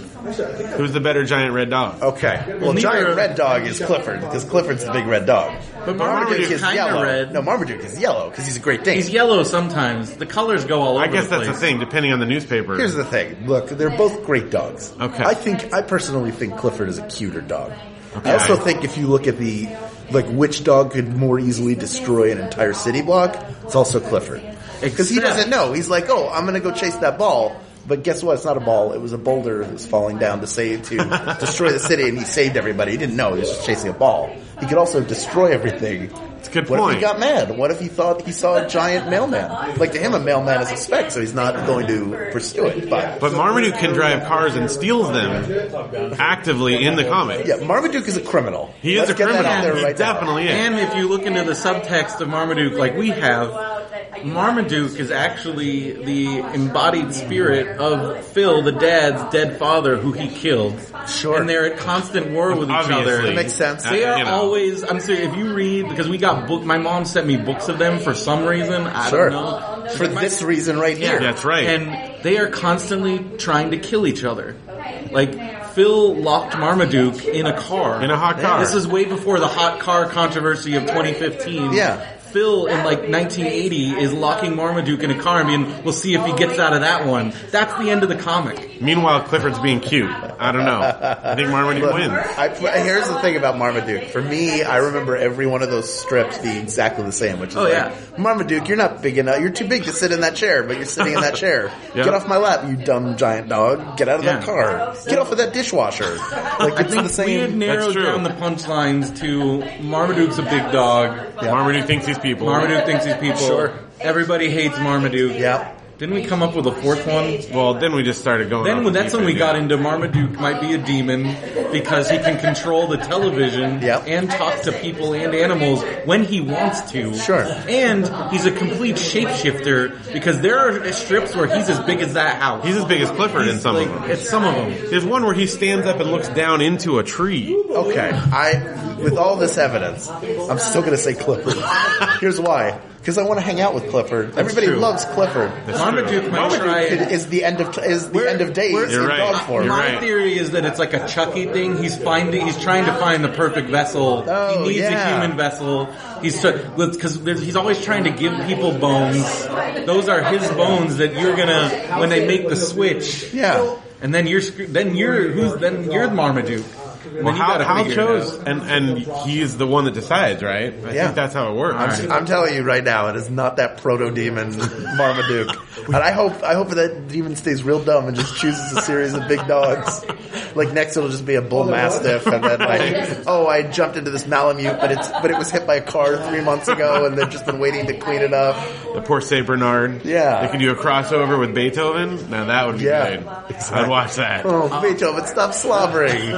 [SPEAKER 3] Who's the better giant red dog?
[SPEAKER 7] Okay. Well,
[SPEAKER 2] neither-
[SPEAKER 7] giant red dog is Clifford because Clifford's the big red dog.
[SPEAKER 2] But Marmaduke
[SPEAKER 7] is
[SPEAKER 2] kinda
[SPEAKER 7] yellow.
[SPEAKER 2] red.
[SPEAKER 7] No, Marmaduke is yellow because he's a great Dane.
[SPEAKER 2] He's yellow sometimes. The colors go all over.
[SPEAKER 3] I guess
[SPEAKER 2] the
[SPEAKER 3] that's the
[SPEAKER 2] place.
[SPEAKER 3] thing, depending on the newspaper.
[SPEAKER 7] Here's the thing. Look, they're both great dogs.
[SPEAKER 3] Okay.
[SPEAKER 7] I think I personally think Clifford is a cuter dog.
[SPEAKER 3] Okay.
[SPEAKER 7] I also think if you look at the like which dog could more easily destroy an entire city block, it's also Clifford. Because he
[SPEAKER 2] Except-
[SPEAKER 7] doesn't know. He's like, oh, I'm gonna go chase that ball. But guess what? It's not a ball. It was a boulder that was falling down to save to destroy the city, and he saved everybody. He didn't know he was just chasing a ball. He could also destroy everything.
[SPEAKER 3] It's a good
[SPEAKER 7] What if
[SPEAKER 3] point.
[SPEAKER 7] he got mad? What if he thought he saw a giant mailman? Like to him, a mailman is a spec, so he's not going to pursue it. But,
[SPEAKER 3] But Marmaduke can drive cars and steals them actively in the comic.
[SPEAKER 7] yeah, Marmaduke is a criminal.
[SPEAKER 3] He is
[SPEAKER 7] Let's
[SPEAKER 3] a
[SPEAKER 7] get that
[SPEAKER 3] criminal.
[SPEAKER 7] out there
[SPEAKER 3] He
[SPEAKER 7] right now.
[SPEAKER 3] definitely is.
[SPEAKER 2] And if you look into the subtext of Marmaduke, like we have, Marmaduke is actually the embodied spirit of Phil, the dad's dead father, who he killed.
[SPEAKER 7] Sure.
[SPEAKER 2] And they're at constant war with each other.
[SPEAKER 3] Obviously.
[SPEAKER 7] That makes sense.
[SPEAKER 3] Uh,
[SPEAKER 2] They are
[SPEAKER 3] you know.
[SPEAKER 2] always. I'm serious. If you read, because we got book. My mom sent me books of them for some reason. I
[SPEAKER 7] Sure.
[SPEAKER 2] don't know.
[SPEAKER 7] For
[SPEAKER 2] Like, my-
[SPEAKER 7] this reason right here.
[SPEAKER 3] That's right.
[SPEAKER 2] And they are constantly trying to kill each other. Like Phil locked Marmaduke in a car.
[SPEAKER 3] In a hot car.
[SPEAKER 2] This is way before the hot car controversy of 2015.
[SPEAKER 7] Yeah.
[SPEAKER 2] Phil in like 1980 is locking Marmaduke in a car and being, we'll see if he gets out of that one. That's the end of the comic.
[SPEAKER 3] Meanwhile, Clifford's being cute. I don't know. I think Marmaduke
[SPEAKER 7] Look,
[SPEAKER 3] wins.
[SPEAKER 7] I, here's the thing about Marmaduke. For me, I remember every one of those strips being exactly the same, which is
[SPEAKER 2] Oh,
[SPEAKER 7] like,
[SPEAKER 2] yeah.
[SPEAKER 7] Marmaduke, you're not big enough. You're too big to sit in that chair, but you're sitting in that chair.
[SPEAKER 3] Yeah.
[SPEAKER 7] Get off my lap, you dumb giant dog. Get out of that
[SPEAKER 2] Yeah.
[SPEAKER 7] car. Get off of that dishwasher. Like, it's the
[SPEAKER 2] We had
[SPEAKER 7] same.
[SPEAKER 2] narrowed
[SPEAKER 3] true.
[SPEAKER 2] down the punchlines to Marmaduke's a big dog.
[SPEAKER 3] Marmaduke thinks he's people.
[SPEAKER 2] Marmaduke thinks he's people.
[SPEAKER 7] Sure.
[SPEAKER 2] Everybody hates Marmaduke.
[SPEAKER 7] Yep.
[SPEAKER 2] Didn't we come up with a fourth one?
[SPEAKER 3] Well, then we just started going.
[SPEAKER 2] Then
[SPEAKER 3] off
[SPEAKER 2] when
[SPEAKER 3] the
[SPEAKER 2] that's
[SPEAKER 3] deep
[SPEAKER 2] when we
[SPEAKER 3] end.
[SPEAKER 2] got into Marmaduke might be a demon because he can control the television
[SPEAKER 7] Yep.
[SPEAKER 2] and talk to people and animals when he wants to.
[SPEAKER 7] Sure.
[SPEAKER 2] And he's a complete shapeshifter because there are strips where he's as big as that house.
[SPEAKER 3] He's as big as Clifford in
[SPEAKER 2] He's
[SPEAKER 3] some
[SPEAKER 2] like,
[SPEAKER 3] of them.
[SPEAKER 2] It's some of them.
[SPEAKER 3] There's one where he stands up and looks down into a tree.
[SPEAKER 7] Okay, I with all this evidence, I'm still gonna say Clifford. Here's why: because I want to hang out with Clifford. Everybody
[SPEAKER 2] true.
[SPEAKER 7] loves Clifford.
[SPEAKER 2] Marmaduke might
[SPEAKER 3] Marmaduke
[SPEAKER 2] try
[SPEAKER 7] It is the end of is the end of days
[SPEAKER 2] we're-
[SPEAKER 7] in
[SPEAKER 3] You're right.
[SPEAKER 7] dog form.
[SPEAKER 3] You're
[SPEAKER 2] My
[SPEAKER 3] right.
[SPEAKER 2] theory is that it's like a Chucky thing. He's finding, he's trying to find the perfect vessel.
[SPEAKER 7] Oh,
[SPEAKER 2] he needs
[SPEAKER 7] yeah.
[SPEAKER 2] a human vessel. He's because he's always trying to give people bones. Those are his bones that you're gonna when they make the switch.
[SPEAKER 7] Yeah.
[SPEAKER 2] and then you're screw- then you're who's then you're the Marmaduke.
[SPEAKER 3] Well, Hal, Hal chose,
[SPEAKER 2] chose.
[SPEAKER 3] and and he's the one that decides, right? I
[SPEAKER 7] Yeah.
[SPEAKER 3] think that's how it works.
[SPEAKER 7] I'm, I'm telling you right now, it is not that proto demon Marmaduke. and I hope I hope that demon stays real dumb and just chooses a series of big dogs. Like next, it'll just be a bull mastiff, and then like, oh, I jumped into this Malamute, but it's but it was hit by a car three months ago, and they've just been waiting to clean it up.
[SPEAKER 3] The poor Saint Bernard.
[SPEAKER 7] Yeah.
[SPEAKER 3] They can do a crossover with Beethoven. Now that would be
[SPEAKER 7] Yeah,
[SPEAKER 3] good. I'd watch that.
[SPEAKER 7] Oh, Beethoven, stop slobbering.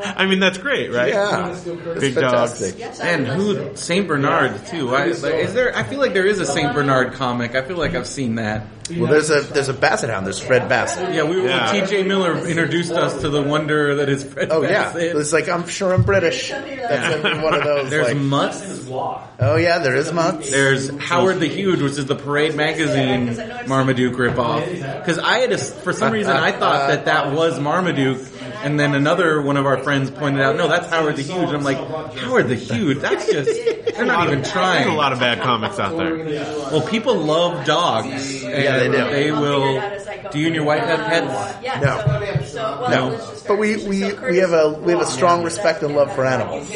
[SPEAKER 3] I mean, that's great, right?
[SPEAKER 7] Yeah.
[SPEAKER 3] Big dogs.
[SPEAKER 7] fantastic.
[SPEAKER 2] And who Saint Bernard too? I, like, is there? I feel like there is a Saint Bernard comic. I feel like I've seen that.
[SPEAKER 7] Well, there's a there's a Basset Hound. There's Fred Bassett.
[SPEAKER 2] Yeah, we
[SPEAKER 3] Yeah.
[SPEAKER 2] T.J. Miller introduced us to the wonder that is Fred.
[SPEAKER 7] Oh yeah,
[SPEAKER 2] Bassett.
[SPEAKER 7] it's like I'm sure I'm British. That's every one of those.
[SPEAKER 2] There's
[SPEAKER 7] like,
[SPEAKER 2] Mutz.
[SPEAKER 7] oh yeah, there is months.
[SPEAKER 2] There's Howard the Huge, which is the Parade magazine Marmaduke ripoff. Because I had, a, for some reason, I thought that that was Marmaduke, and then another one of our friends pointed out, no, that's Howard the Huge. And I'm like, Howard the Huge? That's just they're not even
[SPEAKER 3] There's a
[SPEAKER 2] trying.
[SPEAKER 3] lot of bad comics out there.
[SPEAKER 2] Well, people love dogs. And
[SPEAKER 7] Yeah, they do.
[SPEAKER 2] They will. Do you and your wife have pets?
[SPEAKER 8] Yeah,
[SPEAKER 7] No.
[SPEAKER 8] So, so, well,
[SPEAKER 7] No,
[SPEAKER 8] it's just
[SPEAKER 7] but
[SPEAKER 8] very
[SPEAKER 7] we,
[SPEAKER 8] interesting.
[SPEAKER 7] we,
[SPEAKER 8] So
[SPEAKER 7] we have
[SPEAKER 8] Curtis-
[SPEAKER 7] a we have a strong respect and love for animals.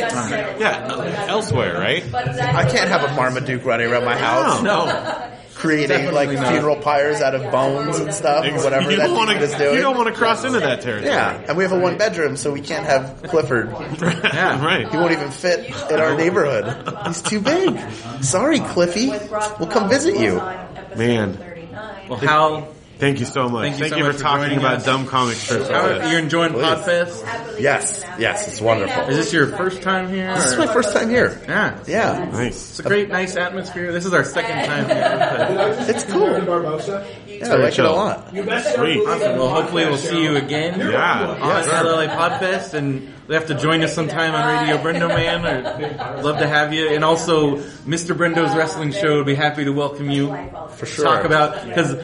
[SPEAKER 3] Yeah, elsewhere, right?
[SPEAKER 8] But that
[SPEAKER 7] I can't have a Marmaduke running around my house
[SPEAKER 2] No.
[SPEAKER 7] creating like
[SPEAKER 2] not.
[SPEAKER 7] funeral pyres out of bones and stuff,
[SPEAKER 3] Ex-
[SPEAKER 7] whatever
[SPEAKER 3] you
[SPEAKER 7] that
[SPEAKER 3] don't wanna-
[SPEAKER 7] dude is doing.
[SPEAKER 3] You don't want to cross into that territory.
[SPEAKER 7] yeah, and we have a one bedroom, so we can't have Clifford.
[SPEAKER 3] yeah,
[SPEAKER 7] He
[SPEAKER 3] right.
[SPEAKER 7] won't even fit in our neighborhood. He's too big. Sorry, Cliffy. We'll come visit you.
[SPEAKER 3] Man,
[SPEAKER 2] Well, how?
[SPEAKER 3] thank you so much.
[SPEAKER 2] Thank you so
[SPEAKER 3] for
[SPEAKER 2] much for
[SPEAKER 3] talking
[SPEAKER 2] joining
[SPEAKER 3] about
[SPEAKER 2] us.
[SPEAKER 3] dumb comic strips.
[SPEAKER 2] how
[SPEAKER 3] like
[SPEAKER 2] you're
[SPEAKER 3] this.
[SPEAKER 2] enjoying Podfest?
[SPEAKER 7] Yes, yes, it's wonderful.
[SPEAKER 2] Is this your first time here?
[SPEAKER 7] This is
[SPEAKER 2] or-
[SPEAKER 7] my first time here.
[SPEAKER 2] Yeah.
[SPEAKER 7] Yeah,
[SPEAKER 3] Nice.
[SPEAKER 2] It's a great, nice atmosphere. This is our second time here.
[SPEAKER 7] it's cool. Yeah, I like it a lot.
[SPEAKER 3] Sweet.
[SPEAKER 2] Awesome. Well, hopefully we'll see you again.
[SPEAKER 3] Yeah.
[SPEAKER 2] On LA Podfest, and they have to join us sometime on Radio Brendo Man. Or love to have you. And also, Mr. Brendo's wrestling show would be happy to welcome you. For
[SPEAKER 7] sure.
[SPEAKER 2] Talk about because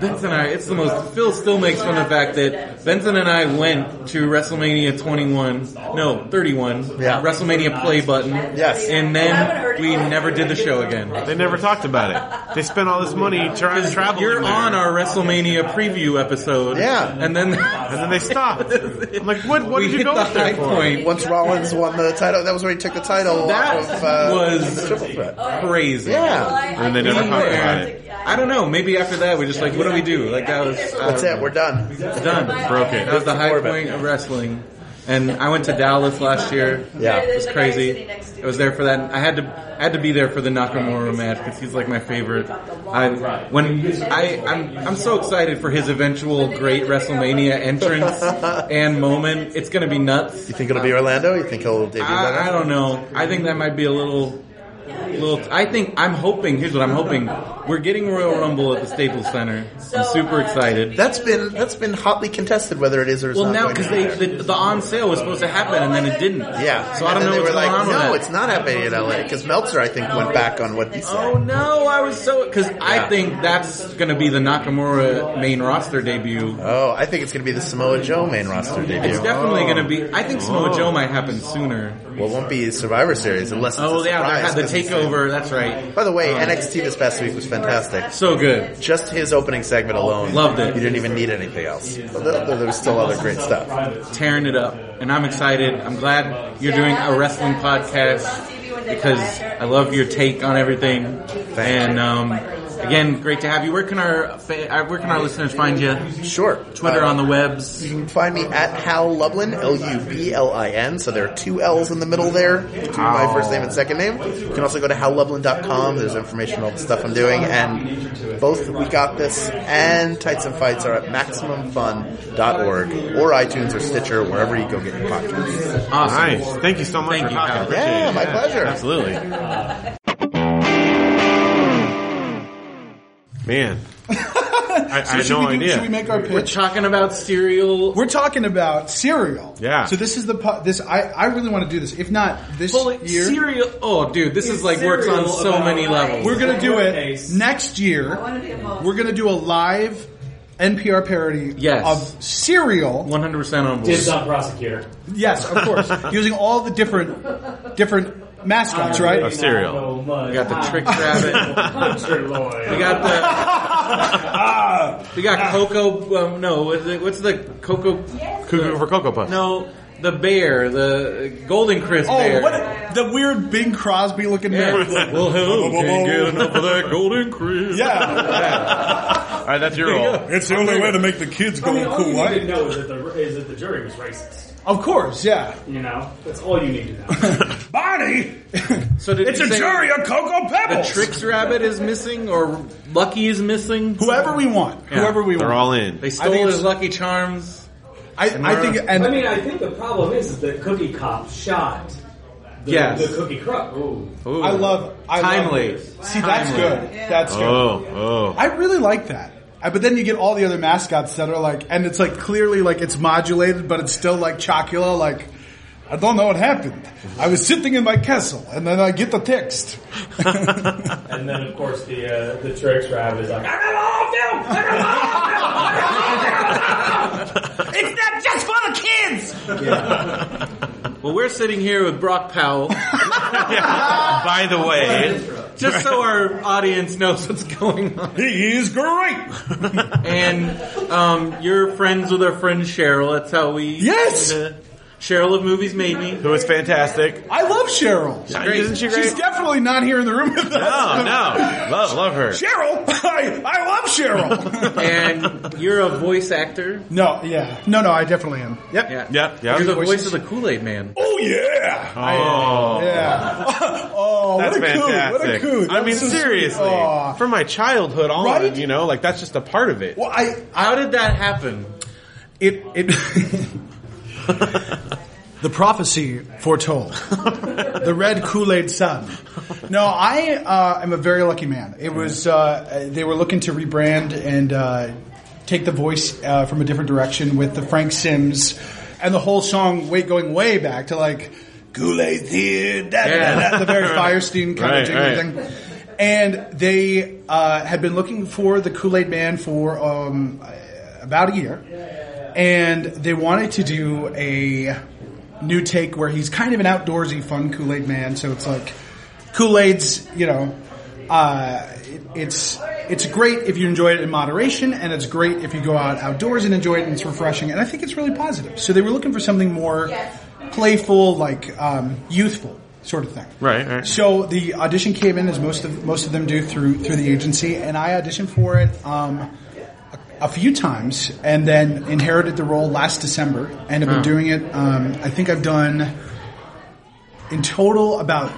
[SPEAKER 2] Benson and I. It's the most. Phil still makes fun of the fact that Benson and I went to WrestleMania 21. No, 31.
[SPEAKER 7] Yeah.
[SPEAKER 2] WrestleMania play button.
[SPEAKER 7] Yes.
[SPEAKER 2] And then we never did the show again.
[SPEAKER 3] They never talked about it. They spent all this money trying traveling.
[SPEAKER 2] You're
[SPEAKER 3] there,
[SPEAKER 2] on our WrestleMania preview episode.
[SPEAKER 7] Yeah.
[SPEAKER 2] And then
[SPEAKER 3] and then they stopped. I'm like, what? What
[SPEAKER 2] we
[SPEAKER 3] did you
[SPEAKER 2] hit
[SPEAKER 3] go
[SPEAKER 2] the
[SPEAKER 3] up there
[SPEAKER 2] high
[SPEAKER 3] for?
[SPEAKER 2] point.
[SPEAKER 7] Once Rollins won the title, that was where he took the title.
[SPEAKER 2] That
[SPEAKER 7] off of, uh,
[SPEAKER 2] was-
[SPEAKER 7] triple threat.
[SPEAKER 2] Crazy.
[SPEAKER 7] Yeah,
[SPEAKER 3] And they never
[SPEAKER 2] Being
[SPEAKER 3] talked
[SPEAKER 2] there,
[SPEAKER 3] about it.
[SPEAKER 2] I don't know. Maybe after that, we're just like, what do we do? Like that was uh,
[SPEAKER 7] that's it. We're done.
[SPEAKER 2] done.
[SPEAKER 3] Broke it.
[SPEAKER 2] That was the high
[SPEAKER 7] Orbit.
[SPEAKER 2] point of wrestling. And I went to Dallas last year.
[SPEAKER 7] Yeah.
[SPEAKER 2] It was crazy. I was there for that. I had to, I had to be there for the Nakamura match because he's like my favorite. I when I I'm I'm so excited for his eventual great WrestleMania entrance and moment. It's gonna be nuts.
[SPEAKER 7] You think it'll be Orlando? You think he'll debut? that?
[SPEAKER 2] I, I don't know. I think that might be a little, little. I think I'm hoping. Here's what I'm hoping. We're getting Royal Rumble at the Staples Center. I'm super excited.
[SPEAKER 7] That's been that's been hotly contested whether it is or is
[SPEAKER 2] Well,
[SPEAKER 7] not.
[SPEAKER 2] now
[SPEAKER 7] going to
[SPEAKER 2] because
[SPEAKER 7] be
[SPEAKER 2] they
[SPEAKER 7] there.
[SPEAKER 2] the, the on sale was supposed to happen and then it didn't.
[SPEAKER 7] yeah.
[SPEAKER 2] So I don't
[SPEAKER 7] and
[SPEAKER 2] know
[SPEAKER 7] then They
[SPEAKER 2] what's
[SPEAKER 7] were like,
[SPEAKER 2] going on with
[SPEAKER 7] no,
[SPEAKER 2] that.
[SPEAKER 7] it's not happening in LA because Meltzer, I think, went back on what he said.
[SPEAKER 2] Oh no! I was so because I think that's going to be the Nakamura main roster debut.
[SPEAKER 7] Oh, I think it's going to be the Samoa Joe main roster debut. Oh.
[SPEAKER 2] It's definitely going to be. I think Samoa Joe might happen sooner.
[SPEAKER 7] Well, it won't be Survivor Series unless it's
[SPEAKER 2] Oh
[SPEAKER 7] a
[SPEAKER 2] yeah, they
[SPEAKER 7] surprise,
[SPEAKER 2] had the
[SPEAKER 7] 'cause he's-
[SPEAKER 2] takeover. That's right. Oh.
[SPEAKER 7] By the way, NXT this past week was fantastic.
[SPEAKER 2] So good.
[SPEAKER 7] Just his opening segment alone.
[SPEAKER 2] Loved it.
[SPEAKER 7] You didn't even need anything else. But th- th- there was still other great stuff.
[SPEAKER 2] tearing it up, and I'm excited. I'm glad you're doing a wrestling podcast because I love your take on everything. And um, again, great to have you. Where can our fa- uh, where can our listeners find you?
[SPEAKER 7] Sure.
[SPEAKER 2] Twitter
[SPEAKER 7] Uh,
[SPEAKER 2] on the webs.
[SPEAKER 7] You can find me at Hal Lublin, L-U-B-L-I-N. So there are two L's in the middle there, to my first name and second name. You can also go to hallublin.com. There's information on all the stuff I'm doing. And both We Got This and Tights and Fights are at MaximumFun.org or iTunes or Stitcher, wherever you go get your podcasts.
[SPEAKER 2] Awesome.
[SPEAKER 3] Nice. Thank you so much
[SPEAKER 2] Thank
[SPEAKER 3] for
[SPEAKER 2] you,
[SPEAKER 3] talking.
[SPEAKER 2] Howard.
[SPEAKER 3] Appreciate
[SPEAKER 7] Yeah,
[SPEAKER 3] it.
[SPEAKER 7] my pleasure.
[SPEAKER 3] Absolutely. Man, I, I had
[SPEAKER 9] should,
[SPEAKER 3] no
[SPEAKER 9] we do-
[SPEAKER 3] idea.
[SPEAKER 9] should we make our
[SPEAKER 2] We're
[SPEAKER 9] pitch?
[SPEAKER 2] talking about cereal.
[SPEAKER 9] We're talking about cereal.
[SPEAKER 3] Yeah.
[SPEAKER 9] So this is the po- this I I really want to do this. If not this
[SPEAKER 2] Holy-
[SPEAKER 9] year,
[SPEAKER 2] cereal. Oh, dude, this is like works on so many levels.
[SPEAKER 9] we're gonna do it next year. We're gonna do a live NPR parody
[SPEAKER 2] Yes.
[SPEAKER 9] of cereal.
[SPEAKER 2] 100 percent on board.
[SPEAKER 10] prosecutor.
[SPEAKER 9] Yes, of course, using all the different different mascots. Right.
[SPEAKER 3] Of cereal.
[SPEAKER 2] We got the trick rabbit. We got the.
[SPEAKER 9] Ah.
[SPEAKER 2] we got Coco. Um, no, what's the, what's the Coco?
[SPEAKER 3] Cuckoo for Cocoa Puffs.
[SPEAKER 2] No, the bear, the Golden Crisp
[SPEAKER 9] Oh,
[SPEAKER 2] bear.
[SPEAKER 9] what a- the weird Bing Crosby looking man.
[SPEAKER 2] well, hello,
[SPEAKER 9] can't get
[SPEAKER 2] enough of that Golden Crisp.
[SPEAKER 9] Yeah,
[SPEAKER 3] All right, that's your role.
[SPEAKER 9] it's the only way to make the kids
[SPEAKER 10] I mean, all you need to know is that, the, is that the jury was racist.
[SPEAKER 9] Of course, yeah.
[SPEAKER 10] You know, that's all you need to know.
[SPEAKER 9] Bonnie,
[SPEAKER 2] So did
[SPEAKER 9] it's
[SPEAKER 2] you
[SPEAKER 9] a
[SPEAKER 2] say
[SPEAKER 9] jury of Cocoa
[SPEAKER 2] The
[SPEAKER 9] Pebbles.
[SPEAKER 2] Tricks Rabbit is missing, or Lucky is missing.
[SPEAKER 9] Whoever we want, whoever we
[SPEAKER 3] They're
[SPEAKER 9] want.
[SPEAKER 3] all in.
[SPEAKER 2] They
[SPEAKER 9] I
[SPEAKER 2] stole
[SPEAKER 9] think
[SPEAKER 2] his
[SPEAKER 9] it's-
[SPEAKER 2] Lucky Charms.
[SPEAKER 9] I, I think, and
[SPEAKER 10] I mean, I think the problem is, is that Cookie Cop shot the,
[SPEAKER 2] Yes.
[SPEAKER 10] the Cookie Cop. Ooh.
[SPEAKER 3] Ooh.
[SPEAKER 9] I love I love-
[SPEAKER 2] Timely.
[SPEAKER 9] See, that's
[SPEAKER 2] Timely.
[SPEAKER 9] good. That's good.
[SPEAKER 3] Oh, oh.
[SPEAKER 9] I really like that. I, but then you get all the other mascots that are like, and it's like clearly like it's modulated, but it's still like Chocula. Like, I don't know what happened. I was sitting in my castle, and then I get the text.
[SPEAKER 10] And then, of course, the uh, the tricks rabbit is like, I got all of them! I got all of them!
[SPEAKER 8] It's not just for the kids!
[SPEAKER 2] Well, we're sitting here with Brock Powell. By the way, just so our audience knows what's going on.
[SPEAKER 9] He's great.
[SPEAKER 2] And um, you're friends with our friend Cheryl. That's how we.
[SPEAKER 9] Yes!
[SPEAKER 2] Uh, Cheryl of Movies Made Me.
[SPEAKER 3] Who is fantastic.
[SPEAKER 9] I love Cheryl.
[SPEAKER 3] Great. Isn't she great?
[SPEAKER 9] She's definitely not here in the room with us.
[SPEAKER 2] Oh,
[SPEAKER 3] no, no. Love, love her.
[SPEAKER 9] Cheryl, I, I love Cheryl.
[SPEAKER 2] And you're a voice actor.
[SPEAKER 9] no, yeah, no, no, I definitely am. Yep.
[SPEAKER 2] Yeah.
[SPEAKER 3] Yep, yep.
[SPEAKER 2] You're the voice of the Kool Aid Man.
[SPEAKER 9] Oh yeah.
[SPEAKER 3] Oh.
[SPEAKER 9] Yeah. oh,
[SPEAKER 3] That's
[SPEAKER 9] what a coup! What a
[SPEAKER 3] fantastic.
[SPEAKER 9] coup!
[SPEAKER 3] I
[SPEAKER 9] That's
[SPEAKER 3] mean,
[SPEAKER 9] so sweet.
[SPEAKER 3] seriously,
[SPEAKER 9] Aw.
[SPEAKER 3] from my childhood on,
[SPEAKER 9] Right?
[SPEAKER 3] you know, like that's just a part of it.
[SPEAKER 9] Well, I
[SPEAKER 2] How did that happen?
[SPEAKER 9] it it. the prophecy foretold the red Kool Aid Sun. No, I uh, am a very lucky man. It was uh, they were looking to rebrand and uh, take the voice uh, from a different direction with the Frank Sims and the whole song. Wait, going way back to like Kool Aid's here, da, da, da, da, the very Firestein kind
[SPEAKER 3] Right,
[SPEAKER 9] of jingle
[SPEAKER 3] right.
[SPEAKER 9] thing. And they uh, had been looking for the Kool Aid Man for um, about a year, and they wanted to do a new take where he's kind of an outdoorsy, fun Kool Aid Man. So it's like Kool Aid's, you know, uh, it- it's it's great if you enjoy it in moderation, and it's great if you go out outdoors and enjoy it, and it's refreshing. And I think it's really positive. So they were looking for something more playful, like um, youthful sort of thing.
[SPEAKER 3] Right, right.
[SPEAKER 9] So the audition came in as most of most of them do through through the agency, and I auditioned for it um, a, a few times, and then inherited the role last December, and I've been doing it. Um, I think I've done in total about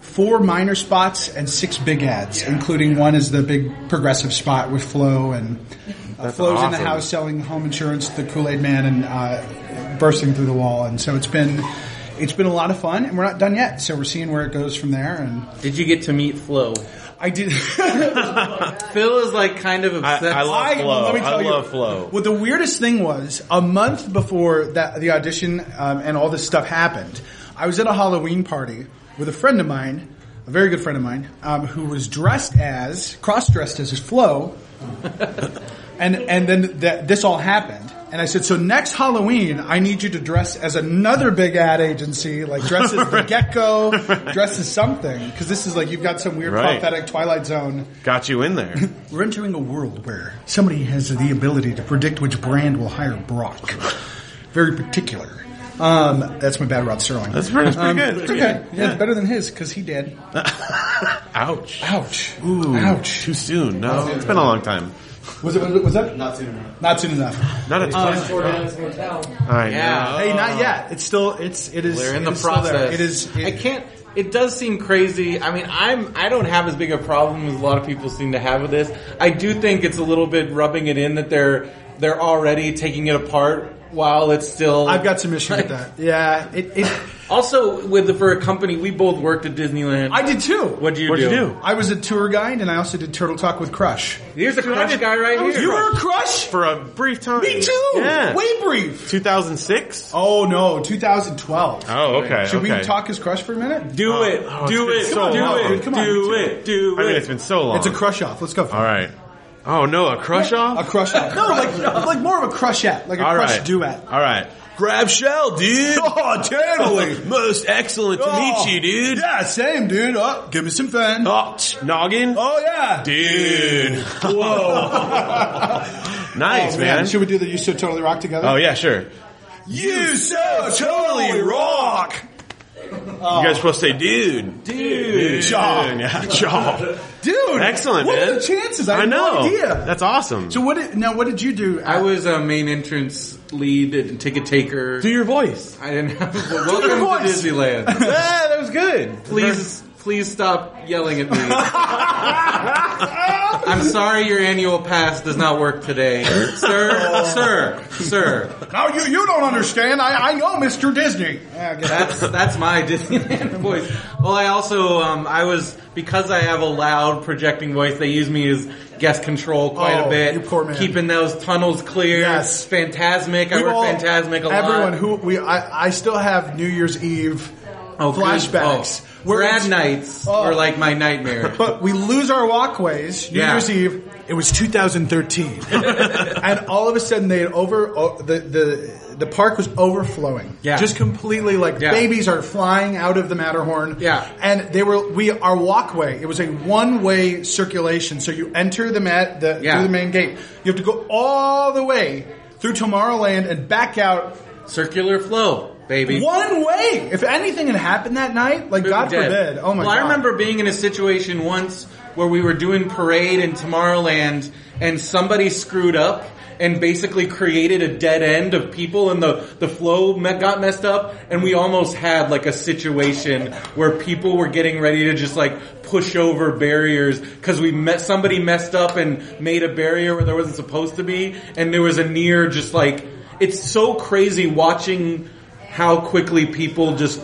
[SPEAKER 9] four minor spots and six big ads, including one is the big progressive spot with Flo and uh, Flo's in the
[SPEAKER 3] awesome.
[SPEAKER 9] house selling home insurance to the Kool Aid Man and uh, bursting through the wall, and so it's been it's been a lot of fun, and we're not done yet, so we're seeing where it goes from there. And
[SPEAKER 2] Did you get to meet Flo?
[SPEAKER 9] I did.
[SPEAKER 2] Phil is like kind of
[SPEAKER 3] I,
[SPEAKER 2] obsessed.
[SPEAKER 3] I love
[SPEAKER 9] I-
[SPEAKER 3] flow.
[SPEAKER 9] let me tell
[SPEAKER 3] I
[SPEAKER 9] you.
[SPEAKER 3] love flow.
[SPEAKER 9] Well, the weirdest thing was a month before that the audition um, and all this stuff happened. I was at a Halloween party with a friend of mine, a very good friend of mine, um, who was dressed as cross dressed as Flo, and and then that this all happened. And I said, so next Halloween, I need you to dress as another big ad agency, like dress as the gecko, dress as something, because this is like you've got some weird
[SPEAKER 3] Right.
[SPEAKER 9] prophetic Twilight Zone.
[SPEAKER 3] Got you in there.
[SPEAKER 9] We're entering a world where somebody has the ability to predict which brand will hire Brock. Very particular. Um, that's my bad Rod Sterling.
[SPEAKER 3] That's pretty, that's pretty
[SPEAKER 9] Um,
[SPEAKER 3] good.
[SPEAKER 9] It's okay.
[SPEAKER 3] Pretty
[SPEAKER 9] Yeah,
[SPEAKER 3] good.
[SPEAKER 9] it's better than his because he did.
[SPEAKER 3] Ouch.
[SPEAKER 9] Ouch.
[SPEAKER 3] Ooh,
[SPEAKER 9] Ouch.
[SPEAKER 3] Too soon. No, it's been a long time.
[SPEAKER 9] Was it? Was, it, was that? Not soon enough. Not soon enough. Um,
[SPEAKER 3] Not a time. I
[SPEAKER 2] Yeah.
[SPEAKER 3] know.
[SPEAKER 9] Hey, not yet. It's still. It's. It is.
[SPEAKER 2] They're in
[SPEAKER 9] it
[SPEAKER 2] the
[SPEAKER 9] is still there.
[SPEAKER 2] process.
[SPEAKER 9] It is. It,
[SPEAKER 2] I can't. It does seem crazy. I mean, I'm. I don't have as big a problem as a lot of people seem to have with this. I do think it's a little bit rubbing it in that they're they're already taking it apart while it's still.
[SPEAKER 9] I've got some issue with that. Yeah. It. it
[SPEAKER 2] Also, with the, for a company, we both worked at Disneyland.
[SPEAKER 9] I did too.
[SPEAKER 2] What do you
[SPEAKER 3] What'd
[SPEAKER 2] do?
[SPEAKER 3] you do?
[SPEAKER 9] I was a tour guide, and I also did Turtle Talk with Crush. Oh,
[SPEAKER 2] Here's a crush guy right here.
[SPEAKER 9] You were a crush.
[SPEAKER 3] For a brief time.
[SPEAKER 9] Me too.
[SPEAKER 3] Yeah.
[SPEAKER 9] Way brief.
[SPEAKER 3] 2006?
[SPEAKER 9] Oh no, 2012.
[SPEAKER 3] Oh, okay.
[SPEAKER 9] Should
[SPEAKER 3] okay.
[SPEAKER 9] we talk his crush for a minute?
[SPEAKER 2] Do it.
[SPEAKER 3] Oh, it's
[SPEAKER 2] do
[SPEAKER 3] been
[SPEAKER 2] it.
[SPEAKER 3] so
[SPEAKER 2] do
[SPEAKER 3] long.
[SPEAKER 2] it.
[SPEAKER 9] Come on, me
[SPEAKER 2] do
[SPEAKER 9] too.
[SPEAKER 2] it. Do
[SPEAKER 3] I mean,
[SPEAKER 2] it.
[SPEAKER 3] it's been so long.
[SPEAKER 9] It's a crush off. Let's go. For
[SPEAKER 3] All right. Oh, no, a crush
[SPEAKER 9] it. A
[SPEAKER 3] off?
[SPEAKER 9] crush off. No, like like more of a crushette, like a
[SPEAKER 3] All
[SPEAKER 9] crush
[SPEAKER 3] right.
[SPEAKER 9] duet.
[SPEAKER 3] All right. Grab shell, dude.
[SPEAKER 9] Oh, totally.
[SPEAKER 3] Most excellent to
[SPEAKER 9] Oh.
[SPEAKER 3] meet you, dude.
[SPEAKER 9] Yeah, same dude. Oh, give me some fun. Oh,
[SPEAKER 3] Oh, tch, noggin.
[SPEAKER 9] yeah.
[SPEAKER 3] Dude. Whoa. nice,
[SPEAKER 9] Oh,
[SPEAKER 3] man.
[SPEAKER 9] Should we do the You So Totally Rock together?
[SPEAKER 3] Oh, yeah, sure.
[SPEAKER 9] You So Totally Rock.
[SPEAKER 3] You
[SPEAKER 9] Oh.
[SPEAKER 3] guys are supposed to say, dude. Dude.
[SPEAKER 9] Jaw.
[SPEAKER 3] Yeah, jaw.
[SPEAKER 9] Dude.
[SPEAKER 3] Excellent,
[SPEAKER 9] what
[SPEAKER 3] man.
[SPEAKER 9] What are the chances? I, had no
[SPEAKER 3] know.
[SPEAKER 9] idea.
[SPEAKER 3] That's awesome.
[SPEAKER 9] so what did, now what did you do?
[SPEAKER 2] I was a main entrance lead and ticket taker.
[SPEAKER 3] your voice.
[SPEAKER 2] I didn't have.
[SPEAKER 9] your
[SPEAKER 2] Welcome to
[SPEAKER 9] voice.
[SPEAKER 2] Disneyland.
[SPEAKER 3] ah, that was good.
[SPEAKER 2] please, please stop yelling at me. I'm sorry your annual pass does not work today. Sir, sir, sir.
[SPEAKER 9] Now you you don't understand. I, I know Mr. Disney.
[SPEAKER 2] That's that's my Disneyland voice. Well, I also um, I was because I have a loud projecting voice. They use me as guest control quite
[SPEAKER 9] Oh,
[SPEAKER 2] a bit,
[SPEAKER 9] you poor man.
[SPEAKER 2] keeping those tunnels clear.
[SPEAKER 9] Yes.
[SPEAKER 2] Fantasmic. I
[SPEAKER 9] We've
[SPEAKER 2] work
[SPEAKER 9] all-
[SPEAKER 2] Fantasmic a
[SPEAKER 9] Everyone
[SPEAKER 2] lot.
[SPEAKER 9] who we I, I still have New Year's Eve
[SPEAKER 2] Oh, good.
[SPEAKER 9] flashbacks.
[SPEAKER 2] Oh,
[SPEAKER 9] Where
[SPEAKER 2] grad
[SPEAKER 9] it's-
[SPEAKER 2] nights
[SPEAKER 9] Oh.
[SPEAKER 2] were like my nightmare.
[SPEAKER 9] But we lose our walkways. New
[SPEAKER 2] Yeah.
[SPEAKER 9] Year's Eve. It was 2013, and all of a sudden they had over oh, the the the park was overflowing.
[SPEAKER 2] Yeah.
[SPEAKER 9] just completely like
[SPEAKER 2] Yeah.
[SPEAKER 9] babies are flying out of the Matterhorn.
[SPEAKER 2] Yeah.
[SPEAKER 9] and they were we our walkway. It was a one way circulation. So you enter the mat the
[SPEAKER 2] Yeah.
[SPEAKER 9] through the main gate. You have to go all the way through Tomorrowland and back out
[SPEAKER 2] Circular flow, baby.
[SPEAKER 9] one way. If anything had happened that night, like God
[SPEAKER 2] Dead.
[SPEAKER 9] forbid. Oh my
[SPEAKER 2] well,
[SPEAKER 9] god!
[SPEAKER 2] I remember being in a situation once where we were doing parade in Tomorrowland and somebody screwed up and basically created a dead end of people and the, the flow me- got messed up and we almost had like a situation where people were getting ready to just like push over barriers because we met somebody messed up and made a barrier where there wasn't supposed to be and there was a near just like it's so crazy watching how quickly people just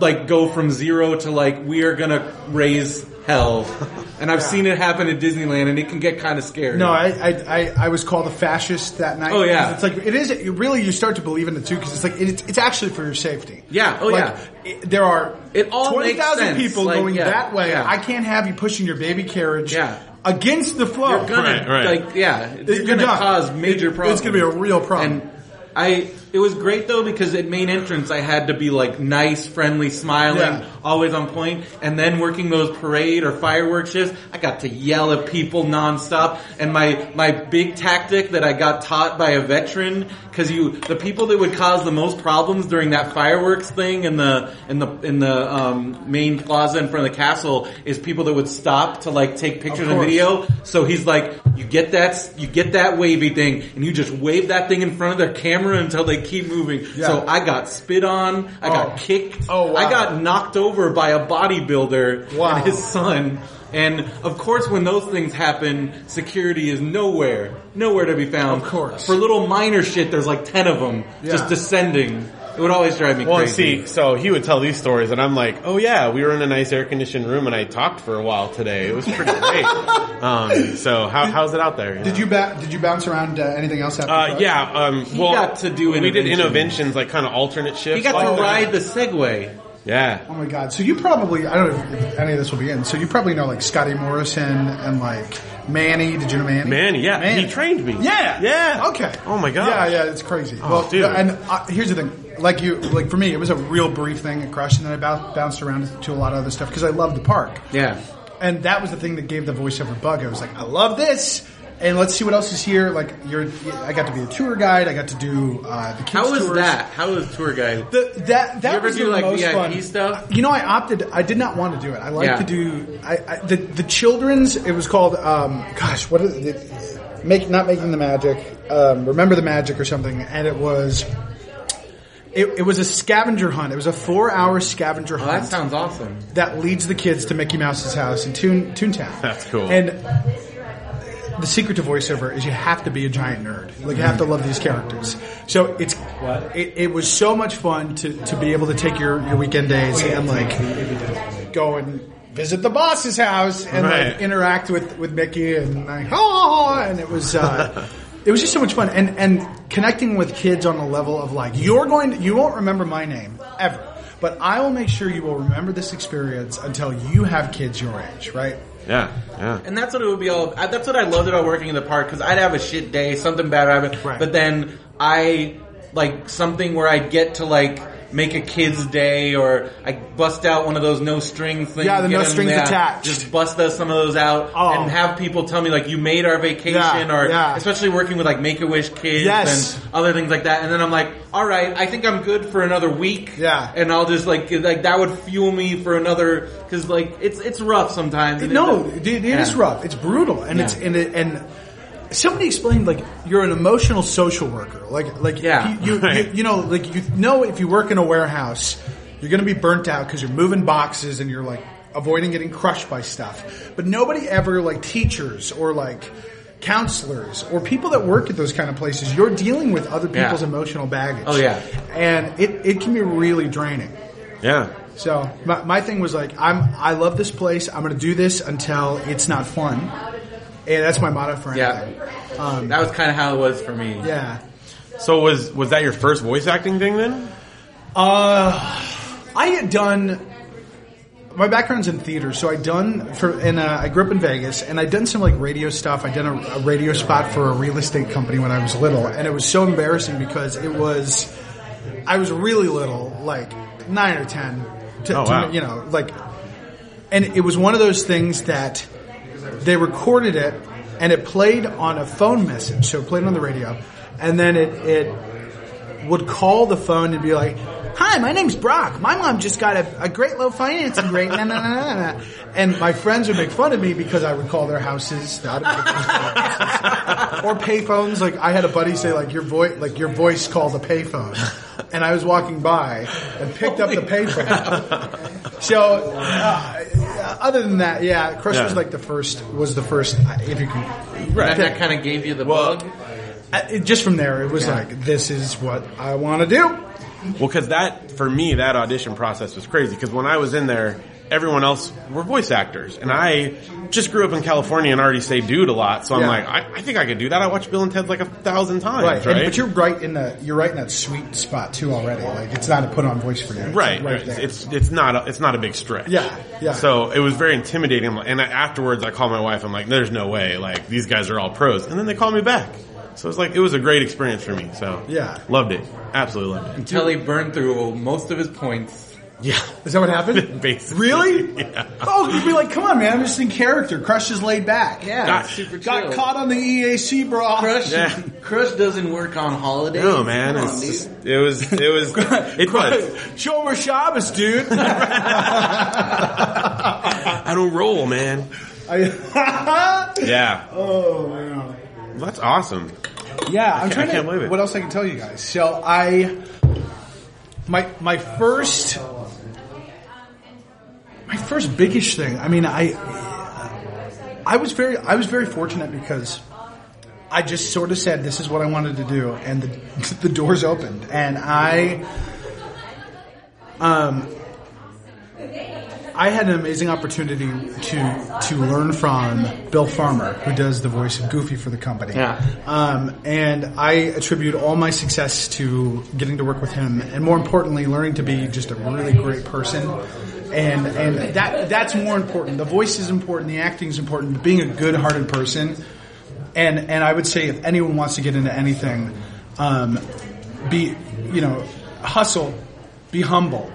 [SPEAKER 2] like go from zero to like we are gonna raise hell. And I've seen it happen at Disneyland, and it can get kind of scary.
[SPEAKER 9] No, I, I I I was called a fascist that night.
[SPEAKER 2] Oh, yeah.
[SPEAKER 9] 'Cause it's like it is it really you start to believe in it too because it's like it's, it's actually for your safety.
[SPEAKER 2] Yeah, oh,
[SPEAKER 9] like,
[SPEAKER 2] yeah.
[SPEAKER 9] it- there are
[SPEAKER 2] It all makes
[SPEAKER 9] twenty thousand
[SPEAKER 2] sense.
[SPEAKER 9] people
[SPEAKER 2] Like,
[SPEAKER 9] going
[SPEAKER 2] yeah,
[SPEAKER 9] that way.
[SPEAKER 2] yeah.
[SPEAKER 9] I can't have you pushing your baby carriage
[SPEAKER 2] Yeah.
[SPEAKER 9] against the flow.
[SPEAKER 2] you're gonna
[SPEAKER 3] Right, right.
[SPEAKER 2] like yeah, you're,
[SPEAKER 9] You're
[SPEAKER 2] gonna
[SPEAKER 9] done.
[SPEAKER 2] cause major
[SPEAKER 9] It-
[SPEAKER 2] problems.
[SPEAKER 9] it's gonna be a real problem.
[SPEAKER 2] And I, it was great though because at main entrance I had to be like nice, friendly, smiling,
[SPEAKER 9] Yeah.
[SPEAKER 2] always on point, and then working those parade or fireworks shifts, I got to yell at people nonstop. And my my big tactic that I got taught by a veteran because you the people that would cause the most problems during that fireworks thing in the in the in the um, main plaza in front of the castle is people that would stop to like take pictures and
[SPEAKER 9] course.
[SPEAKER 2] video video. So he's like, you get that, you get that wavy thing, and you just wave that thing in front of their camera until they keep moving.
[SPEAKER 9] Yeah.
[SPEAKER 2] So I got spit on, I
[SPEAKER 9] Oh.
[SPEAKER 2] got kicked,
[SPEAKER 9] Oh, wow.
[SPEAKER 2] I got knocked over by a bodybuilder
[SPEAKER 9] Wow.
[SPEAKER 2] and his son. And of course, when those things happen, security is nowhere, nowhere to be found.
[SPEAKER 9] Of course.
[SPEAKER 2] for little minor shit, there's like ten of them
[SPEAKER 9] Yeah.
[SPEAKER 2] just descending. It would always drive me
[SPEAKER 3] Well, and
[SPEAKER 2] crazy.
[SPEAKER 3] see, so he would tell these stories, and I'm like, oh yeah, we were in a nice air conditioned room, and I talked for a while today. It was pretty great. um, so how, how's it out there?
[SPEAKER 9] did you ba- did you bounce around uh, anything else after?
[SPEAKER 3] Uh,
[SPEAKER 9] that?
[SPEAKER 3] yeah. Um, well,
[SPEAKER 2] got to do
[SPEAKER 3] we did
[SPEAKER 2] intervention.
[SPEAKER 3] interventions like kind of alternate shifts.
[SPEAKER 2] he got
[SPEAKER 3] like
[SPEAKER 2] to
[SPEAKER 3] that.
[SPEAKER 2] ride the Segway.
[SPEAKER 3] Yeah.
[SPEAKER 9] Oh my god! So you probably I don't know if any of this will be in. So you probably know like Scotty Morrison and like Manny. Did you know Manny?
[SPEAKER 3] Man, yeah,
[SPEAKER 9] Man.
[SPEAKER 3] he trained me.
[SPEAKER 9] Yeah.
[SPEAKER 3] yeah.
[SPEAKER 9] Okay.
[SPEAKER 3] Oh my god.
[SPEAKER 9] Yeah, yeah, it's crazy.
[SPEAKER 3] Oh,
[SPEAKER 9] well,
[SPEAKER 3] dude.
[SPEAKER 9] yeah, and uh, here's the thing. Like you, like for me, it was a real brief thing at Crush, and then I bou- bounced around to a lot of other stuff because I loved the park.
[SPEAKER 2] Yeah.
[SPEAKER 9] And that was the thing that gave the voiceover bug. I was like, I love this, and let's see what else is here. Like, you're, I got to be a tour guide. I got to do uh, the kids
[SPEAKER 2] How was
[SPEAKER 9] tours.
[SPEAKER 2] that? How was tour guide?
[SPEAKER 9] The, that that
[SPEAKER 2] You ever
[SPEAKER 9] was
[SPEAKER 2] do,
[SPEAKER 9] the
[SPEAKER 2] like,
[SPEAKER 9] most
[SPEAKER 2] VIP
[SPEAKER 9] fun.
[SPEAKER 2] stuff?
[SPEAKER 9] You know, I opted. I did not want to do it. I like
[SPEAKER 2] Yeah.
[SPEAKER 9] to do I, I, the the children's. It was called. Um, gosh, what is it? Make not making the magic. Um, remember the magic or something. And it was. It, it was a scavenger hunt. It was a four-hour scavenger
[SPEAKER 2] Oh,
[SPEAKER 9] hunt
[SPEAKER 2] that sounds awesome.
[SPEAKER 9] that leads the kids to Mickey Mouse's house in Toon, Toontown.
[SPEAKER 3] That's cool.
[SPEAKER 9] And the secret to voiceover is you have to be a giant nerd. Like you have to love these characters. So it's it, it was so much fun to, to be able to take your, your weekend days and like go and visit the boss's house and
[SPEAKER 3] Right.
[SPEAKER 9] like interact with, with Mickey and like oh and it was uh, it was just so much fun and and connecting with kids on a level of like you're going to, you won't remember my name ever but I will make sure you will remember this experience until you have kids your age right
[SPEAKER 3] Yeah. Yeah.
[SPEAKER 2] And that's what it would be all. I- That's what I loved about working in the park because I'd have a shit day, something bad would happen,
[SPEAKER 9] Right.
[SPEAKER 2] but then I like something where I'd get to like make a kid's day or I bust out one of those no strings things.
[SPEAKER 9] Yeah, the
[SPEAKER 2] get
[SPEAKER 9] no
[SPEAKER 2] them-
[SPEAKER 9] strings attached.
[SPEAKER 2] Just bust those, some of those out
[SPEAKER 9] Oh.
[SPEAKER 2] and have people tell me like you made our vacation
[SPEAKER 9] Yeah,
[SPEAKER 2] or
[SPEAKER 9] yeah.
[SPEAKER 2] especially working with like Make a Wish kids
[SPEAKER 9] Yes.
[SPEAKER 2] and other things like that. And then I'm like, all right, I think I'm good for another week.
[SPEAKER 9] Yeah.
[SPEAKER 2] and I'll just like like that would fuel me for another because like it's it's rough sometimes. and it
[SPEAKER 9] no
[SPEAKER 2] does-
[SPEAKER 9] it, it is
[SPEAKER 2] Yeah.
[SPEAKER 9] rough it's brutal and it's
[SPEAKER 2] Yeah.
[SPEAKER 9] and it, and somebody explained like you're an emotional social worker like like
[SPEAKER 2] Yeah.
[SPEAKER 9] you, you, you, you know like you know if you work in a warehouse you're going to be burnt out because you're moving boxes and you're like avoiding getting crushed by stuff. But nobody ever, like teachers or like counselors or people that work at those kind of places, you're dealing with other
[SPEAKER 2] Yeah.
[SPEAKER 9] people's emotional baggage.
[SPEAKER 2] Oh, yeah.
[SPEAKER 9] And it, it can be really draining.
[SPEAKER 3] Yeah.
[SPEAKER 9] So my, my thing was like, I'm I love this place. I'm going to do this until it's not fun. And that's my motto for
[SPEAKER 11] Yeah.
[SPEAKER 9] anything. Um,
[SPEAKER 11] That was kind of how it was for me.
[SPEAKER 9] yeah.
[SPEAKER 3] So was was that your first voice acting thing then?
[SPEAKER 9] Uh, I had done. My background's in theater, so I'd done for, and uh, I grew up in Vegas, and I'd done some like radio stuff. I'd done a, a radio spot for a real estate company when I was little, and it was so embarrassing because it was, I was really little, like nine or ten, to,
[SPEAKER 3] Oh,
[SPEAKER 9] to-
[SPEAKER 3] wow.
[SPEAKER 9] you know, like, and it was one of those things that they recorded it and it played on a phone message, so it played on the radio, and then it it would call the phone and be like, "Hi, my name's Brock. My mom just got a, a great low financing rate." Na, na, na, na, na. And my friends would make fun of me because I would call their houses, not or payphones. Like I had a buddy say, "Like your voice, like your voice called a payphone," and I was walking by and picked up the payphone. so, uh, other than that, yeah, Crush was
[SPEAKER 3] Yeah.
[SPEAKER 9] like the first was the first uh, if you can
[SPEAKER 11] That, that kind of gave you the bug.
[SPEAKER 9] I- it- just from there, it was like, this is what I want to do.
[SPEAKER 3] Well, because that for me, that audition process was crazy. Because when I was in there, everyone else were voice actors, and I just grew up in California and already say dude a lot. So I'm
[SPEAKER 9] Yeah.
[SPEAKER 3] like, I, I think I could do that. I watched Bill and Ted's like a thousand times,
[SPEAKER 9] Right,
[SPEAKER 3] right?
[SPEAKER 9] and, but you're right in the you're right in that sweet spot too already. Like it's not a put on voice for you, It's
[SPEAKER 3] Right,
[SPEAKER 9] Right
[SPEAKER 3] right.
[SPEAKER 9] there.
[SPEAKER 3] It's it's not a, it's not a big stretch.
[SPEAKER 9] Yeah, yeah.
[SPEAKER 3] So it was very intimidating, and I, afterwards I called my wife. I'm like, "There's no way, like these guys are all pros." And then they called me back. So it's like it was a great experience for me. So
[SPEAKER 9] Yeah.
[SPEAKER 3] loved it, absolutely loved it.
[SPEAKER 11] Until he burned through most of his points.
[SPEAKER 3] Yeah,
[SPEAKER 9] is that what happened?
[SPEAKER 3] basically.
[SPEAKER 9] really?
[SPEAKER 3] Yeah.
[SPEAKER 9] Oh, you'd be like, come on, man! I'm just in character. Crush is laid back. Yeah,
[SPEAKER 11] Got- super
[SPEAKER 9] got
[SPEAKER 11] chill.
[SPEAKER 9] caught on the EAC, bro.
[SPEAKER 11] Crush,
[SPEAKER 3] Yeah.
[SPEAKER 11] Crush doesn't work on holidays.
[SPEAKER 3] No man,
[SPEAKER 11] Come
[SPEAKER 3] it's
[SPEAKER 11] on,
[SPEAKER 3] just,
[SPEAKER 11] dude.
[SPEAKER 3] it was it was it was.
[SPEAKER 9] Shomer Shabbos, dude.
[SPEAKER 3] I don't roll, man.
[SPEAKER 9] I-
[SPEAKER 3] Yeah,
[SPEAKER 9] oh man.
[SPEAKER 3] that's awesome.
[SPEAKER 9] Yeah, I'm
[SPEAKER 3] can't-
[SPEAKER 9] trying
[SPEAKER 3] I
[SPEAKER 9] to.
[SPEAKER 3] can't believe it.
[SPEAKER 9] What else I can tell you guys? So I, my my first, my first biggish thing. I mean, I, I was very I was very fortunate because I just sort of said this is what I wanted to do, and the the doors opened, and I, um, I had an amazing opportunity to to learn from Bill Farmer, who does the voice of Goofy for the company.
[SPEAKER 11] Yeah.
[SPEAKER 9] Um, and I attribute all my success to getting to work with him, and more importantly, learning to be just a really great person. And and that that's more important. The voice is important. The acting is important. But being a good-hearted person, and and I would say if anyone wants to get into anything, um, be you know hustle, be humble,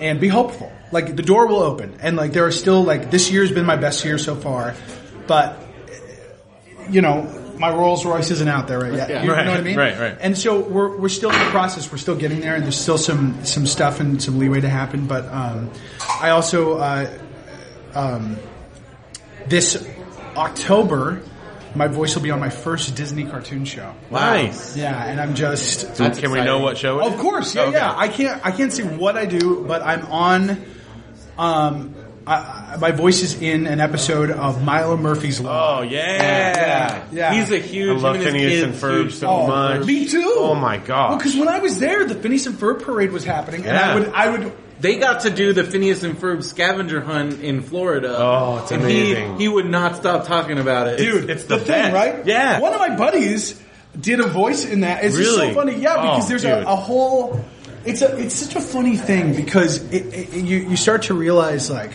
[SPEAKER 9] and be hopeful. Like the door will open, and like there are still like this year's been my best year so far, but you know, my Rolls Royce isn't out there right yet. You
[SPEAKER 3] Right,
[SPEAKER 9] know what I mean?
[SPEAKER 3] right, right.
[SPEAKER 9] And so we're, we're still in the process. We're still getting there, and there's still some some stuff and some leeway to happen. But um, I also uh, um, this October, my voice will be on my first Disney cartoon show.
[SPEAKER 3] Nice.
[SPEAKER 9] Yeah, and I'm just
[SPEAKER 3] So can we know what show? it
[SPEAKER 9] of
[SPEAKER 3] is?
[SPEAKER 9] course, yeah,
[SPEAKER 3] Okay.
[SPEAKER 9] yeah. I can't, I can't say what I do, but I'm on. Um, I, I, my voice is in an episode of Milo Murphy's Law.
[SPEAKER 3] Oh yeah.
[SPEAKER 9] yeah.
[SPEAKER 11] He's a
[SPEAKER 3] I
[SPEAKER 11] huge.
[SPEAKER 3] love
[SPEAKER 11] him and his
[SPEAKER 3] Phineas and
[SPEAKER 11] kids,
[SPEAKER 3] Ferb
[SPEAKER 11] huge-
[SPEAKER 3] so much.
[SPEAKER 9] Me too.
[SPEAKER 3] Oh my god.
[SPEAKER 9] Well, because when I was there, the Phineas and Ferb parade was happening,
[SPEAKER 3] Yeah.
[SPEAKER 9] and I would, I would.
[SPEAKER 11] They got to do the Phineas and Ferb scavenger hunt in Florida.
[SPEAKER 3] Oh, it's
[SPEAKER 11] and he-
[SPEAKER 3] amazing.
[SPEAKER 11] He, would not stop talking about it.
[SPEAKER 3] Dude, it's the
[SPEAKER 9] thing,
[SPEAKER 3] best.
[SPEAKER 9] right?
[SPEAKER 3] Yeah.
[SPEAKER 9] One of my buddies did a voice in that. It's just so
[SPEAKER 3] Really?
[SPEAKER 9] funny. Yeah, because
[SPEAKER 3] Oh,
[SPEAKER 9] there's a,
[SPEAKER 3] dude.
[SPEAKER 9] a whole. It's a. It's such a funny thing because it, it, you you start to realize like,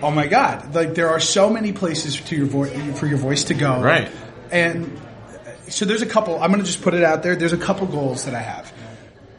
[SPEAKER 9] oh my god, like there are so many places to your voice for your voice to go.
[SPEAKER 3] Right.
[SPEAKER 9] And so there's a couple. I'm going to just put it out there. There's a couple goals that I have.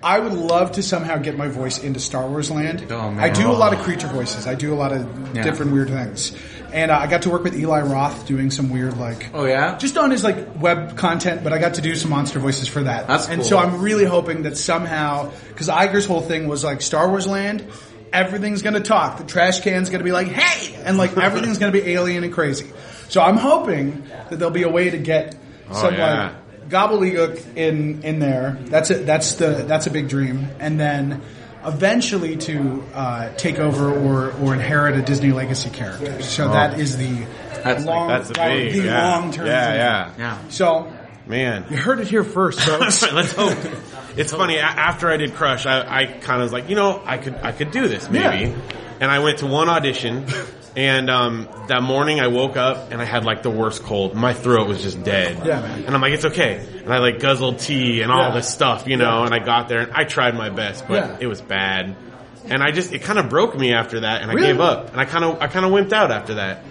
[SPEAKER 9] I would love to somemew get my voice into Star Wars land.
[SPEAKER 11] Oh, man.
[SPEAKER 9] I do a lot of creature voices. I do a lot of
[SPEAKER 11] Yeah.
[SPEAKER 9] different weird things. And uh, I got to work with Eli Roth doing some weird like
[SPEAKER 11] Oh yeah.
[SPEAKER 9] just on his like web content, but I got to do some monster voices for that.
[SPEAKER 11] That's
[SPEAKER 9] and
[SPEAKER 11] cool.
[SPEAKER 9] so I'm really hoping that somehow, because Iger's whole thing was like Star Wars Land, everything's gonna talk. The trash can's gonna be like, hey, and like everything's gonna be alien and crazy. So I'm hoping that there'll be a way to get some
[SPEAKER 3] Oh, yeah.
[SPEAKER 9] like gobbledygook in in there. That's it. That's the that's a big dream. And then eventually to uh, take over or, or inherit a Disney legacy character. So
[SPEAKER 3] Oh.
[SPEAKER 9] that is the
[SPEAKER 3] That's like-
[SPEAKER 9] long,
[SPEAKER 3] that's a
[SPEAKER 9] that would
[SPEAKER 3] big,
[SPEAKER 9] be the
[SPEAKER 3] yeah.
[SPEAKER 9] long-term
[SPEAKER 3] Yeah,
[SPEAKER 9] thinking.
[SPEAKER 3] yeah. Yeah.
[SPEAKER 9] So
[SPEAKER 3] Man.
[SPEAKER 9] you heard it here first, folks.
[SPEAKER 3] Let's hope. It's funny. a- After I did Crush, I, I kind of was like, you know, I could I could do this maybe. And I went to one audition, and um, that morning I woke up and I had like the worst cold. My throat was just dead.
[SPEAKER 9] Yeah, man.
[SPEAKER 3] And I'm like, it's okay. And I like guzzled tea and all
[SPEAKER 9] Yeah.
[SPEAKER 3] this stuff, you know. And I got there and I tried my best, but
[SPEAKER 9] Yeah.
[SPEAKER 3] it was bad. And I just it kind of broke me after that, and I
[SPEAKER 9] Really?
[SPEAKER 3] gave up. And I kind of I kind of wimped out after that.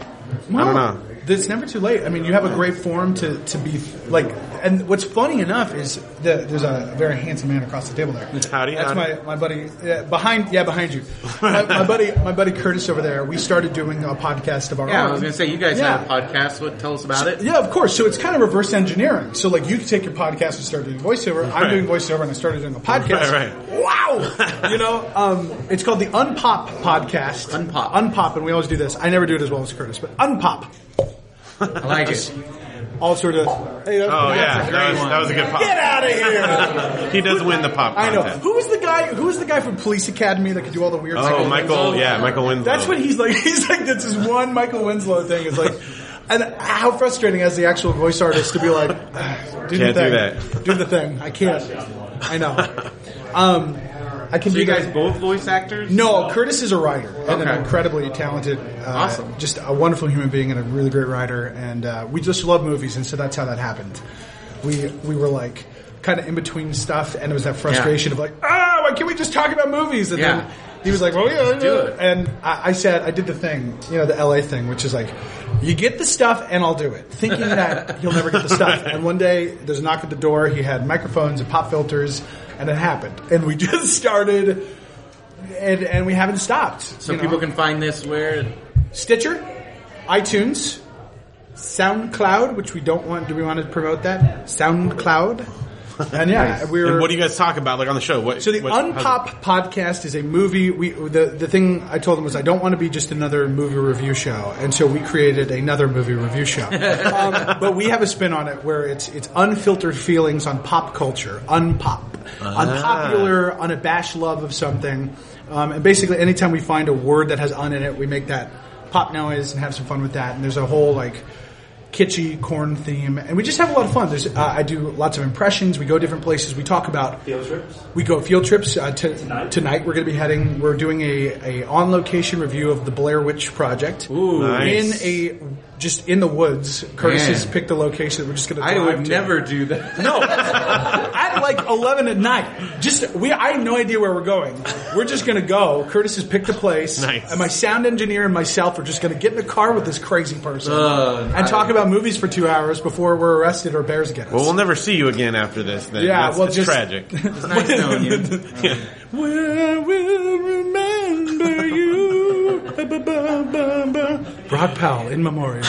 [SPEAKER 3] I don't know.
[SPEAKER 9] It's never too late. I mean, you have a great form to, to be like. And what's funny enough is that there's a very handsome man across the table there.
[SPEAKER 3] Howdy,
[SPEAKER 9] That's
[SPEAKER 3] howdy.
[SPEAKER 9] my, my buddy yeah, behind. Yeah, behind you. My, my buddy, my buddy Curtis over there. We started doing a podcast of our
[SPEAKER 11] Yeah,
[SPEAKER 9] own.
[SPEAKER 11] I was gonna say you guys
[SPEAKER 9] Yeah.
[SPEAKER 11] have a podcast. What tell us about
[SPEAKER 9] So-
[SPEAKER 11] it?
[SPEAKER 9] Yeah, of course. So it's kind of reverse engineering. So like you could take your podcast and start doing voiceover. I'm
[SPEAKER 11] Right.
[SPEAKER 9] doing voiceover and I started doing a podcast.
[SPEAKER 11] Right,
[SPEAKER 9] Wow. you know, um, it's called the Unpop podcast. Unpop. Unpop, and we always do this. I never do it as well as Curtis, but Unpop. I
[SPEAKER 11] like it.
[SPEAKER 9] All sort of. Hey, that was
[SPEAKER 3] Oh
[SPEAKER 9] pretty
[SPEAKER 3] yeah,
[SPEAKER 9] awesome.
[SPEAKER 3] that was, that was a good pop.
[SPEAKER 9] Get out of here.
[SPEAKER 3] he does win the pop.
[SPEAKER 9] I know.
[SPEAKER 3] contest.
[SPEAKER 9] Who was the guy? Who was the guy from Police Academy that could do all the weird?
[SPEAKER 3] Oh,
[SPEAKER 9] stuff?
[SPEAKER 3] Michael- yeah, Michael Winslow.
[SPEAKER 9] That's what he's like. He's like that's his one Michael Winslow thing. Is like, and how frustrating as the actual voice artist to be like, "Ah, do the
[SPEAKER 3] Can't do
[SPEAKER 9] thing,
[SPEAKER 3] that."
[SPEAKER 9] do the thing. I can't. I know. Um, I can.
[SPEAKER 11] So
[SPEAKER 9] do
[SPEAKER 11] you guys
[SPEAKER 9] that.
[SPEAKER 11] both voice actors?
[SPEAKER 9] No, Curtis is a writer and an
[SPEAKER 11] Okay.
[SPEAKER 9] incredibly talented, uh,
[SPEAKER 11] Awesome.
[SPEAKER 9] just a wonderful human being and a really great writer. And uh, we just love movies, and so that's how that happened. We we were like kind of in between stuff, and it was that frustration of like, oh, why can't we just talk about movies? And
[SPEAKER 11] Yeah.
[SPEAKER 9] then he was like, well, yeah, yeah.
[SPEAKER 11] do it.
[SPEAKER 9] And I, I said, I did the thing, you know, the LA thing, which is like. You get the stuff and I'll do it. Thinking that you'll never get the stuff. And one day there's a knock at the door. He had microphones and pop filters and it happened. And we just started and, and we haven't stopped.
[SPEAKER 11] So
[SPEAKER 9] you know.
[SPEAKER 11] people can find this where
[SPEAKER 9] Stitcher, iTunes, SoundCloud, which we don't want. Do we want to promote that? SoundCloud, and yeah, we're.
[SPEAKER 3] And what do you guys talk about, like on the show? What,
[SPEAKER 9] so the
[SPEAKER 3] what- how's
[SPEAKER 9] Unpop podcast is a movie. We the the thing I told them was I don't want to be just another movie review show, and so we created another movie review show. um, but we have a spin on it where it's it's unfiltered feelings on pop culture, unpop,
[SPEAKER 3] Ah.
[SPEAKER 9] unpopular, unabashed love of something, um, and basically anytime we find a word that has "un" in it, we make that pop noise and have some fun with that. And there's a whole like kitschy corn theme, and we just have a lot of fun. There's, uh, I do lots of impressions. We go different places. We talk about field trips. We go field trips uh, to, tonight. We're going to be heading. We're doing a, a on location review of the Blair Witch Project Ooh,
[SPEAKER 3] Nice.
[SPEAKER 9] in a just in the woods. Curtis
[SPEAKER 11] Man.
[SPEAKER 9] has picked a location. that We're just going to.
[SPEAKER 11] I would
[SPEAKER 9] to.
[SPEAKER 11] never do that.
[SPEAKER 9] No, at like eleven at night. Just we, I have no idea where we're going. We're just gonna go. Curtis has picked a place,
[SPEAKER 3] Nice.
[SPEAKER 9] and my sound engineer and myself are just gonna get in the car with this crazy person
[SPEAKER 11] Uh,
[SPEAKER 9] and talk about movies for two hours before we're arrested or bears get us.
[SPEAKER 3] well, we'll never see you again after this. Then.
[SPEAKER 9] Yeah,
[SPEAKER 3] That's,
[SPEAKER 9] well,
[SPEAKER 3] it's
[SPEAKER 9] just-
[SPEAKER 3] tragic.
[SPEAKER 11] It's nice knowing you.
[SPEAKER 3] Yeah.
[SPEAKER 9] Where will remember you? Rod Powell in memoriam.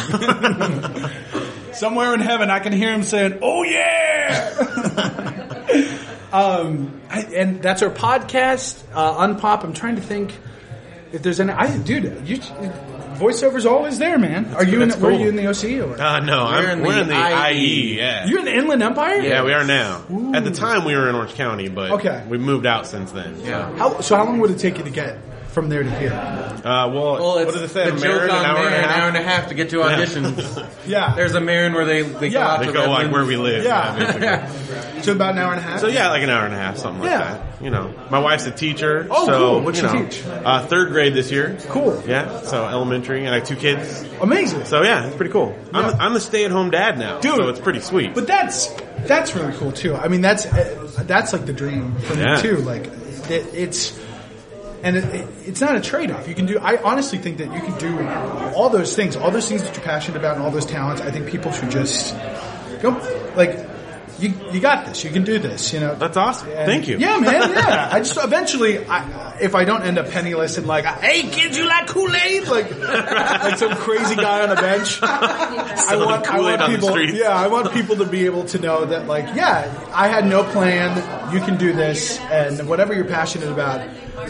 [SPEAKER 9] Somewhere in heaven, I can hear him saying, "Oh yeah." um, I- and that's our podcast, uh, Unpop. I'm trying to think if there's any. I, dude, you, voiceover's always there, man. Are you? In,
[SPEAKER 3] that's
[SPEAKER 9] Were
[SPEAKER 3] cool.
[SPEAKER 9] you in the OC? Or?
[SPEAKER 3] Uh, no, I'm, we're in the,
[SPEAKER 11] E.
[SPEAKER 3] IE. yeah.
[SPEAKER 9] You're in the Inland Empire.
[SPEAKER 3] yeah, we are now.
[SPEAKER 9] Ooh.
[SPEAKER 3] At the time, we were in Orange County, but
[SPEAKER 9] Okay.
[SPEAKER 3] we moved out since then. so.
[SPEAKER 11] Yeah.
[SPEAKER 9] How, so how long would it take you to get from there to here?
[SPEAKER 3] Uh, well,
[SPEAKER 11] Well, it's
[SPEAKER 3] what does it say?
[SPEAKER 11] the
[SPEAKER 3] Marin,
[SPEAKER 11] joke on
[SPEAKER 3] an
[SPEAKER 11] there,
[SPEAKER 3] hour and a
[SPEAKER 11] an
[SPEAKER 3] half.
[SPEAKER 11] hour and a half to get to auditions.
[SPEAKER 9] Yeah.
[SPEAKER 11] There's a Marin where they, they go
[SPEAKER 9] Yeah.
[SPEAKER 11] out
[SPEAKER 3] They
[SPEAKER 11] to
[SPEAKER 3] go like
[SPEAKER 11] Redlands.
[SPEAKER 3] where we live.
[SPEAKER 9] Yeah.
[SPEAKER 3] basically.
[SPEAKER 9] So about an hour and a half.
[SPEAKER 3] So yeah, like an hour and a half, something like
[SPEAKER 9] Yeah.
[SPEAKER 3] that. You know, my wife's a teacher.
[SPEAKER 9] Oh,
[SPEAKER 3] so,
[SPEAKER 9] cool. What'd
[SPEAKER 3] you
[SPEAKER 9] she
[SPEAKER 3] know,
[SPEAKER 9] teach?
[SPEAKER 3] Uh, third grade this year.
[SPEAKER 9] Cool.
[SPEAKER 3] Yeah, so elementary, and I have two kids.
[SPEAKER 9] Amazing.
[SPEAKER 3] So yeah, it's pretty cool. I'm,
[SPEAKER 9] Yeah.
[SPEAKER 3] I'm the stay-at-home dad now,
[SPEAKER 9] Dude.
[SPEAKER 3] so it's pretty sweet.
[SPEAKER 9] But that's that's really cool too. I mean, that's uh, that's like the dream for
[SPEAKER 3] Yeah.
[SPEAKER 9] me too. Like it, it's and it, it, it's not a trade off. You can do. I honestly think that you can do all those things, all those things that you're passionate about, and all those talents. I think people should just go like. You, you got this. You can do this. You know
[SPEAKER 3] That's awesome.
[SPEAKER 9] And-
[SPEAKER 3] Thank you.
[SPEAKER 9] Yeah, man. Yeah. I just eventually, I, if I don't end up penniless and like, hey kids, you like Kool Aid? Like, like some crazy guy on a bench. I
[SPEAKER 3] Selling
[SPEAKER 9] want, I
[SPEAKER 3] Kool-Aid
[SPEAKER 9] want
[SPEAKER 3] on the
[SPEAKER 9] people.
[SPEAKER 3] streets.
[SPEAKER 9] yeah, I want people to be able to know that, like, yeah, I had no plan. You can do this, and whatever you're passionate about,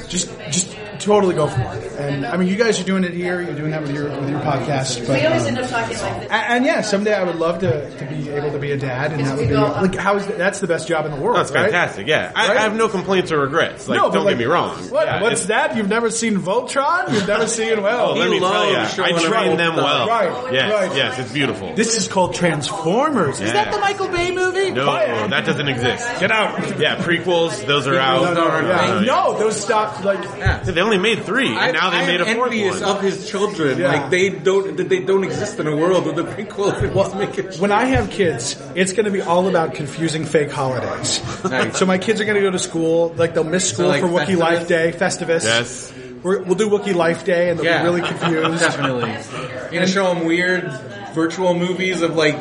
[SPEAKER 9] just just totally go for it. And I mean, you guys are doing it here. You're doing that with your with your podcast. But,
[SPEAKER 6] we always
[SPEAKER 9] um,
[SPEAKER 6] end up talking like this.
[SPEAKER 9] and, and yeah, someday I would love to, to be able to be a dad, and that would be like how is that, that's the best job in the world.
[SPEAKER 3] That's
[SPEAKER 9] right?
[SPEAKER 3] fantastic. Yeah, I, I have no complaints or regrets. Like,
[SPEAKER 9] No, but
[SPEAKER 3] don't
[SPEAKER 9] like,
[SPEAKER 3] get me wrong.
[SPEAKER 9] What,
[SPEAKER 3] Yeah,
[SPEAKER 9] what's that? You've never seen Voltron? You've never seen well.
[SPEAKER 3] Oh, let me tell you, I train them well.
[SPEAKER 9] Right.
[SPEAKER 3] yes,
[SPEAKER 9] Right.
[SPEAKER 3] yes, it's beautiful.
[SPEAKER 9] This is called Transformers. Is that
[SPEAKER 3] Yeah.
[SPEAKER 9] the Michael Bay movie?
[SPEAKER 3] no,
[SPEAKER 9] Quiet.
[SPEAKER 3] that doesn't exist. Get out. Yeah, prequels, those are out.
[SPEAKER 9] No, no,
[SPEAKER 3] Uh, yeah.
[SPEAKER 9] no, those stopped like
[SPEAKER 3] They only made three, and
[SPEAKER 2] I-
[SPEAKER 3] now they
[SPEAKER 2] I
[SPEAKER 3] made
[SPEAKER 2] am
[SPEAKER 3] a fourth
[SPEAKER 2] envious
[SPEAKER 3] one.
[SPEAKER 2] of his children.
[SPEAKER 9] Yeah.
[SPEAKER 2] Like they don't, that they don't exist in a world where the prequel would make it.
[SPEAKER 9] When I have kids, it's going to be all about confusing fake holidays.
[SPEAKER 2] Nice.
[SPEAKER 9] So my kids are going to go to school, like they'll miss school
[SPEAKER 2] like
[SPEAKER 9] for Wookiee
[SPEAKER 2] Festivus?
[SPEAKER 9] Life Day, Festivus.
[SPEAKER 2] Yes.
[SPEAKER 9] We're, we'll do Wookiee Life Day, and they'll
[SPEAKER 2] Yeah.
[SPEAKER 9] be really confused.
[SPEAKER 2] Definitely. You're gonna show them weird virtual movies of like.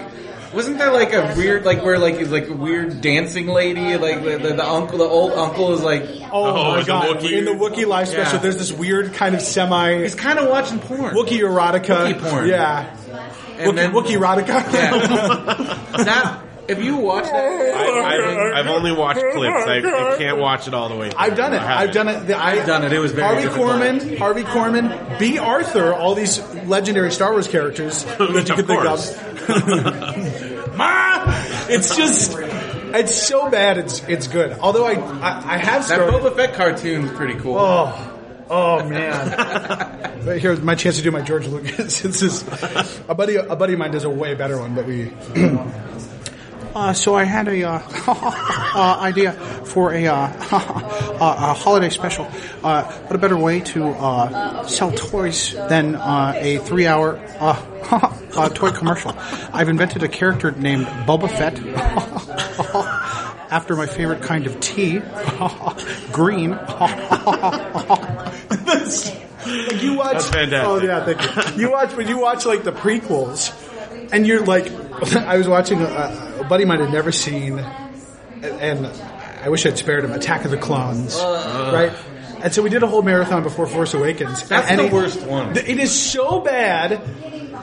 [SPEAKER 2] Wasn't there like a weird like where like is like a weird dancing lady like the, the, the uncle the old uncle is like
[SPEAKER 9] Oh, my god! In the Wookiee Life
[SPEAKER 2] Yeah.
[SPEAKER 9] special, there's this weird kind of semi. He's
[SPEAKER 2] kind of watching porn.
[SPEAKER 9] Wookiee erotica.
[SPEAKER 2] Wookiee porn.
[SPEAKER 9] Yeah.
[SPEAKER 2] And
[SPEAKER 9] Wookiee,
[SPEAKER 2] then-
[SPEAKER 9] Wookiee erotica.
[SPEAKER 2] that if you watch that
[SPEAKER 3] I, have only watched clips. I, I can't watch it all the way. through.
[SPEAKER 9] I've done it.
[SPEAKER 3] I haven't.
[SPEAKER 9] I've done it. The- I, have
[SPEAKER 2] done it. It was very
[SPEAKER 9] Harvey
[SPEAKER 2] difficult.
[SPEAKER 9] Korman, Harvey Korman, B. Arthur, all these legendary Star Wars characters that you could think of. Ma, it's just it's so bad. It's it's good. Although I I, I have
[SPEAKER 2] that
[SPEAKER 9] started.
[SPEAKER 2] Boba Fett cartoon's pretty cool.
[SPEAKER 9] Oh, oh man! But Here's my chance to do my George Lucas. This is a buddy. A buddy of mine does a way better one, but we. Uh, so I had a uh, uh, idea for a, uh, a, a holiday special. Uh, what a better way to uh, sell toys than uh, a three-hour uh, uh, toy commercial? I've invented a character named Boba Fett after my favorite kind of tea, green. like you watch.
[SPEAKER 3] That's fantastic.
[SPEAKER 9] Oh yeah, thank you. You watch when you watch like the prequels, and you're like, I was watching uh, a, a buddy of mine had never seen, and I wish I'd spared him Attack of the Clones, right? And so we did a whole marathon before Force Awakens.
[SPEAKER 2] That's
[SPEAKER 9] and
[SPEAKER 2] the
[SPEAKER 9] it-
[SPEAKER 2] worst one.
[SPEAKER 9] It is so bad. and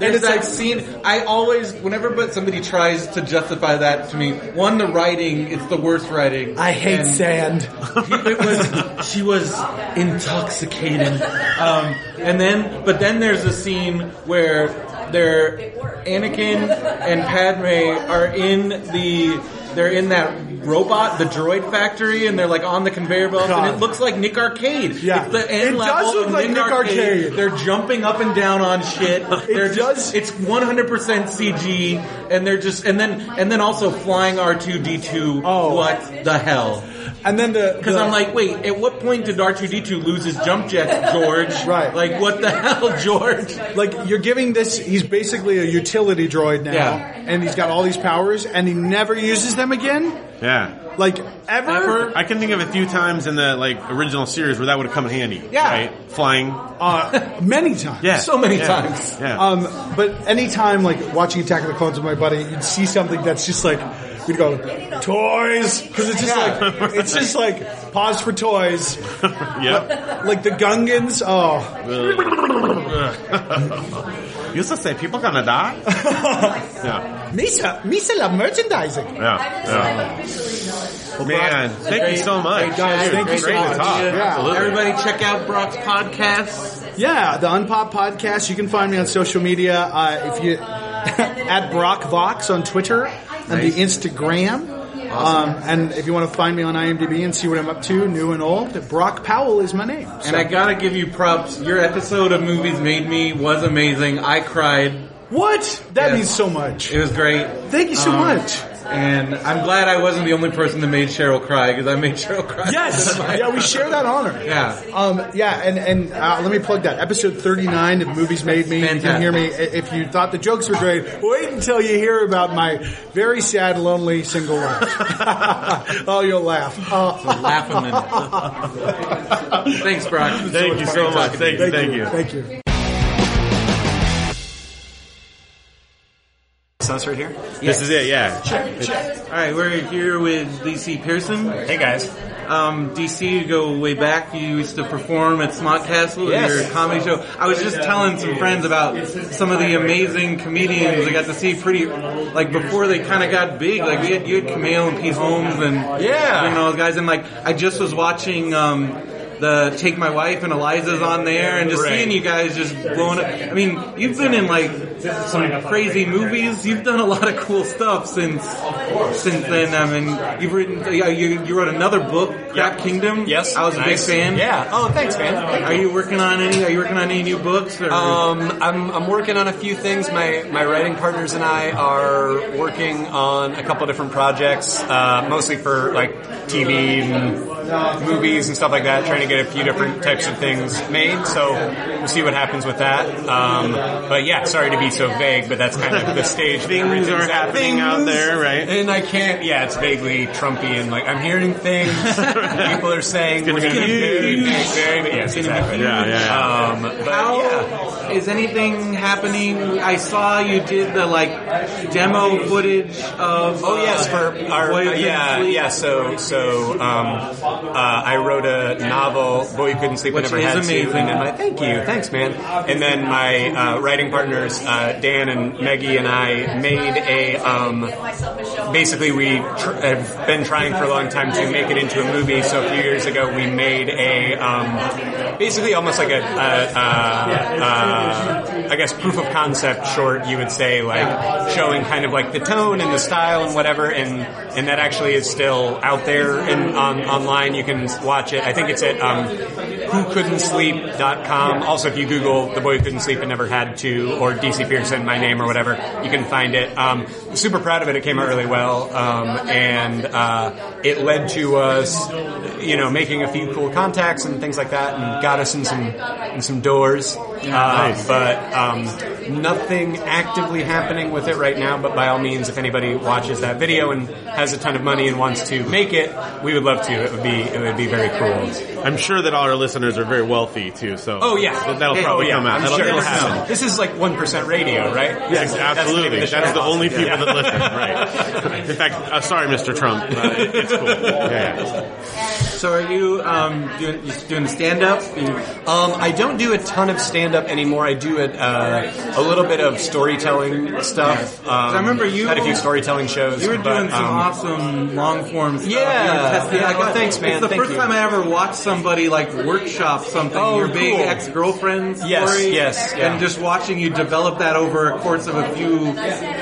[SPEAKER 2] There's
[SPEAKER 9] it's
[SPEAKER 2] that
[SPEAKER 9] like
[SPEAKER 2] scene. I always, whenever but somebody tries to justify that to me, one, the writing, it's the worst writing.
[SPEAKER 9] I hate
[SPEAKER 2] And
[SPEAKER 9] sand.
[SPEAKER 2] It was she was intoxicated, um, and then but then there's a scene where they're Anakin and Padme are in the they're in that robot, the droid factory, and they're like on the conveyor belt, and it
[SPEAKER 9] God.
[SPEAKER 2] looks like Nick Arcade.
[SPEAKER 9] Yeah.
[SPEAKER 2] it's the end
[SPEAKER 9] It does
[SPEAKER 2] level
[SPEAKER 9] look
[SPEAKER 2] of
[SPEAKER 9] like
[SPEAKER 2] Nick
[SPEAKER 9] Nick
[SPEAKER 2] Arcade.
[SPEAKER 9] Arcade.
[SPEAKER 2] They're jumping up and down on shit. they're just,
[SPEAKER 9] does-
[SPEAKER 2] It's 100% CG, and they're just and then and then also flying R2D2.
[SPEAKER 9] Oh.
[SPEAKER 2] What the hell?
[SPEAKER 9] And then the
[SPEAKER 2] Because
[SPEAKER 9] the-
[SPEAKER 2] I'm like, wait, at what point did R2D2 lose his jump jets, George?
[SPEAKER 9] Right.
[SPEAKER 2] Like, what the hell, George?
[SPEAKER 9] like you're giving this he's basically a utility droid now
[SPEAKER 2] Yeah.
[SPEAKER 9] and he's got all these powers and he never uses them again
[SPEAKER 3] Yeah,
[SPEAKER 9] like ever,
[SPEAKER 3] I can think of a few times in the like original series where that would have come in handy.
[SPEAKER 9] Yeah.
[SPEAKER 3] right? flying.
[SPEAKER 9] Uh, many times
[SPEAKER 3] Yeah,
[SPEAKER 2] So many
[SPEAKER 3] yeah,
[SPEAKER 2] times.
[SPEAKER 3] Yeah.
[SPEAKER 9] um, but anytime like watching attack of the clones with my buddy you'd see something that's just like we'd go toys because it's just like it's just like pause for toys
[SPEAKER 3] yep.
[SPEAKER 9] like the gungans oh
[SPEAKER 3] you used to say people gonna die. yeah,
[SPEAKER 9] misa misa la merchandising
[SPEAKER 3] yeah, yeah. Man, thank you so much,
[SPEAKER 9] guys,
[SPEAKER 3] Dude,
[SPEAKER 9] thank you so
[SPEAKER 3] great
[SPEAKER 9] much.
[SPEAKER 3] To talk.
[SPEAKER 9] Yeah.
[SPEAKER 3] Absolutely.
[SPEAKER 2] Everybody check out Brock's podcast.
[SPEAKER 9] Yeah, the Unpop Podcast. You can find me on social media uh, if you at Brock Vox on Twitter and the Instagram. Um, and if you want to find me on IMDb and see what I'm up to, new and old, Brock Powell is my name.
[SPEAKER 2] And I gotta give you props. Your episode of Movies Made Me was amazing. I cried.
[SPEAKER 9] What? That
[SPEAKER 2] Yeah.
[SPEAKER 9] means so much.
[SPEAKER 2] It was great.
[SPEAKER 9] Thank you so
[SPEAKER 2] Um,
[SPEAKER 9] much.
[SPEAKER 2] And I'm glad I wasn't the only person that made Cheryl cry because I made Cheryl cry.
[SPEAKER 9] Yes. yeah, we share that honor.
[SPEAKER 2] Yeah.
[SPEAKER 9] Um, yeah, and and uh, let me plug that episode thirty nine of Movies Made Me. You can
[SPEAKER 2] Fantastic.
[SPEAKER 9] hear me I- if you thought the jokes were great. Wait until you hear about my very sad, lonely single life. oh, you'll laugh. Oh.
[SPEAKER 2] Laugh a minute. Thanks, Brock.
[SPEAKER 3] Thank you so much. Thank you. Thank you.
[SPEAKER 9] Thank you.
[SPEAKER 12] Us right here.
[SPEAKER 3] This is it. Yeah.
[SPEAKER 2] All right, we're here with DC Pearson.
[SPEAKER 12] Hey guys.
[SPEAKER 2] Um, DC, you go way back. You used to perform at Smot Castle,
[SPEAKER 12] Yes.
[SPEAKER 2] your comedy show. I was just telling some friends about some of the amazing comedians I got to see pretty, like before they kind of got big. Like we had, you had Camille and Pete Holmes and
[SPEAKER 12] Yeah.
[SPEAKER 2] you know, those guys. And like I just was watching. Um, the Take My Wife and Eliza's on there, and just
[SPEAKER 11] Right.
[SPEAKER 2] seeing you guys just blowing up. I mean, you've been in like some crazy movies. You've done a lot of cool stuff since since then. I mean, you've written. Yeah, you you wrote another book, Crap Kingdom. Yes, I was a big
[SPEAKER 13] nice.
[SPEAKER 2] fan.
[SPEAKER 13] Yeah. Oh, thanks, man. Thank
[SPEAKER 2] Are
[SPEAKER 13] you.
[SPEAKER 2] you working on any? Are you working on any new books? Or?
[SPEAKER 13] Um, I'm, I'm working on a few things. My, my writing partners and I are working on a couple different projects, uh, mostly for like TV and movies and stuff like that, trying to get a few different types of things made. So we'll see what happens with that. Um, but yeah, sorry to be so vague, but that's kind of the stage. that
[SPEAKER 3] Things
[SPEAKER 13] everything's
[SPEAKER 3] are happening out there, right?
[SPEAKER 13] And I can't, yeah, it's vaguely Trumpy and like, I'm hearing things. People are saying
[SPEAKER 3] It's gonna
[SPEAKER 13] we're
[SPEAKER 3] be
[SPEAKER 13] going to
[SPEAKER 3] huge.
[SPEAKER 13] do very, very, yes,
[SPEAKER 2] It's gonna be
[SPEAKER 13] exactly.
[SPEAKER 2] huge. Yeah, yeah, yeah.
[SPEAKER 13] Um, but
[SPEAKER 2] How is
[SPEAKER 13] yeah.
[SPEAKER 2] anything happening? I saw you did the like demo footage of. uh,
[SPEAKER 13] Oh yes, for our
[SPEAKER 2] Boy Who Couldn't
[SPEAKER 13] yeah
[SPEAKER 2] Sleep.
[SPEAKER 13] yeah. So so um, uh, I wrote a novel, Boy Who Couldn't Sleep,
[SPEAKER 2] Which
[SPEAKER 13] I never
[SPEAKER 2] is
[SPEAKER 13] had
[SPEAKER 2] amazing.
[SPEAKER 13] to. And then my Uh, thank you, thanks man. And then my uh, writing partners uh, Dan and Maggie and I made a. Um, basically, we tr- have been trying for a long time to make it into a movie. So a few years ago, we made a um, basically almost like a. a, a, a I guess proof of concept short, you would say, like showing kind of like the tone and the style and whatever, and and that actually is still out there and on online. You can watch it. I think it's at um, whocouldn'tsleep.com. Also, if you Google "The Boy Who Couldn't Sleep and Never Had to" or DC Pearson, my name or whatever, you can find it. Um, super proud of it. It came out really well, um, and uh, it led to us you know, making a few cool contacts and things like that, and got us in some in some doors. Uh, But um, nothing actively happening with it right now. But by all means, if anybody watches that video and has a ton of money and wants to make it, we would love to. It would be it would be very cool.
[SPEAKER 3] I'm sure that all our listeners are very wealthy too. So
[SPEAKER 13] Oh yeah,
[SPEAKER 3] That- that'll
[SPEAKER 13] Yeah,
[SPEAKER 3] probably
[SPEAKER 13] oh, yeah.
[SPEAKER 3] come out.
[SPEAKER 13] I'm
[SPEAKER 3] that'll,
[SPEAKER 13] sure
[SPEAKER 3] that'll
[SPEAKER 13] it'll
[SPEAKER 3] happen.
[SPEAKER 13] happen. This is like one percent radio, right? That's- that's
[SPEAKER 3] Yes,
[SPEAKER 13] the name of
[SPEAKER 3] absolutely. That's the,
[SPEAKER 13] show.
[SPEAKER 3] only people
[SPEAKER 13] Yeah.
[SPEAKER 3] that listen. Right. Right. In fact, uh, sorry, Mr. Trump. but it's cool. Yeah, yeah.
[SPEAKER 2] So are you um doing you doing stand up?
[SPEAKER 13] Um, I don't do a ton of stand up anymore. I do it, uh, a little bit of storytelling stuff. Um,
[SPEAKER 2] I remember you-
[SPEAKER 13] had a few storytelling shows.
[SPEAKER 2] You were
[SPEAKER 13] but,
[SPEAKER 2] doing some
[SPEAKER 13] um,
[SPEAKER 2] awesome long form stuff.
[SPEAKER 13] Yeah.
[SPEAKER 2] You were testing-
[SPEAKER 13] Yeah,
[SPEAKER 2] I got-
[SPEAKER 13] oh, thanks, man.
[SPEAKER 2] It's the
[SPEAKER 13] Thank
[SPEAKER 2] first
[SPEAKER 13] you.
[SPEAKER 2] time I ever watched somebody like workshop something.
[SPEAKER 13] Oh,
[SPEAKER 2] your big
[SPEAKER 13] cool.
[SPEAKER 2] ex girlfriend's
[SPEAKER 13] Yes,
[SPEAKER 2] story.
[SPEAKER 13] yes, yeah.
[SPEAKER 2] And just watching you develop that over a course of a few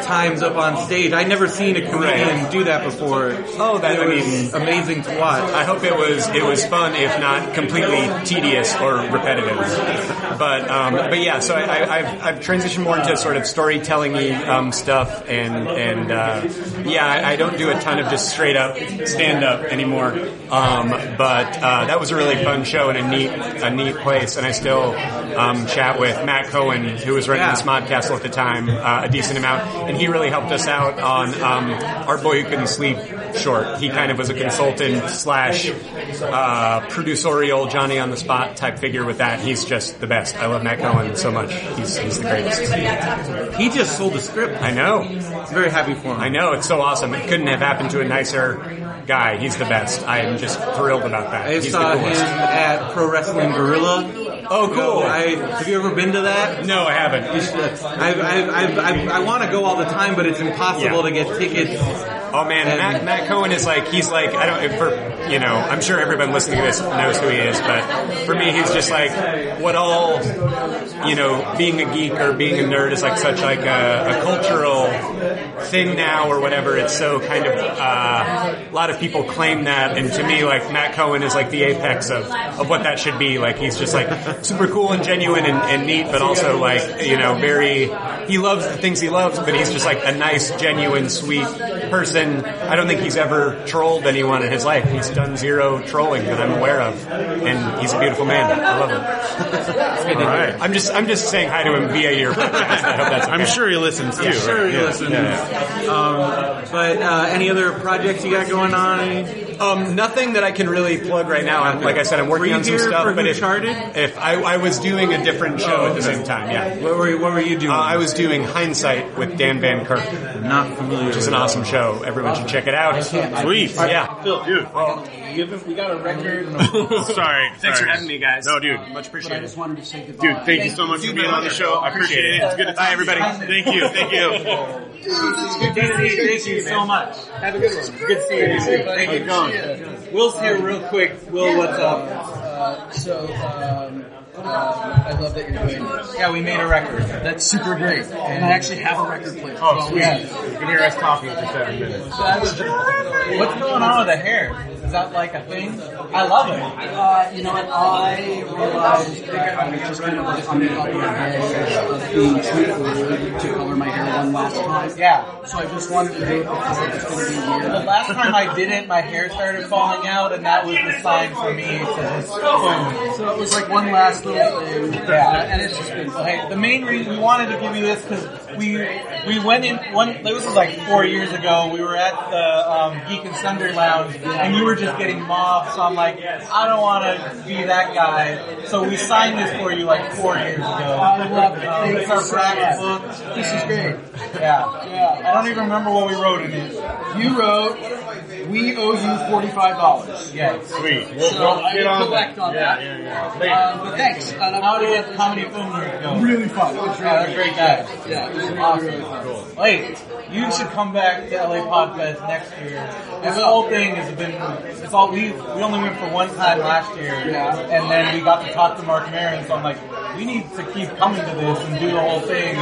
[SPEAKER 2] times up on stage. I'd never seen a comedian do that before.
[SPEAKER 13] Oh, that
[SPEAKER 2] it
[SPEAKER 13] I
[SPEAKER 2] was
[SPEAKER 13] mean-
[SPEAKER 2] amazing to watch.
[SPEAKER 13] I hope it was it was fun, if not completely tedious or repetitive. But um, but yeah, so I, I, I've, I've transitioned more into sort of storytelling um, stuff, and and uh, yeah, I, I don't do a ton of just straight up stand up anymore. Um, but uh, that was a really fun show in a neat a neat place, and I still um, chat with Matt Cohen, who was running this modcastle at the time, uh, a decent amount, and he really helped us out on um, our boy who couldn't sleep short. He kind of was a consultant slash uh, producerial Johnny on the spot type figure with that. He's just the best. I love Matt Cohen so much. He's, he's the greatest.
[SPEAKER 2] He just sold a script.
[SPEAKER 13] I know.
[SPEAKER 2] Very happy for him.
[SPEAKER 13] I know. It's so awesome. It couldn't have happened to a nicer guy. He's the best. I am just thrilled about that.
[SPEAKER 2] I
[SPEAKER 13] he's
[SPEAKER 2] saw
[SPEAKER 13] the
[SPEAKER 2] him
[SPEAKER 13] coolest.
[SPEAKER 2] at Pro Wrestling Gorilla.
[SPEAKER 13] Oh, cool.
[SPEAKER 2] I, have you ever been to that?
[SPEAKER 13] No, I haven't.
[SPEAKER 2] You should- I've, I've, I've, I've, I want to go all the time, but it's impossible
[SPEAKER 13] Yeah.
[SPEAKER 2] to get tickets.
[SPEAKER 13] Oh man,
[SPEAKER 2] And-
[SPEAKER 13] Matt, Matt Cohen is like he's like I don't for you know I'm sure everyone listening to this knows who he is, but for me he's just like what all you know being a geek or being a nerd is like such like a, a cultural thing now or whatever. It's so kind of uh, a lot of people claim that, and to me like Matt Cohen is like the apex of of what that should be. Like he's just like super cool and genuine and, and neat, but also like you know very he loves the things he loves, but he's just like a nice, genuine, sweet person. I don't think he's ever trolled anyone in his life. He's done zero trolling that I'm aware of, and he's a beautiful man. I love him.
[SPEAKER 3] All right.
[SPEAKER 13] I'm just I'm just saying hi to him via your podcast. I hope that's okay.
[SPEAKER 3] I'm sure he listens too.
[SPEAKER 2] I'm sure
[SPEAKER 3] right?
[SPEAKER 2] he
[SPEAKER 3] Yeah.
[SPEAKER 2] listens.
[SPEAKER 3] Yeah, yeah.
[SPEAKER 2] Um, but uh, any other projects you got going on?
[SPEAKER 13] Um, nothing that I can really plug right now. I'm, like I said, I'm
[SPEAKER 2] Were
[SPEAKER 13] working
[SPEAKER 2] you
[SPEAKER 13] on some
[SPEAKER 2] here for
[SPEAKER 13] stuff. But
[SPEAKER 2] Who
[SPEAKER 13] if,
[SPEAKER 2] Charted?
[SPEAKER 13] if I, I was doing a different show at the same time, yeah.
[SPEAKER 2] What were you, what were you doing?
[SPEAKER 13] Uh, I was doing Hindsight with Dan Van Kirk,
[SPEAKER 2] not familiar.
[SPEAKER 13] which is an awesome show. Everyone should check it out.
[SPEAKER 3] Sweet.
[SPEAKER 13] Yeah.
[SPEAKER 3] Dude.
[SPEAKER 11] We got a record.
[SPEAKER 3] sorry.
[SPEAKER 13] Thanks for
[SPEAKER 3] sorry.
[SPEAKER 13] having me, guys.
[SPEAKER 3] No, dude.
[SPEAKER 13] Much appreciated.
[SPEAKER 8] wanted to say goodbye.
[SPEAKER 3] Dude, thank you so much for being on the show. I appreciate it. It's good to Bye, everybody. Thank you. Thank you.
[SPEAKER 2] Thank you so much. Have a good one. Good to see you. Thank you. Will's here real quick. Will, what's up? Uh, so um, uh, I love that you're doing this. Yeah, we made a record. That's super great. And I actually have a record player.
[SPEAKER 3] Oh, sweet.
[SPEAKER 2] yeah.
[SPEAKER 3] You can hear us talking for seven minutes.
[SPEAKER 2] What's going on with the hair? Is that like a thing? I love it.
[SPEAKER 9] Uh, you know what? I realized that I was just going to let on the of being truthful to color my hair one last time.
[SPEAKER 2] Yeah.
[SPEAKER 9] So I just wanted to do it because it was going to be weird.
[SPEAKER 2] The last time I did it, my hair started falling out, and that was the sign for me to just boom.
[SPEAKER 9] So it was like one last little thing.
[SPEAKER 2] Yeah, and it's just been. Hey, the main reason we wanted to give you this because we we went in one. This was like four years ago. We were at the um, Geek and Sundry Lounge, and you were just getting mobbed. So I'm like, I don't want to be that guy. So we signed this for you like four years ago.
[SPEAKER 9] I love it.
[SPEAKER 2] Um,
[SPEAKER 9] Thank
[SPEAKER 2] it's
[SPEAKER 9] you
[SPEAKER 2] our
[SPEAKER 9] so
[SPEAKER 2] bracket
[SPEAKER 9] much.
[SPEAKER 2] book.
[SPEAKER 9] This is great.
[SPEAKER 2] Yeah, yeah. I don't even remember what we wrote in it.
[SPEAKER 9] You wrote, we owe you forty-five dollars.
[SPEAKER 2] Yeah,
[SPEAKER 3] sweet.
[SPEAKER 2] We'll-
[SPEAKER 9] so
[SPEAKER 2] we'll
[SPEAKER 9] I
[SPEAKER 2] get
[SPEAKER 9] will
[SPEAKER 2] on
[SPEAKER 9] collect
[SPEAKER 2] that.
[SPEAKER 9] on
[SPEAKER 2] Yeah,
[SPEAKER 9] that.
[SPEAKER 2] yeah, yeah.
[SPEAKER 9] Um, but thanks. And I'm
[SPEAKER 2] How did comedy film group go?
[SPEAKER 9] Really fun. It was really
[SPEAKER 2] Yeah, they're great guys.
[SPEAKER 9] Oh, Yeah, it was
[SPEAKER 2] Awesome.
[SPEAKER 9] really fun.
[SPEAKER 2] Hey, you should come back to LA Podfest next year. This whole thing has been, it's all, we, we only went for one time last year, and then we got to talk to Mark Maron, so I'm like, we need to keep coming to this and do the whole thing.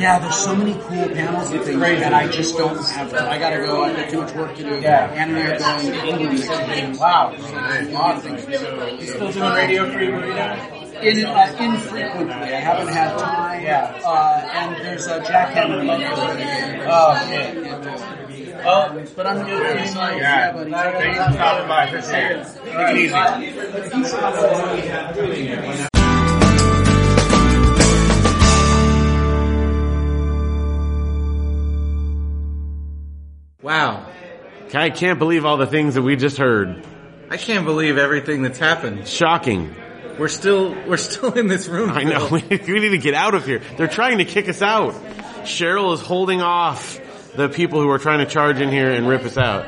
[SPEAKER 9] Yeah, there's so many cool panels and things
[SPEAKER 2] Crazy.
[SPEAKER 9] that I just don't have. time. I gotta go. I've got too much work to do.
[SPEAKER 2] Yeah.
[SPEAKER 9] Anne and I are going to England next week.
[SPEAKER 2] Wow.
[SPEAKER 9] A lot of things. You
[SPEAKER 2] still doing radio free burrito?
[SPEAKER 9] In, uh, infrequently. I haven't had time.
[SPEAKER 2] Yeah.
[SPEAKER 9] Uh, and there's a Jack Henry. Oh,
[SPEAKER 2] Oh, shit.
[SPEAKER 9] yeah.
[SPEAKER 2] Well, but I'm
[SPEAKER 9] good.
[SPEAKER 2] Yeah,
[SPEAKER 9] buddy.
[SPEAKER 3] Thanks for stopping by. Appreciate it. Take it easy.
[SPEAKER 14] Wow.
[SPEAKER 3] I can't believe all the things that we just heard.
[SPEAKER 14] I can't believe everything that's happened.
[SPEAKER 3] Shocking.
[SPEAKER 14] We're still we're still in this room.
[SPEAKER 3] I know. We need to get out of here. They're trying to kick us out. Cheryl is holding off the people who are trying to charge in here and rip us out.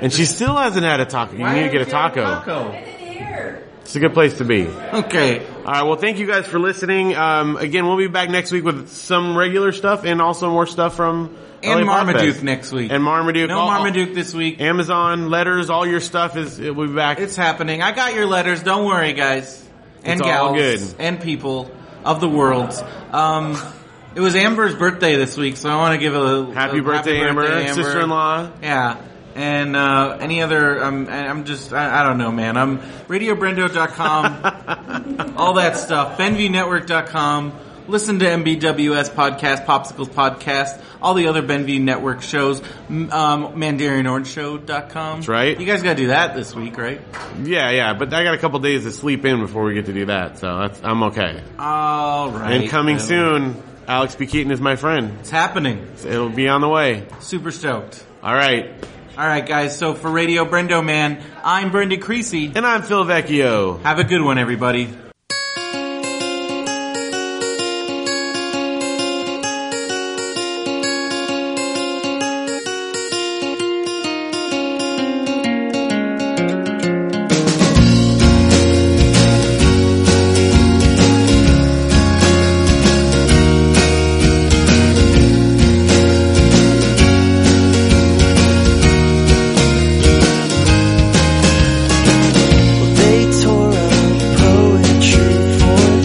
[SPEAKER 3] And she still hasn't had a taco. You
[SPEAKER 14] Why
[SPEAKER 3] need to get a
[SPEAKER 14] haven't you had
[SPEAKER 3] taco. It's a good place to be. Okay. All right. Well, thank you guys for listening. Um, again, we'll be back next week with some regular stuff and also more stuff from
[SPEAKER 14] And
[SPEAKER 3] LA Pop
[SPEAKER 14] Marmaduke
[SPEAKER 3] Fest.
[SPEAKER 14] next week.
[SPEAKER 3] And Marmaduke.
[SPEAKER 14] No
[SPEAKER 3] All-
[SPEAKER 14] Marmaduke this week.
[SPEAKER 3] Amazon letters. All your stuff is. It will be back.
[SPEAKER 14] It's happening. I got your letters. Don't worry, guys and
[SPEAKER 3] It's all
[SPEAKER 14] gals
[SPEAKER 3] good.
[SPEAKER 14] and people of the world. Um, it was Amber's birthday this week, so I want to give a
[SPEAKER 3] Happy birthday, Amber, sister-in-law.
[SPEAKER 14] Yeah. And uh, any other, um, I- I'm just, I, I don't know, man. I'm radiobrendo.com, all that stuff, benvnetwork.com. Listen to MBWS podcast, Popsicles podcast, all the other Benview Network shows, m- um, MandarianOrangeShow.com. That's
[SPEAKER 3] right.
[SPEAKER 14] You guys got to do that this week, right?
[SPEAKER 3] Yeah, yeah. But I got a couple days to sleep in before we get to do that, so that's, I'm okay.
[SPEAKER 14] All right.
[SPEAKER 3] And coming
[SPEAKER 14] then.
[SPEAKER 3] soon, Alex B. Keaton is my friend.
[SPEAKER 14] It's happening.
[SPEAKER 3] It'll be on the way.
[SPEAKER 14] Super stoked.
[SPEAKER 3] All right.
[SPEAKER 14] All right, guys. So for Radio Brendo Man, I'm Brendan Creasy.
[SPEAKER 3] And I'm Phil Vecchio.
[SPEAKER 14] Have a good one, everybody.
[SPEAKER 15] They tore up poetry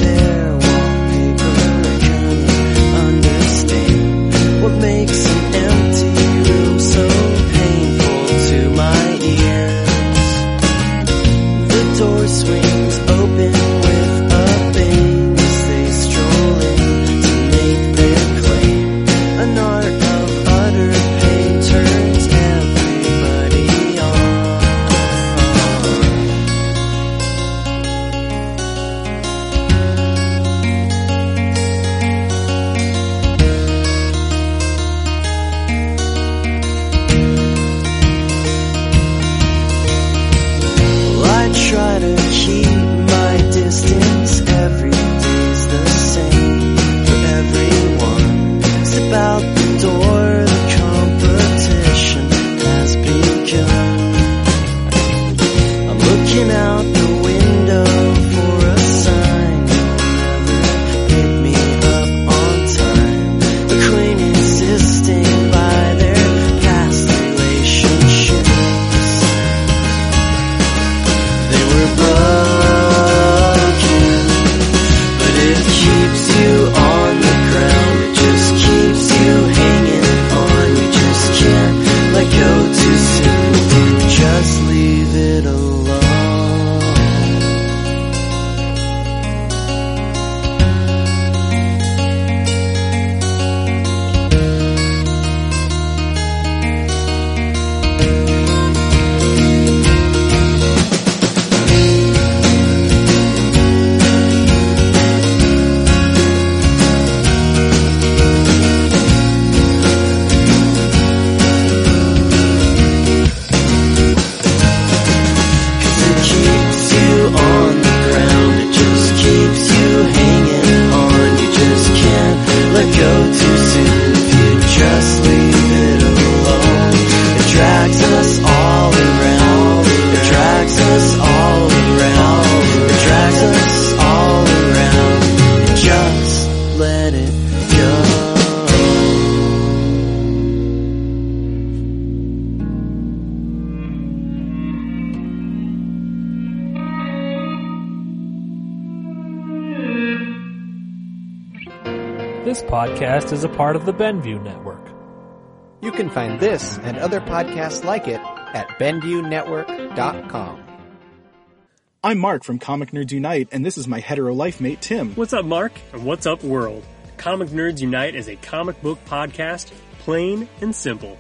[SPEAKER 16] This podcast is a part of the Benview Network.
[SPEAKER 17] You can find this and other podcasts like it at BenviewNetwork.com.
[SPEAKER 9] I'm Mark from Comic Nerds Unite, and this is my hetero life mate, Tim.
[SPEAKER 18] What's up, Mark? And what's up, world? Comic Nerds Unite is a comic book podcast, plain and simple.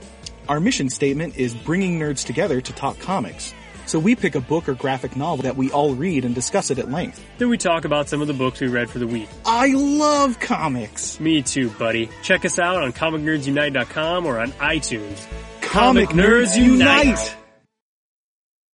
[SPEAKER 9] Our mission statement is bringing nerds together to talk comics. So we pick a book or graphic novel that we all read and discuss it at length.
[SPEAKER 18] Then we talk about some of the books we read for the week.
[SPEAKER 9] I love comics!
[SPEAKER 18] Me too, buddy. Check us out on comicnerdsunite.com or on iTunes.
[SPEAKER 9] Comic, Nerds, Unite.